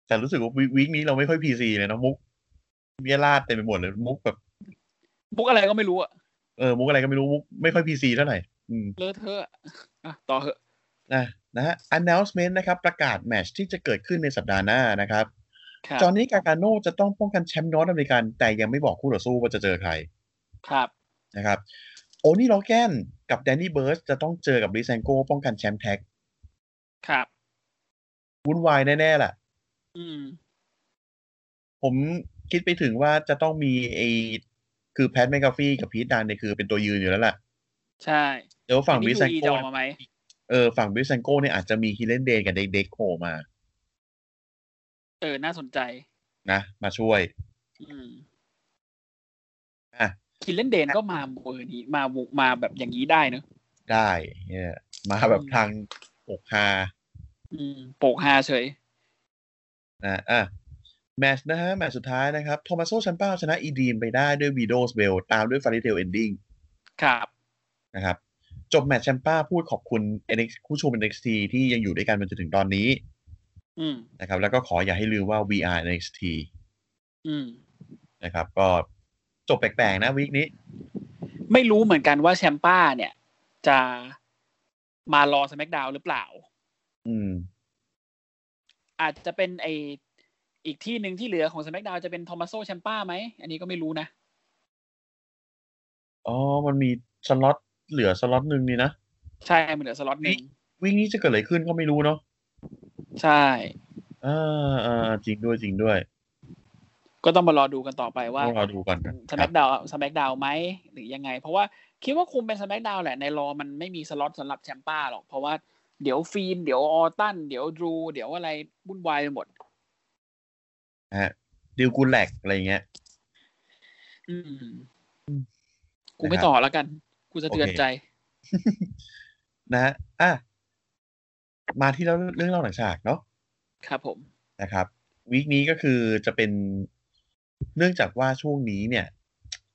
แต่รู้สึกว่าวีวีคนี้เราไม่ค่อยพีซีเลยเนอะมุกเบียราดเต็มไปหมดเลย มุกแบบ บุกอะไรก็ไม่รู้อ่ะ เออมุกอะไรก็ไม่รู้มุกไม่ค่อยพีซีเท่าไหร่อืม เลอะเทอะอะอ่ะ ต่อเหอะ นะนะฮะ announcement นะครับ ประกาศแมตชที่จะเกิดขึ้นในสัปดาห์หน้านะครับ ครับ จอห์นนี่กาการโน่จะต้องป้องกันแชมป์นอตอเมริกัน แต่ยังไม่บอกคู่ต่อสู้ว่าจะเจอใคร ครับ นะครับโอนี่ลอแกนกับแดนนี่เบิร์สจะต้องเจอกับริแซงโกป้องกันแชมป์แท็ก ครับ วุ่นวายแน่ๆแหละ อืม ผมคิดไปถึงว่าจะต้องมีไอคือแพทแมกกาฟี่กับพีทดันเนี่ยคือเป็นตัวยืนอยู่แล้วล่ะ ใช่ เดี๋ยวฝั่ง อัน บิ นี้ แซ ดู ง อี โก จะออกมาไหม เออฝั่งบิแซงโกเนี่ยอาจจะมีฮิเลนเดนกับเด็กๆโผล่มา เออ น่าสนใจ นะมาช่วย อืม อ่ะ คินเลนเดนก็มาเวอร์นี้ มาบุกมาแบบอย่างนี้ได้เนอะ ได้เนี่ยมาแบบ อืม ทางอกฮา อืม โปกฮาเฉย นะอ่ะแมตช์นะฮะ แมตช์สุดท้ายนะครับ โทมัสโซชัมเป้าชนะอีดีมไปได้ด้วยวีโดสเบลตามด้วยฟาริเทลเอนดิ้ง ครับ นะครับ จบแมตช์แชมเป้าพูดขอบคุณ NX ผู้ชม NXT ที่ยังอยู่ด้วยกันมาจนถึงตอนนี้ อืม นะครับ แล้วก็ขออย่าให้ลืมว่า VR NXT อืม นะครับ ก็จบแปลกๆนะวีคนี้ ไม่รู้เหมือนกันว่าแชมป้าเนี่ย จะมารอสแมกดาวหรือเปล่า อืม อาจจะเป็นไออีกที่หนึ่งที่เหลือของสแมกดาวจะเป็นทอมัสโซแชมป้าไหม อันนี้ก็ไม่รู้นะ อ๋อ มันมีสล็อตเหลือสล็อตหนึ่งนี่นะ ใช่ มันเหลือสล็อตหนึ่ง วิ่งนี้จะเกิดอะไรขึ้นก็ไม่รู้เนาะ ใช่ อ่าอ่าจริงด้วยจริงด้วย ก็ต้องมารอดูกันต่อไปว่า ต้องรอดูก่อนนะ สแมกดาวสแมกดาวไหมหรือยังไง เพราะว่าคิดว่าคงเป็นสแมกดาวแหละในรอมันไม่มีสล็อตสำหรับแชมป้าหรอก เพราะว่าเดี๋ยวฟีน เดี๋ยวออตัน เดี๋ยวดรู เดี๋ยวอะไรวุ่นวายไปหมด นะฮะดิวกูแลกอะไรอย่างเงี้ย อืม กูไม่ต่อแล้วกัน กูจะเตือนใจ นะฮะอ่ะ มาที่เรื่องเรื่องเล่าหลังฉากเนาะ ครับผม นะครับ วีคนี้ก็คือจะเป็นเนื่องจากว่าช่วงนี้เนี่ย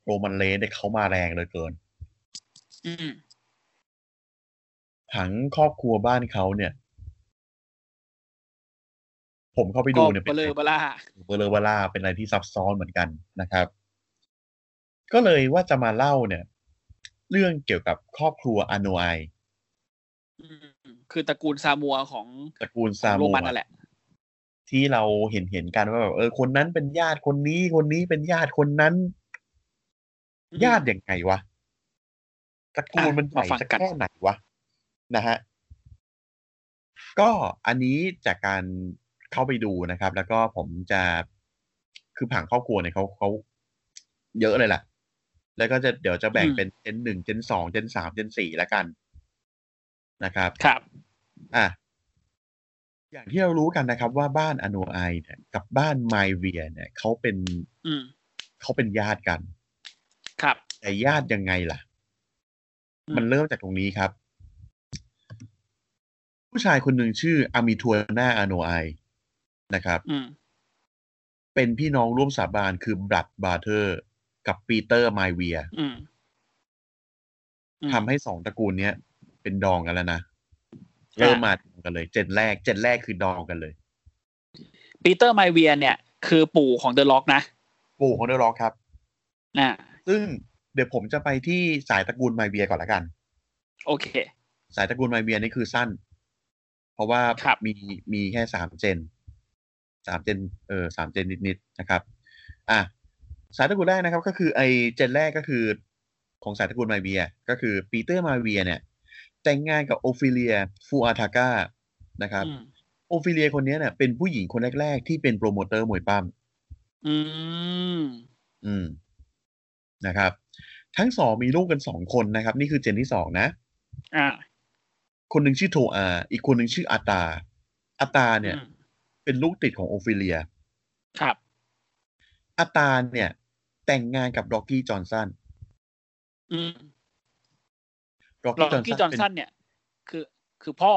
โรมันเลนเนี่ยเขามาแรงเหลยเกิน อืม ทั้งครอบครัวบ้านเขาเนี่ย ผมเข้าไปดูเนี่ย ก็เบลอเบล่า เบลอเวลาเป็นอะไรที่ซับซ้อนเหมือนกันนะครับ ก็เลยว่าจะมาเล่าเนี่ย เรื่องเกี่ยวกับครอบครัวอาโนไอ อืมคือตระกูลซามัวของ ตระกูล ข ซา อง โม โรมันนั่นแหละ ที่เราเห็นเห็นกันว่าแบบเออคนนั้นเป็นญาติคนนี้คนนี้เป็นญาติคนนั้น อืม ญาติยังไงวะ ตระกูลมันใหญ่ มาฟัง สัก กัน แค่ไหนวะนะฮะก็อันนี้จากการเข้าไปดูนะครับ แล้วก็ผมจะคือผังครอบครัวเนี่ยเขาเขาเยอะเลยแหละแล้วก็จะเดี๋ยวจะแบ่งเป็นเจนหนึ่งเจนสองเจนสามเจนสี่แล้วกันนะครับ ครับ อ่ะ อย่างที่เรารู้กันนะครับ ว่าบ้านอโนไอเนี่ย กับบ้านไมเวียเนี่ยเขาเป็น อืม เขาเป็นญาติกัน ครับ แต่ญาติยังไงล่ะ อืม มันเริ่มจากตรงนี้ครับ ผู้ชายคนหนึ่งชื่ออามิทัวนาอโนไอนะครับ อืม เป็นพี่น้องร่วมสาบานคือบรัดบาเทอร์ กับปีเตอร์ไมเวีย อืมอืม ทำให้สองตระกูลเนี้ยเป็นดองกันแล้วนะ อ่า เริ่มมาดองกันเลย เจนแรก เจนแรกคือดองกันเลย ปีเตอร์ไมเวียเนี่ย คือปู่ของเดอะล็อกนะ ปู่ของเดอะร็อกครับ อ่า ซึ่งเดี๋ยวผมจะไปที่สายตระกูลไมเวียก่อนละกัน โอเค สายตระกูลไมเวียนี่คือสั้น เพราะว่า ครับ มีมีแค่สามเจนสามเจนเออสามเจนนิดๆนะครับ อ่ะสายตระกูลแรกนะครับ ก็คือไอเจนแรกก็คือของสายตระกูลไมเวีย ก็คือปีเตอร์ไมเวียเนี่ย แต่งงานกับโอฟิเลียฟูอาทาก้านะครับ อืม โอฟิเลียคนนี้เนี่ยเป็นผู้หญิงคนแรกๆ ที่เป็นโปรโมเตอร์มวยปั้ม อืม อืมนะครับ ทั้งสองมีลูกกันสองคนนะครับ นี่คือเจนที่สองนะ อ่า คนหนึ่งชื่อโทอา อีกคนหนึ่งชื่ออาตา อาตาเนี่ย อืม เป็นลูกติดของโอฟิเลีย ครับ อาตาเนี่ย แต่งงานกับด็อกกี้จอห์นสัน อืม ด็อก ล็ กี้ อกกี้จ จ อ อห์ ห์น นสั สั น นเนี่ย คือคือพ่อ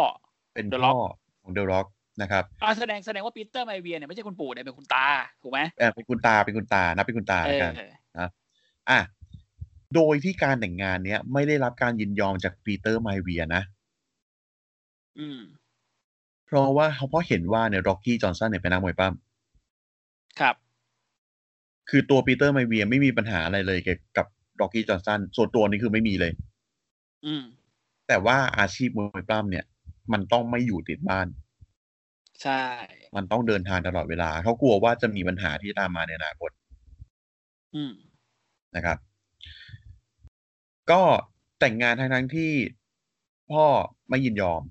เป็นเป็ The น Rock พ่อของเดอะร็อกนะครับ อ่าแสดงแสดงว่าปีเตอร์ไมเวียเนี่ยไม่ใช่คุณปู่เนี่ยเป็นคุณตาถูกไหม เออเป็นคุณตาเป็นคุณตานะเป็นคุณตา เอ แล้ว อ กันอ่ะโดยที่การแต่งงานเนี้ยไม่ได้รับการยินยอมจากปีเตอร์ไมเวียนะ อืม เพราะว่าเขาเพราะเห็นว่าเนี่ยด็อกกี้จอห์นสันเนี่ยเป็นนักมวยปั้ม ครับ คือตัวปีเตอร์ไมเวียไม่มีปัญหาอะไรเลยเกี่ยวกับด็อกกี้จอห์นสันส่วนตัวนี่คือไม่มีเลย อืม แต่ว่าอาชีพมวยปล้ำเนี่ย มันต้องไม่อยู่ติดบ้าน ใช่ มันต้องเดินทางตลอดเวลา เขากลัวว่าจะมีปัญหาที่ตามมาในอนาคต อืม นะครับ ก็แต่งงานทั้งทั้งๆที่พ่อไม่ยินยอม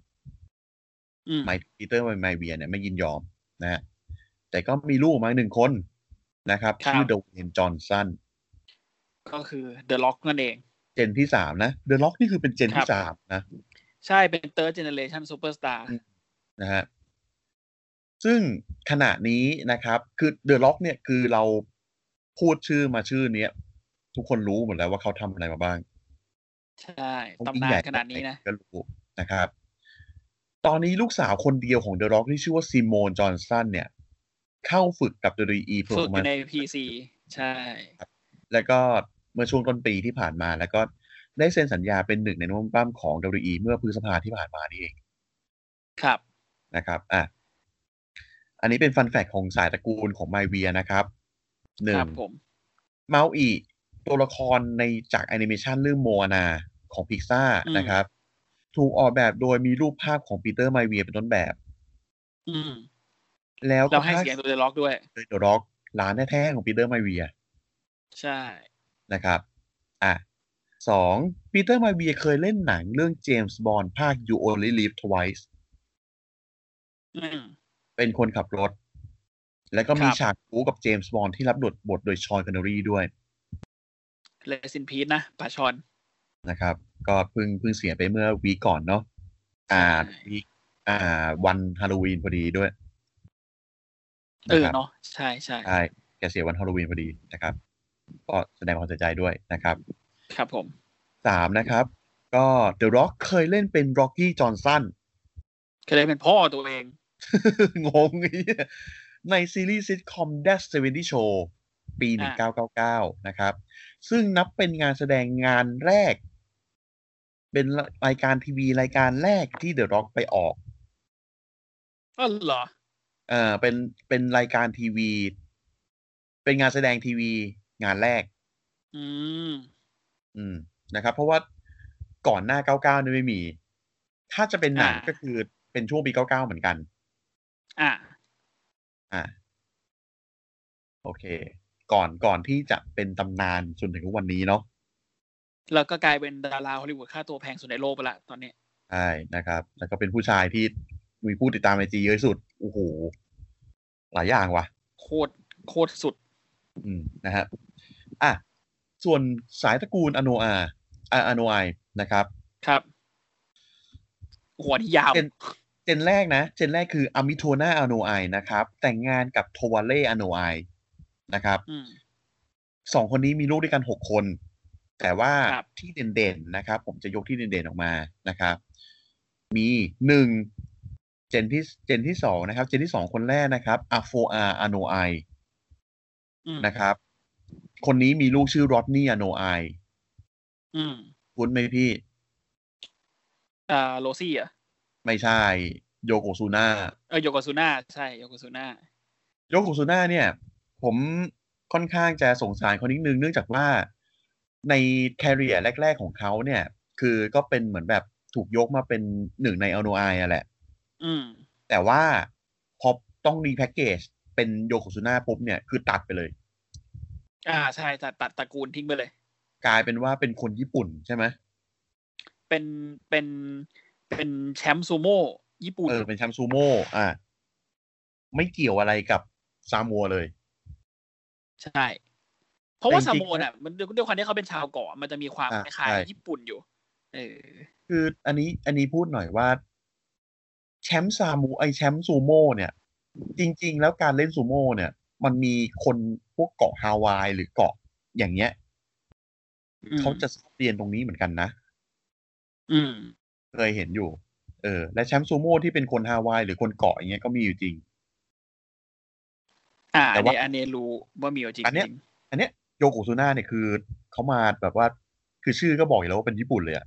อืม ไมค์ปีเตอร์ไมเวียเนี่ยไม่ยินยอมนะฮะแต่ก็มีลูกมาหนึ่งคนนะครับชื่อเดวินจอห์นสัน ก็คือเดอะล็อกนั่นเอง เจนที่สามนะเดอะล็อกนี่คือเป็นเจน ครั ที่ บ สามนะ ใช่เป็นเ h ิร์ g เจเนเรชันซูเปอร์สตาร์ นะฮะซึ่งขณะนี้นะครับ คือเดอะล็อกเนี่ยคือเราพูดชื่อมาชื่อเนี้ย ทุกคนรู้หมดแล้วว่าเขาทำอะไรมาบ้าง ใช่ เขยิ่งตำนา ให น ญ่ ขนาดนี้นะ ก็รู้นะครับ ตอนนี้ลูกสาวคนเดียวของเดอะล็อกที่ชื่อว่าซีโมนจอห์นสันเนี่ย เข้าฝึกกับ WWE ฝึก Performance อยู่ใน PC ใช่ แล้วก็เมื่อช่วงต้นปีที่ผ่านมา แล้วก็ได้เซ็นสัญญาเป็นหนึ่งในนุ่มปั้มของ WWE เมื่อพฤษภาที่ผ่านมานี่เอง ครับ นะครับ อ่ะ อันนี้เป็นฟันแฟกของสายตระกูลของไมเวียนะครับหนึ่ ค ง รับผม เมาอีตัวละครในจากแอนิเมชันเรื่องโมนาของพิกซ่า อืม นะครับ ถูกออกแบบโดยมีรูปภาพของปีเตอร์ไมเวียเป็นต้นแบบ อืม แล้ว เราให้เสียงตัวเดอะล็อกด้วย เดอะร็อกร้านแท้ๆของปีเตอร์ไมเวีย ใช่ นะครับ อ่ะสองปีเตอร์ไมเวียเคยเล่นหนังเรื่องเจมส์บอนด์ภาค You Only Live Twice อืม เป็นคนขับรถ แล้วก็มี ครับ ฉากคู่กับเจมส์บอนด์ที่รับบทบทโดยชอนคอนเนอรีด้วย เลสินพีทนะป่าชอน นะครับก็เพิ่งเพิ่งเสียไปเมื่อวีคก่อนเนาะอ่า ใช่ วีคอ่า วันฮาโลวีนพอดีด้วย เออ ครับ เนาะใช่ใช่ ใช่แกเสียวันฮาโลวีนพอดีนะครับก็แสดงความเสียใจด้วยนะครับ ครับผม สามนะครับ ก็เดอะร็อกเคยเล่นเป็นร็อกกี้จอห์นสัน เคยได้เป็นพ่อตัวเอง งงไอ้เหี้ยในซีรีส์ซิทคอม d a s 70 Show ปี อ่ 1999 นะครับ ซึ่งนับเป็นงานแสดงงานแรก เป็นรายการทีวีรายการแรกที่เดอะร็อกไปออก ก็เหรอ เอ่อเป็นเป็นรายการทีวี เป็นงานแสดงทีวีงานแรก อืม อืมนะครับ เพราะว่าก่อนหน้า 99นี่ไม่มี ถ้าจะเป็นหนัง อ่า ก็คือเป็นช่วงปี 99 เหมือนกัน อ่ะ อ่า โอเค ก่อนก่อนที่จะเป็นตำนานจนถึงทุกวันนี้เนาะ แล้วก็กลายเป็นดาราฮอลลีวูดค่าตัวแพงสุดในโลกไปละตอนนี้ ใช่นะครับ แล้วก็เป็นผู้ชายที่มีผู้ติดตามไอจีเยอะที่สุดโอ้โหหลายอย่างว่ะ โคตรโคตรสุด อืมนะฮะอ่ะส่วนสายตระกูลอโนอาอ่ะอโนไอนะครับ ครับโอ้โหอัวนี่ยาว เจนเจนแรกนะ เจนแรกคืออามิโทนาอโนไอนะครับ แต่งงานกับโทวาเล่อโนไอนะครับ อืม สองคนนี้มีลูกด้วยกันหกคน แต่ว่า ครับ ที่เด่นๆนะครับ ผมจะยกที่เด่นๆออกมานะครับ มีหนึ่งเจนที่เจนที่สองนะครับ เจนที่สองคนแรกนะครับอาโฟอาอโนไอ อืม นะครับ คนนี้มีลูกชื่อรอดนี่อโนไอ อืม คุ้นไหมพี่ อ่าโรซี่เหรอ่ะ ไม่ใช่ โยโกซูน่า เออโยโกซูน่าใช่โยโกซูน่า โยโกซูน่าเนี่ย ผมค่อนข้างจะสงสารเขานิดนึงเนื่องจากว่าในแคริเอร์แรก ๆ ของเขาเนี่ย คือก็เป็นเหมือนแบบถูกยกมาเป็นหนึ่งในอโนไอะแหละ อืม แต่ว่าพอต้องรีแพ็กเกจเป็นโยโกซูน่าปุ๊บเนี่ย คือตัดไปเลย อ่าใช่ตัดตัดตระกูลทิ้งไปเลย กลายเป็นว่าเป็นคนญี่ปุ่นใช่ไหม เป็นเป็นเป็นแชมป์ซูโม่ญี่ปุ่น เออเป็นแชมป์ซูโม่อ่ะไม่เกี่ยวอะไรกับซามัวเลย ใช่ เพราะว่า แต่ ซา จริงๆ โมนอ่ะ มันด้วยด้วยความที่เขาเป็นชาวเกาะมันจะมีความ อ่า คล้าย ใช่ ๆญี่ปุ่นอยู่ เออ คืออันนี้อันนี้พูดหน่อยว่า แชมป์ซามูไอแชมป์ซูโม่เนี่ย จริง ๆ แล้วการเล่นซูโม่เนี่ย มันมีคนพวกเกาะฮาวายหรือเกาะอย่างเงี้ย อืม เขาจะเรียนตรงนี้เหมือนกันนะ อืม เคยเห็นอยู่ เออ และแชมป์ซูโม่ที่เป็นคนฮาวายหรือคนเกาะอย่างเงี้ยก็มีอยู่จริง อ่า แต่ อัน ว่า นี้อันนี้รู้ว่ามีอยู่จริง อันเนี้ย จริง อันเนี้ยโยโกซูน่าเนี่ยคือเขามาแบบว่า คือชื่อก็บอกอยู่แล้วว่าเป็นญี่ปุ่นเลยอะ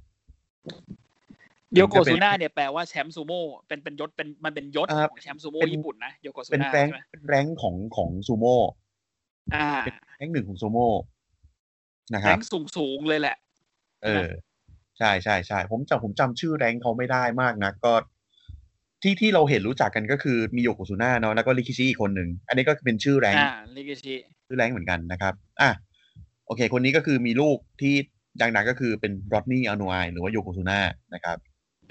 โยโกซูน่าเนี่ยแปลว่าแชมป์ซูโม่เป็นเป็นยศเป็นมันเป็นยศของแชมป์ซูโม่ญี่ปุ่นนะโยโกซู เป็น น่า แรงค์ ใช่ไหม เป็นแรงค์ของของซูโม่ อ่า แรงค์หนึ่งของซูโม่นะค แร รับ งสูงสูงๆเลยแหละ เออ ใช่ใช่ใช่ผมจำผมจำชื่อแรงค์เขาไม่ได้มากนะก็ ที่ที่เราเห็นรู้จักกันก็คือมีโยโกซุน่าเนาะแล้วก็ริคิชิอีกคนหนึ่งอันนี้ก็เป็นชื่อแรงค์ อ่าลิกิชิ ชื่อแรงค์เหมือนกันนะครับ อ่ะโอเค คนนี้ก็คือมีลูกที่ดังๆก็คือเป็นรอดนี่อโนไอหรือว่าโยโกซุน่านะครับ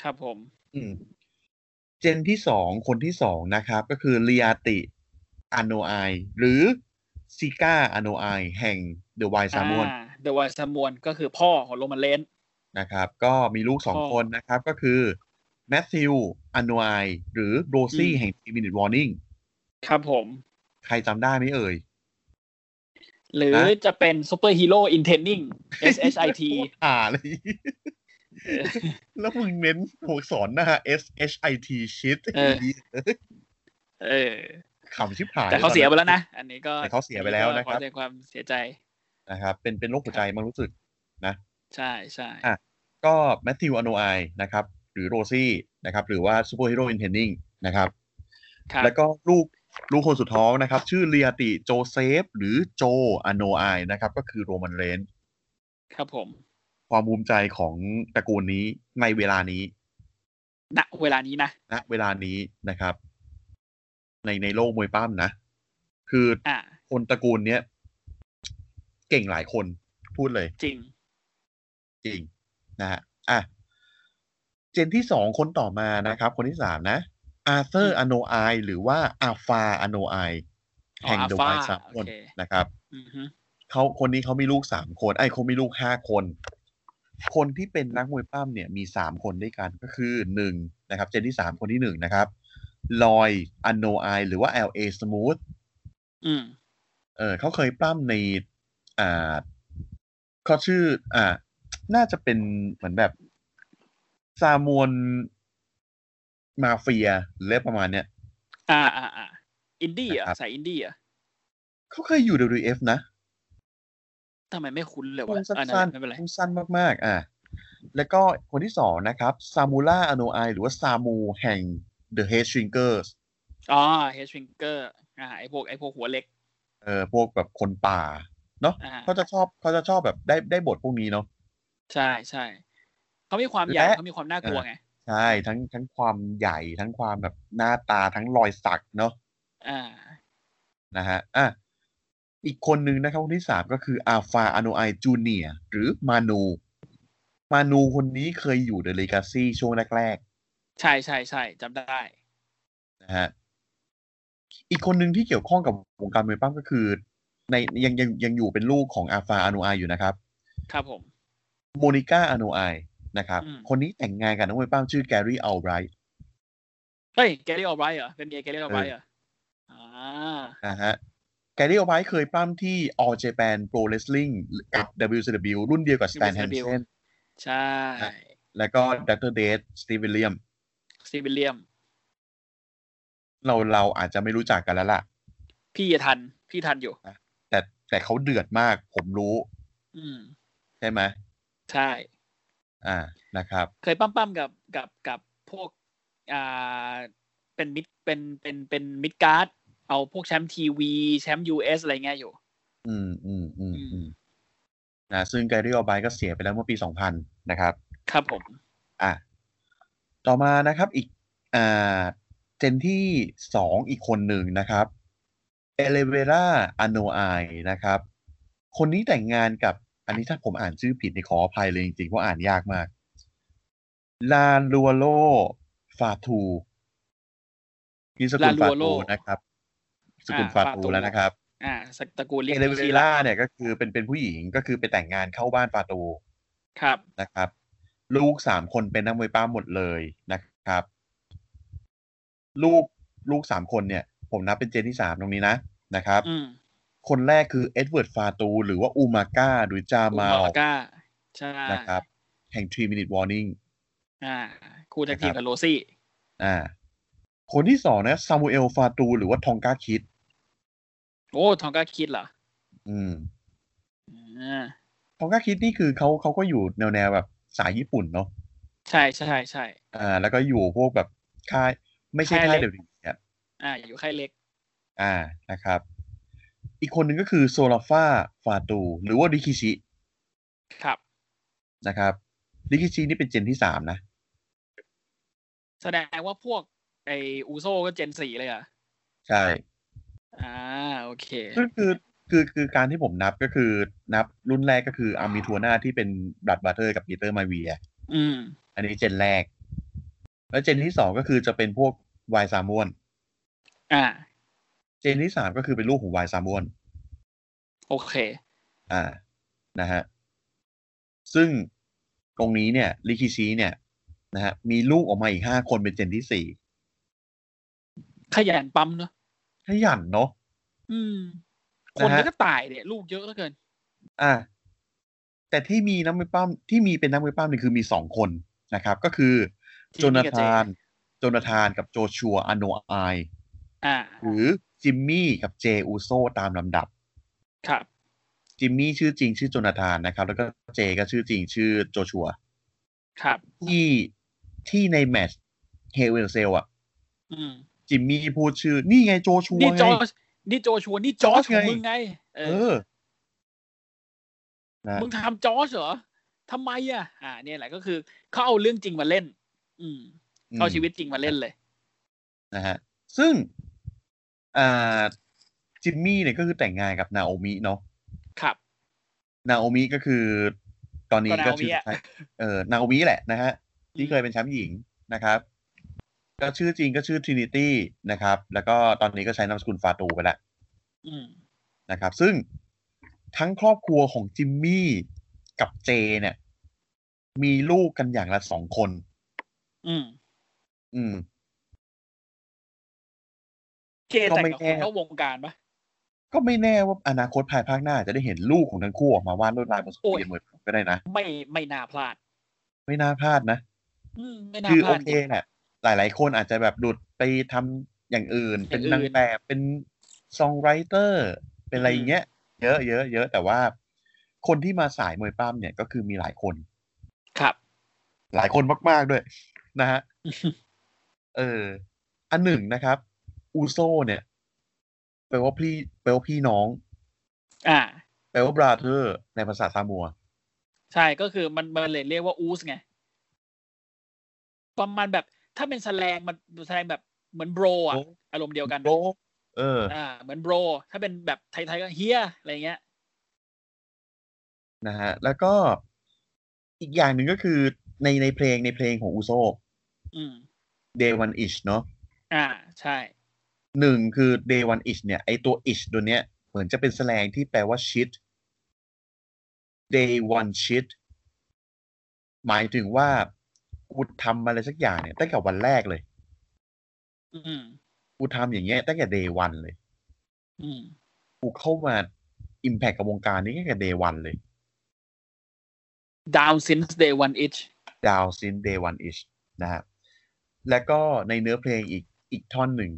ครับผม อืม เจนที่สองคนที่สองนะครับ ก็คือเรียติอโนไอหรือซิก้าอโนไอแห่งเดอะไวซามอน เดอะวายซามวนก็คือพ่อของโรมันเลนส์ นะครับก็มีลูกสอง อ๋อ คนนะครับก็คือแมทธิวอันวายหรือโรซี่ อืม แห่ง t Minute Warning ครับผม ใครจำได้ไหมเอ่ย หรือ นะ จะเป็นซูเปอร์ฮีโร่อินเทนนิ่ง S H I T อ่าเลย แล้วมึงเน้นหัวสอนหนะฮะ S H I T shit เออ เออ ขำชิบหาย แต่เขา อนนั้น เสียไปแล้วนะ อันนี้ก็ แต่เขาเสียไปแล้วนะครับ ขอแสดงความเสียใจ นะครับ เป็นเป็นโรคหัวใจมั้งรู้สึก ใช่ใช่ อ่ะ ก็แมทธิวอันวายนะครับ หรือโรซี่นะครับ หรือว่าซูเปอร์ฮีโร่อินเทนนิ่งนะครับ ครับ แล้วก็ลูกลูกคนสุดท้องนะครับ ชื่อเลียติโจเซฟ หรือโจอโนไอนะครับ ก็คือโรมันเรน ครับผม ความภูมิใจของตระกูลนี้ในเวลานี้ ณ เวลานี้นะ ณเวลานี้นะครับ ในในโลกมวยปั้มนะ คือ อ่า คนตระกูลเนี้ยเก่งหลายคนพูดเลย จริง จริงนะฮะอ่ะเจนที่สองคนต่อมานะครับ คนที่สามนะอาเธอร์อโนไอหรือว่าอาฟาอโนไอ อ๋อ แห่งเดอะไว Alpha สามคน โอเค นะครับ อือฮึ เขาคนนี้เขามีลูกสามคน ไอ้ยเขามีลูกห้าคน คนที่เป็นนักมวยปั้มเนี่ยมีสามคนด้วยกันก็คือหนึ่งนะครับ เจนที่สามคนที่หนึ่งนะครับลอยอันโนไอหรือว่า LA Smooth อืม เออเขาเคยปล้ำในอ่าเขาชื่อ อ่า น่าจะเป็นเหมือนแบบซามวนมาเฟียหรืออะไรประมาณเนี้ย อ่าอ่าอ่าอินดี้เหร นะครั อ่ะ บ สายอินดี้เหรอ่ะ เขาเคยอยู่ WF นะ ทำไมไม่คุ้นเลยวะ สั้น อัน สั้ นั้น นไม่เป็นไร สั้นสั้นมาก ๆ อ่ะ แล้วก็คนที่สองนะครับ ซามูล่าอโนไอหรือว่าซามูแห่ง The h e a d s h r i n k e r s อ๋อเฮชวิงเกอร์อ่าไอพวกไอพวกหัวเล็ก เออพวกแบบคนป่า เนาะ อ่า เขาจะชอบเขาจะชอบแบบได้ได้บทพวกนี้เนาะ ใช่ใช่เขามีความใหญ่ และ เขามีความน่ากลัวไง ใช่ ทั้งทั้งความใหญ่ทั้งความแบบหน้าตาทั้งรอยสักเนาะ อ่า นะฮะอ่ะอีกคนนึงนะครับ คนที่สามก็คืออาฟาอโนไอจูเนียหรือมานู มานูคนนี้เคยอยู่เดลิกาซี่ช่วงแรก ใช่ใช่ใช่จำได้ ๆนะฮะอีกคนหนึ่งที่เกี่ยวข้องกับวงการมวยปั้มก็คือ ในยังยังยังอยู่เป็นลูกของอาฟาอานูอายอยู่นะครับ ครับผม โมนิก้าอานูอายนะครับ อืม คนนี้แต่งงานกับนักมวยปั้มชื่อแกรี่อัลไบรท์ เฮ้ยแกรี่ออฟไรเหรอเป็นเมียแกรี่ออฟไรเหรออ่า นะฮะแกรี่โอไบเคยปล้ำที่ All Japan Pro Wrestling กับ WCW รุ่นเดียวกับสแตนแฮนเซน ใช่ แล้วก็ดรเดสสตีเวเลียม สตีเวนเลียม เราเราอาจจะไม่รู้จักกันแล้วล่ะ พี่อย่าทัน พี่ทันอยู่ แต่แต่เขาเดือดมากผมรู้ อืม ใช่ไหม ใช่ อ่านะครับ เคยปั้มปั้มกับกับกับพวกอ่าเป็นมิดเป็นเป็นเป็นมิดการ์ด เอาพวกแชมป์ทีวีแชมป์ยูเอสอะไรเงี้ยอยู่ อืมอืมอืม อืม อืมนะซึ่งแกรี่โอไบก็เสียไปแล้วเมื่อปี 2000 นะครับ ครับผม อ่ะต่อมานะครับอีกอ่าเจนที่สองอีกคนหนึ่งนะครับเอเลเวราอโนไอนะครับ คนนี้แต่งงานกับอันนี้ถ้าผมอ่านชื่อผิดในขออภัยเลยจริงๆ เพราะอ่านยากมาก ลาลัวโลฟาทูนี่สกุ ลา ล ลั ฟาว โล่ ทูนะครับสกุล อ่า ฟา ฟา ทู ตู แล้วนะครับ อ่าสตระกูล เอ เรียก เลเว ชื่อ ราเนี่ยก็คือเป็นเป็นผู้หญิงก็คือไปแต่งงานเข้าบ้านฟาทู ครับ นะครับ ลูกสามคนเป็นนักมวยป้าหมดเลยนะครับ ลูกลูกสามคนเนี่ย ผมนับเป็นเจนที่สามตรงนี้นะนะครับ อืม คนแรกคือเอ็ดเวิร์ดฟาตู หรือว่าอูมาก้าหรือจามาล อุก้าใช่ นะครับ แห่ง 3 minute warning อ่าคู่แท็กทีม นะครับ กับโรซี่ อ่า คนที่สองนะซามูเอลฟาตู หรือว่าทองก้าคิด โอ้ทองก้าคิดเหรอ อืม อ่า ทองก้าคิดนี่คือเขาเขาก็อยู่แนวแนวๆแบบสายญี่ปุ่นเนาะ ใช่ใช่ใช่ อ่า แล้วก็อยู่พวกแบบค่ายไม่ใช่ ค่าย ค่าย เล็ เดีย ก วนี้ อ่า อยู่ค่ายเล็ก อ่า นะครับ อีกคนหนึ่งก็คือโซลาฟาฟาตู หรือว่าดิคิชิ ครับ นะครับ ดิคิชินี่เป็นเจนที่สามนะ แสดงว่าพวกไออูโซก็เจนสี่เลยเหรอ่ะ ใช่ อ่าโอเค ก็คือคือคือการที่ผมนับก็คือนับรุ่นแรกก็คืออามิทัวนาที่เป็นบลัดบัตเตอร์กับปีเตอร์มาเวีย อืม อันนี้เจนแรก แล้วเจนที่สองก็คือจะเป็นพวกวายซามวน อ่า เจนที่สามก็คือเป็นลูกของวายซามวน โอเค อ่า นะฮะ ซึ่งตรงนี้เนี่ยลิคิชิเนี่ย นะฮะ มีลูกออกมาอีกห้าคนเป็นเจนที่สี่ ขยันปั๊มเนอะ ขยันเนาะ อืม นะฮะ คนนี้ก็ตายเนี่ย ลูกเยอะเหลือเกิน อ่ะแต่ที่มีนักมวยปล้ำที่มีเป็นนักมวยปล้ำนี่คือมีสองคนนะครับ ก็คือ จิ โจ มมี่ นา กับเจ ธาน โจนาธานกับโจชัวอาโนอาย อ่า หรือจิมมี่กับเจอูโซตามลำดับ ครับ จิมมี่ชื่อจริงชื่อโจนาธานนะครับ แล้วก็เจก็ชื่อจริงชื่อโจชัว ครับ ที่ที่ในแมตช์เฮเวลเซลอะ อืม จิมมี่พูดชื่อ นี่ไงโจชัว นี่จ ไง อชนี่โจชวนนี่จอช จอช ข ไง องมึงไง เอ เอ อ อนะ มึงทำจอชเหรอทำไมอ่ะ อ่า เนี่ยแหละก็คือเขาเอาเรื่องจริงมาเล่น อืมเขาเอาชีวิตจริงมาเล่นเลย นะฮะซึ่งอ่าจิมมี่เนี่ยก็คือแต่งงานกับนาโอมิเนาะ ครับ นาโอมิก็คือตอนนี้ ก็ ก็ นาโอมิ ชื่อ อะ ใช่เออนาโอมิแหละนะฮะ ที่เคยเป็นแชมป์หญิงนะครับ ก็ชื่อจริงก็ชื่อทรินิตี้นะครับ แล้วก็ตอนนี้ก็ใช้นามสกุลฟาตูไปแล้ว อืม นะครับ ซึ่งทั้งครอบครัวของจิมมี่กับเจเนี่ย มีลูกกันอย่างละสองคน อืม อืม เกย์แต่งกับ ก็ไม่ ค แน่ นเข้าวงการปะ ก็ไม่แน่ว่าอนาคตภายภาคหน้าจะได้เห็นลูกของทั้งคู่ออกมาวาดลวดลายบนสเปียร์มวยก็ได้นะ ไม่ไม่น่าพลาด ไม่น่าพลาดนะ อืม ไม่น่า คือ พ โอ ลาด เคแหละหลาย ๆ คนอาจจะแบบหลุดไปทำอย่างอื่น เป็นนางแบบเป็นซองไรเตอร์ เป็นอะไรอย่างเงี้ย เยอะเยอะเยอะแต่ว่า คนที่มาสายมวยปั้มเนี่ยก็คือมีหลายคน ครับ หลายคนมาก ๆ ด้วย นะฮ ะ เออ อันหนึ่งนะครับ อูโซเนี่ยแปลว่าพี่แปลว่าพี่น้อง อ่า แปลว่าบราเธอร์ ในภาษาซามัว ใช่ ก็คือมันมันเลยเรียกว่าอูสไง ประมาณแบบ ถ้าเป็นแสแลงมันแสแลงแบบเหมือนโบรอ่ะ โอ้ อารมณ์เดียวกัน โบเออ อ่า เหมือนโบร ถ้าเป็นแบบไทยๆก็เฮียอะไรเงี้ย นะฮะแล้วก็ อีกอย่างหนึ่งก็คือในในเพลงในเพลงของอุโซ อืม day one ish เนาะ อ่าใช่ หนึ่งคือ day one ish เนี่ยไอตัว ish ตัวเนี้ยเหมือนจะเป็นแสลงที่แปลว่า shit day one shit หมายถึงว่ากูทำอะไรสักอย่างเนี่ยตั้งแต่วันแรกเลย อืม กูทำอย่างเงี้ยตั้งแต่ day one เลย อืม กูเข้ามา impact กับวงการนี้ตั้งแต่ day one เลย down since day one each ดาวซินเดวันอิชนะฮะและก็ในเนื้อเพลงอีกอีกท่อนหนึ่ง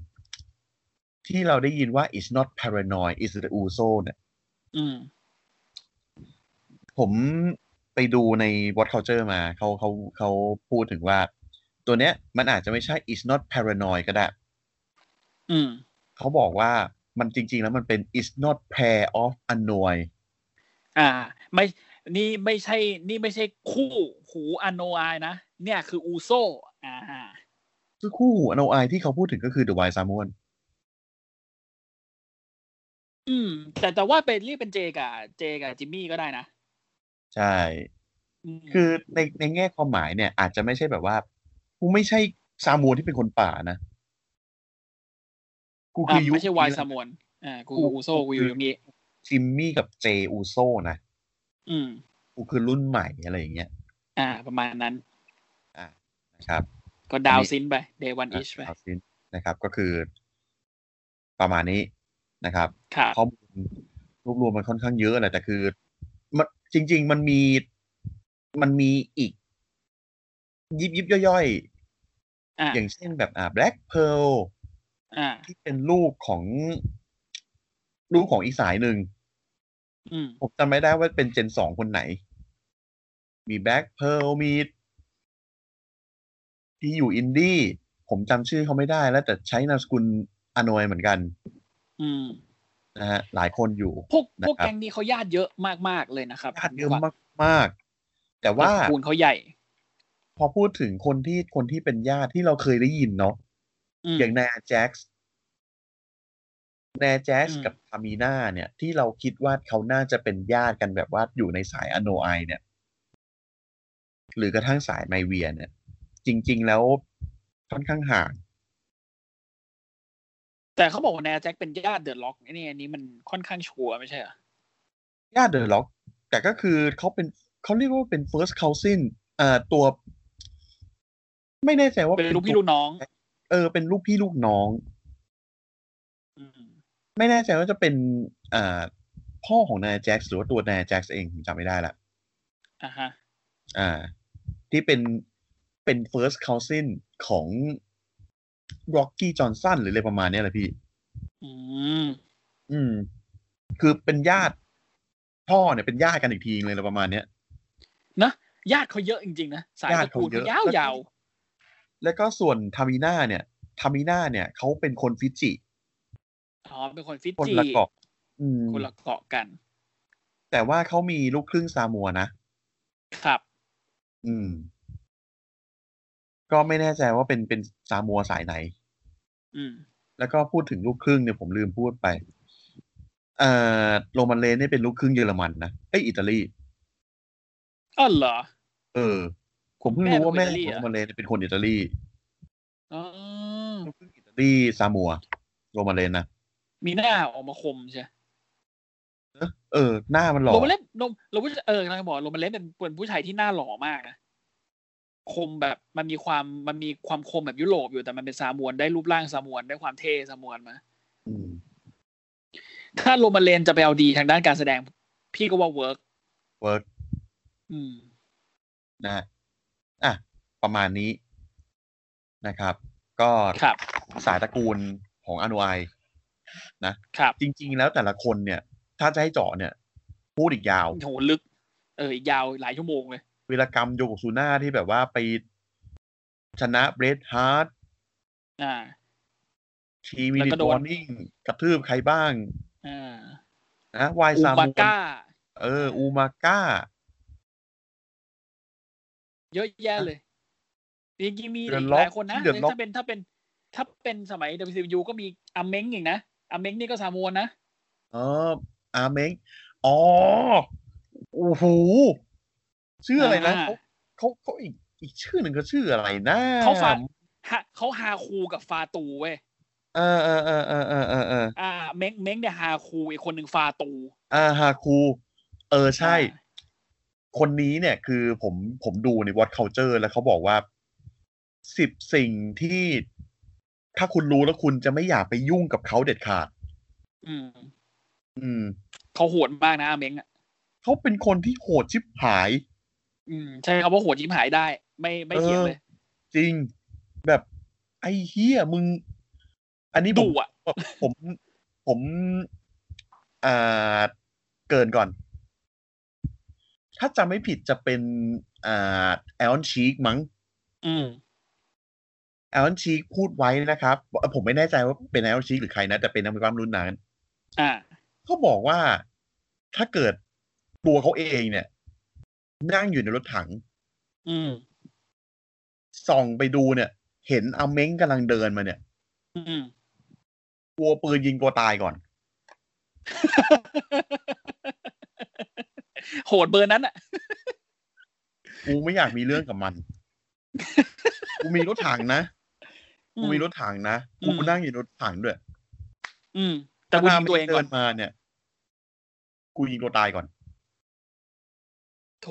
ที่เราได้ยินว่า it's not paranoid it's the uso เนี่ย อืม ผมไปดูใน what culture มาเขาเขาเขาพูดถึงว่า ตัวเนี้ยมันอาจจะไม่ใช่ it's not paranoid ก็ได้ อืม เขาบอกว่ามันจริง ๆ แล้วมันเป็น it's not pair of annoy อ่า ไม่ นี่ไม่ใช่ นี่ไม่ใช่คู่หูอโนอายนะ เนี่ยคืออูโซอ่า คือคู่หู annoy ที่เขาพูดถึงก็คือ the wild salmon อืม แต่แต่ว่าเป็นเรียกเป็นเจกับเจกับจิมมี่ก็ได้นะ ใช่ ม คือในในแง่ความหมายเนี่ย อาจจะไม่ใช่แบบว่า กูไม่ใช่ซามูนที่เป็นคนป่านะ กูคื อ่ะ อยุค ไม่ใช่วาย นี้นะ สามวนอ่ากู กู อูโซ กู กูอ คื ยู่ อ ตรงนี้ จิมมี่กับเจอูโซนะ อืม กูคือรุ่นใหม่อะไรอย่างเงี้ย อ่า ประมาณนั้น นะครับ ก็ดาวซินไป day one each ไป เอาสินะครับ ก็คือ ประมาณนี้นะครับ ครับ ข้อมูลรวบรวมมันค่อนข้างเยอะแหละแต่คือมันจริง ๆ มันมีมันมีอีก ยิบยิบย่อย อ่า ๆ อย่างเช่นแบบอ่า black pearl อ่า ที่เป็นลูกของลูกของอีกสายหนึ่ง อืม ผมจำไม่ได้ว่าเป็นเจนสองคนไหน มีแบล็กเพ a ร์ลมี ที่อยู่อินดี้ ผมจำชื่อเขาไม่ได้แล้ว แต่ใช้นามสกุลอโนยเหมือนกัน อืม นะฮะ หลายคนอยู่ พวกพวก นะครับ แก๊งนี้เขาญาติเยอะมาก ๆ เลยนะครับ ญาติเยอะมากมากๆแต่ว่า ตระกูลเขาใหญ่ พอพูดถึงคนที่คนที่เป็นญาติที่เราเคยได้ยินเนาะ ม อย่างแนแจ็กส์แนแจ็ก อื ส์ ม กับทามีนาเนี่ย ที่เราคิดว่าเขาน่าจะเป็นญาติกันแบบว่าอยู่ในสายอโนไอเนี่ย หรือกระทั่งสายไมเวียเนี่ย จริง ๆ แล้วค่อนข้างห่าง แต่เขาบอกว่าแนายแจ็คเป็นญาติเดอะล็อกไอ้นี่อันนี้มันค่อนข้างชัวร์ไม่ใช่เหรอ ญาติเดอะล็อก แต่ก็คือเขาเป็นเขาเรียกว่าเป็น first cousin เอ่อตัว ไม่แน่ใจว่า เป็นลูกพี่ ตัว ลูกน้อง เออเป็นลูกพี่ลูกน้อง อืม ไม่แน่ใจว่าจะเป็นอ่าพ่อของนายแจ็กส์หรือว่าตัวนายแจ็กส์เองผมจำไม่ได้ละ อ่าฮะ อ่า ที่เป็นเป็น first cousin ของ Rocky Johnson หรืออะไรประมาณเนี้ยแหละพี่ อืม อืม คือเป็นญาติ พ่อเนี่ยเป็นญาติกันอีกทีเลยอะไรประมาณเนี้ย ญาติเขาเยอะจริง ๆ นะ สายตระกูล ญาติเขาเย เขา อะ ยาวยาว แล้วก็ส่วนทามิน่าเนี่ยทามิน่าเนี่ยเขาเป็นคนฟิจิ ๆอ๋อ เป็นคนฟิ คน จิ ละเกาะอืม คนละเกาะกัน แต่ว่าเขามีลูกครึ่งซามัวนะ ครับ อืม ก็ไม่แน่ใจว่าเป็นเป็นซามัวสายไหน อืม แล้วก็พูดถึงลูกครึ่งเนี่ยผมลืมพูดไป เอ่อโรมันเลนเนี่ยเป็นลูกครึ่งเยอรมันนะเอ้ยอิตาลี อ้อเหรอ เออ ผมเพิ่งรู้ว่า แม่ แม่ เป็นคนอิตาลี ของโรมัเหรอนเลนเนี่ยเป็นคนอิตาลี อ๋อ ลูกครึ่งอิตาลีซามัวโรมันเลนนะ มีหน้าออกมาคมใช่ เออ หน้ามันหล่อ โรมาเล่นโรมโรมาเออกำลังจะบอกโรมาเล่นเป็นเป็นผู้ชายที่หน้าหล่อมากนะ คมแบบมันมีความมันมีความคมแบบยุโรปอยู่แต่มันเป็นซามวนได้รูปร่างซามวนได้ความเท่ซามวนมา อืม ถ้าโรมาเลนจะไปเอาดีทางด้านการแสดง พี่ก็ว่าเวิร์ก เวิร์ก อืม นะฮะอ่ะ ประมาณนี้นะครับ ก็ ครับ สายตระกูลของอนุไอ ครับ จริง ๆ แล้วแต่ละคนเนี่ย ถ้าจะให้เจาะเนี่ย พูดอีกยาว โหลึก เอออีกยาวหลายชั่วโมงเลย วีรกรรมโยโกซูน่าที่แบบว่าไปชนะเบรดฮาร์ด อ่า ทีมิ แล้ นิ วก็ ต โดน วอร์นิ่งกระทืบใครบ้าง อ่า นะวาย อู ซามู มาก้า เออ อูมาก้า เยอะแยะเลยจริงๆมี เดือน อีก ล็อก หลายคนนะ ที่เดือนล็อก ถ้าเป็นถ้าเป็น ถ้าเป็นสมัย WCU ก็มีอเม้งอีกนะอเม้งนี่ก็ซามวนนะ เอออาเมงอ๋อโอ้โห ชื่ออะไรนะ อ่า เขาเขาเขาอีกอีกชื่อหนึ่งเขาชื่ออะไรนะ เขาฟาฮะเขาฮาคูกับฟาตูเว้ย เออเออเออเออเออเออเออ อ่า เม้งเม้งเนี่ยฮาคูอีกคนหนึ่งฟาตู อาฮาคูเออใช่ คนนี้เนี่ยคือผมผมดูใน What Culture แล้วเขาบอกว่าสิบสิ่งที่ถ้าคุณรู้แล้วคุณจะไม่อยากไปยุ่งกับเขาเด็ดขาด อืม อืม เขาโหดมากนะอาเม้งอ่ะ เขาเป็นคนที่โหดชิบหาย อืมใช่คำว่าโหดยิ้มหายได้ ไม่ไม่เถียงเลย จริง แบบไอ้เฮียมึง อันนี้ผม ดุอ่ะ ผมผมอ่าเกินก่อน ถ้าจำไม่ผิดจะเป็นอ่าแอลอนชีกมั้ง อืม แอลอนชีกพูดไว้นะครับเอ่อผมไม่แน่ใจว่าเป็นแอลอนชีกหรือใครนะ แต่เป็นนักร้องรุ่นนั้น อ่า เขาบอกว่าถ้าเกิดตัวเขาเองเนี่ย นั่งอยู่ในรถถัง อืม ส่องไปดูเนี่ย เห็นอาเม้งกำลังเดินมาเนี่ย อืม กลัวปืนยิงตัวตายก่อน โหดเบอร์นั้นอ่ะ กูไม่อยากมีเรื่องกับมัน กูมีรถถังนะ อื กูมีรถถังนะกูนั่งอยู่ในรถถังด้วย อืม แต่กูยิง ถ้า ตัวเองก่อน ดิมาเนี่ย กูยิงตัวตายก่อน โถ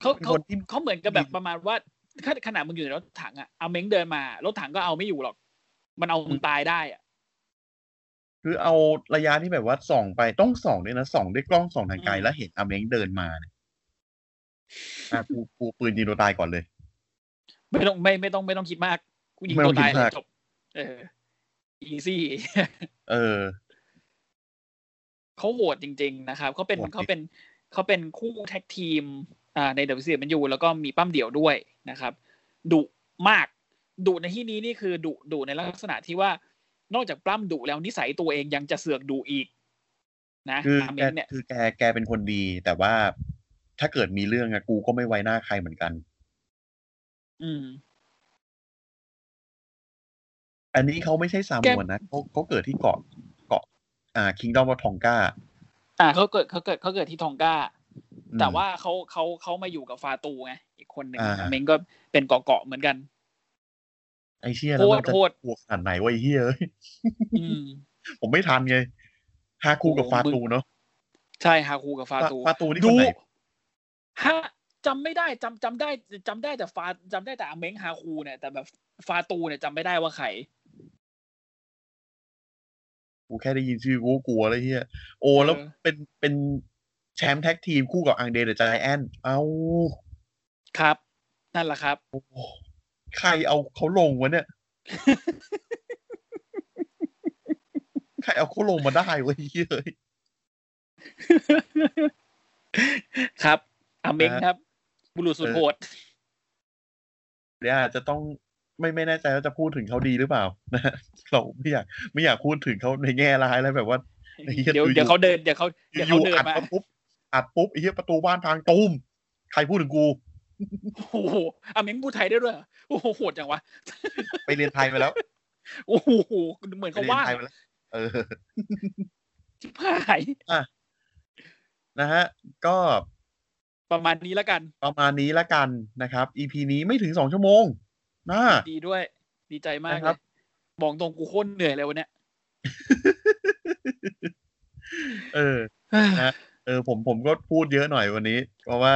เขา เป็น เขา คนที่ เขาเหมือนกับแบบประมาณว่าถ้าขนาดมึงอยู่ในรถถังอ่ะเอาเม้งเดินมา รถถังก็เอาไม่อยู่หรอก มันเอามึงตายได้อ่ะ คือเอาระยะที่แบบว่าส่องไปต้องส่องด้วยนะส่องด้วยกล้องส่องทางไกล อืม แล้วเห็นอาเม้งเดินมาเนี่ยอ่ะกูกูปืนยิงตัวตายก่อนเลย ไม่ต้องไม่ไม่ต้องไม่ต้องคิดมาก กูยิง ไม่ต้ ตั อ ว ง ตาย คิด เล มาย ก จบ เออ อีซี่ เออ เขาโหดจริง ๆ นะครับเขาเป็น โหดจริง เขาเป็นเขาเป็นคู่แท็กทีมอ่าใน WCW แล้วก็มีปั้มเดี่ยวด้วยนะครับดุมากดุในที่นี้นี่คือดุดุในลักษณะที่ว่านอกจากปล้ำดุแล้วนิสัยตัวเองยังจะเสือกดุอีก นะ คือ อาเม แก นเนี่ย คือแกแกเป็นคนดี แต่ว่าถ้าเกิดมีเรื่องอะกูก็ไม่ไว้หน้าใครเหมือนกัน อืม อันนี้เขาไม่ใช่ซามัวนะเขาเขาเกิดที่เกาะเกาะ อ่าคิงดอมวาทองก้า อ่าเขาเกิดเขาเกิดเขาเกิดที่ทองก้า อืม แต่ว่าเขาเขาเขามาอยู่กับฟาตูไงอีกคนหนึ่ง อ่า อาเมนก็เป็นเกาะๆเหมือนกัน ไอเชี่ยแล้วมันจะ โหด กลัวขนาดไหนวะไอเฮียเอ้ย อืม ผมไม่ทันไงฮาคูกับ โอ้โห ฟาตูเนาะ ใช่ฮาคูกับฟาตู ฟาตูนี่ค ดู นไหน ฮะจำไม่ได้จำจำได้จำได้แต่ฟาจำได้แต่อาเม้งฮาคูเนี่ย แต่แบบฟาตูเนี่ยจำไม่ได้ว่าใคร กูแค่ได้ยินชื่อกูก็กลัวเลยเฮียโอ้แล้วเป็นเป็นแชมป์แท็กทีมคู่กับอังเดนเดอะไจแอนท์เอา ครับ นั่นแหละครับ ใครเอาเขาลงวะเนี่ย ใครเอาเขาลงมาได้วะไอ้เฮียเอ้ย ครับอาเม้งครับ บุรุษสุด เออ โหด เดี๋ยวอาจจะต้องไม่ไม่แน่ใจว่าจะพูดถึงเขาดีหรือเปล่า นะเราไม่อยากไม่อยากพูดถึงเขาในแง่ร้ายแล้วแบบว่า ไอ้เหี้ย เดี๋ยว อยู่ๆ เดี๋ยวเขาเดินเดี๋ยวเขาเดี๋ยว อ เขา ยู่ เดิ ๆ น อัด มา มาปุ๊บอัดปุ๊บไอ้เหี้ยประตูบ้านพังตูมใครพูดถึงกู โอ้โหอาเม้งพูดไทยได้ด้วยเหรอโอ้โหโหดจังวะ ไปเรียนไทย มาแล้ว โอ้โหเหมือน ไป เขา เรียน ว่า ไทยมาแล้ว เออ ชิบหาย นะฮะ ก็ ประมาณนี้แล้วกัน ประมาณนี้ละกันนะครับ EP นี้ไม่ถึงสองชั่วโมงนะ ดีด้วย ดีใจมาก นะ ค ครั รับ บบอกตรงกูโคตรเหนื่อยเลยวันเนี้ย เออ เออ ผมผมก็พูดเยอะหน่อยวันนี้ เพราะว่า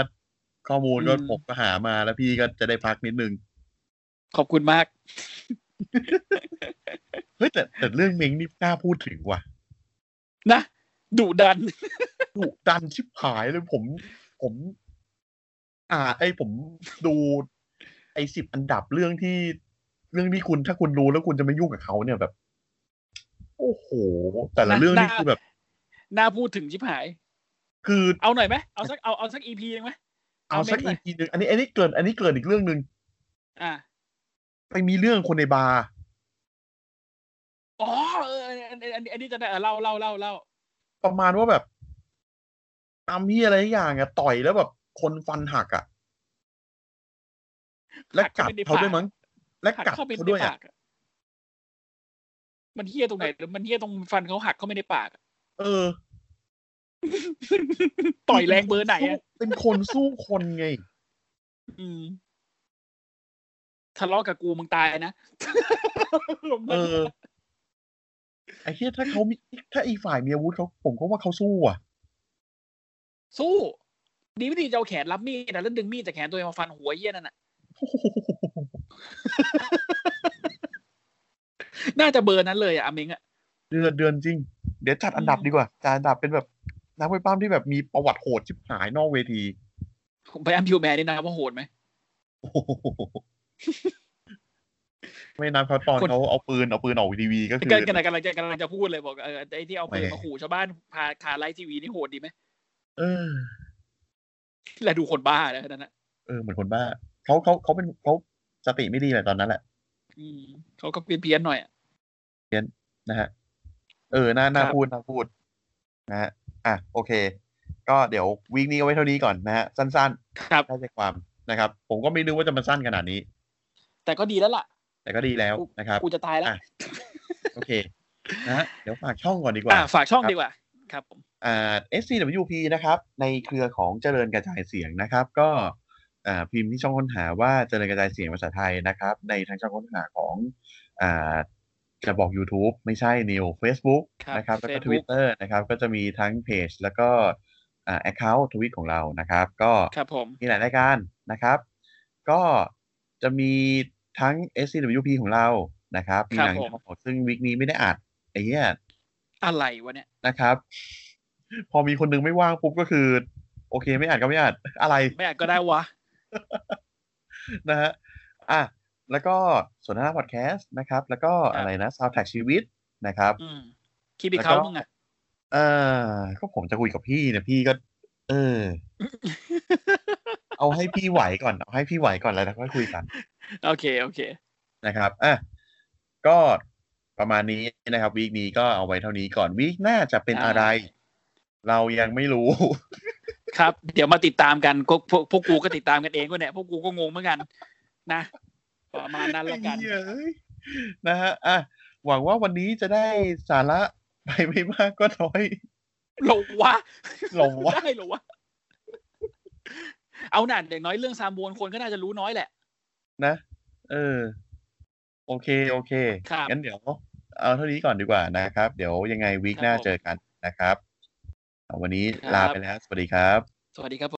ข้อมูลก็ผมก็หามาแล้วพี่ก็จะได้พักนิดนึง ขอบคุณมาก เฮ้ยแต่แต่เรื่องเม้งนี่กล้าพูดถึงว่ะ นะดุดัน ดุดันชิบหายเลยผมผม อ่า ไอยผม ดู ไอสิบอันดับเรื่องที่ เรื่องที่คุณถ้าคุณรู้แล้วคุณจะไม่ยุ่งกับเขาเนี่ยแบบ โอ้โห แต่ละ น่า เรื่องนี่ น่า คือแบบ น่าพูดถึงชิบหาย คือ เอาหน่อยไหมเอาสักเอาเอาสักอีพีนึงไหม เอาสักอีเอาเม้งหน่อย พีหนึ่งอันนี้อันนี้เกิน อันนี้เกินอีกเรื่องหนึ่ง อ่า ไปมีเรื่องคนในบาร์ อ๋อเอออันนี้อันนี้อันนี้จะได้เออเล่าเล่าเล่าเล่า ประมาณว่าแบบตามที่อะไรอย่างอะต่อยแล้วแบบคนฟันหักอะและกัดเขาด้วยมั้งและ หัก กัด เข้าไป เขา ใน ด้วยอะ ปากอะมันเฮี้ยตรงไหนหรือมันเฮี้ยตรงฟันเขาหักเข้าไม่ในปากอะ เออ ต่อยแรงเบอร์ไหน สู้ อะ เป็นคนสู้คนไง อืมทะเลาะกับกูมึงตายนะ เออ ไอ้เหี้ยถ้าเขามีถ้าอีกฝ่ายมีอาวุธเขาผมก็ว่าเขาสู้อ่ะ สู้ ดีไม่ดีจะเอาแขนรับมีดนะแล้วดึงมีดจากแขนตัวเองมาฟันหัวไอ้เหี้ยนั่นน่ะ น่าจะเบอร์นั้นเลยอะอาเมงอะ เดือนเดือนจริง เดี๋ยวจัดอันดับดีกว่าจัดอันดับเป็นแบบนักมวยปล้ำที่แบบมีประวัติโหดชิบหายนอกเวที ผมไปแอมพิวแมนนี่นะครับว่าโหดไหม โอ้โหไม่นับเขาตอน คน เขาเอาปืนเอาปืนออกทีวีก็คือ กันกันกำลันจะกำลันจะพูดเลยบอกเออไอ้ที่เอาปืน แหม่ มาขู่ชาวบ้านพาคาไลฟ์ทีวีนี่โหดดีไหม เออ แล้วดูคนบ้านะนั่นน่ะ เออเหมือนคนบ้าเขาเขาเขาเป็นเขาสติไม่ดีแหละตอนนั้นแหละ อืมเขาก็เพี้ยนๆหน่อยอะ นะฮะ เออน่าน่า ครับ พูดน่าพูดนะฮะอ่ะโอเค ก็เดี๋ยววีคนี้เอาไว้เท่านี้ก่อนนะฮะ สั้น ครับ ๆได้ใจความนะครับ ผมก็ไม่นึกว่าจะมันสั้นขนาดนี้ แต่ก็ดีแล้วล่ะ แต่ก็ดีแล้วนะครับ กูจะตายแล้ว อ่ะ โอเคนะฮะเดี๋ยวฝากช่องก่อนดีกว่า อ่ะฝากช่อง ครับ ดีกว่า ครับผม อ่า SCWP นะครับ ในเครือของเจริญกระจายเสียงนะครับ ก็อ่าพิมพ์ที่ช่องค้นหาว่าเจริญกระจายเสียงภาษาไทยนะครับ ในทางช่องค้นหาของอ่าจะบอก YouTube ไม่ใช่นิว Facebook ครับ นะครับแล้วก็ Facebook Twitter นะครับ ก็จะมีทั้งเพจแล้วก็อ่า Account ทวิตของเรานะครับ ก็ ครับผม มีหลายรายการนะครับ ก็จะมีทั้ง SCWP ของเรานะครับมีหนัง ครับผม ของซึ่งวิกนี้ไม่ได้อัดไอ้เหี้ย อะไรวะเนี่ย นะครับ พอมีคนนึงไม่ว่างปุ๊บก็คือ โอเคไม่อ่านก็ไม่อ่าน อะไร ไม่อ่านก็ได้วะ นะฮะอ่ะแล้วก็สนทนาพอดแคสต์นะครับ แล้วก็ ครับ อะไรนะ ซาวแท็กชีวิตนะครับ อืมคิดอีก แล้วก็ เขามึงอ่ะ เออก็ผมจะคุยกับพี่เนะพี่ก็ เออ เอาให้พี่ไหวก่อน เอาให้พี่ไหวก่อนแล้วเราค่อยคุยกัน โอเค โอเค นะครับ อ่ะ ก็ประมาณนี้นะครับวีคนี้ก็เอาไว้เท่านี้ก่อนวีคหน้าจะเป็นอะไร ได้ เรายังไม่รู้ ครับ เดี๋ยวมาติดตามกันพวกพวกพวกกูก็ติดตามกันเองก็เนี่ยพวกกูก็งงเหมือนกัน นะประมาณนั้นแล้วกัน ไอ้เหี้ยเอ้ยนะฮะอ่ะหวังว่าวันนี้จะได้สาระไปไม่มากก็น้อย หลงวะ หลงวะ ได้หลงวะ เอาหน่าอย่างน้อยเรื่องซามบวนคนก็น่าจะรู้น้อยแหละ นะ เออ โอเค โอเค ครับ งั้นเดี๋ยว เอาเท่านี้ก่อนดีกว่านะครับ เดี๋ยวยังไงวีคหน้าเจอกันนะครับ วันนี้ลาไปแล้ว สวัสดีครับ สวัสดีครับ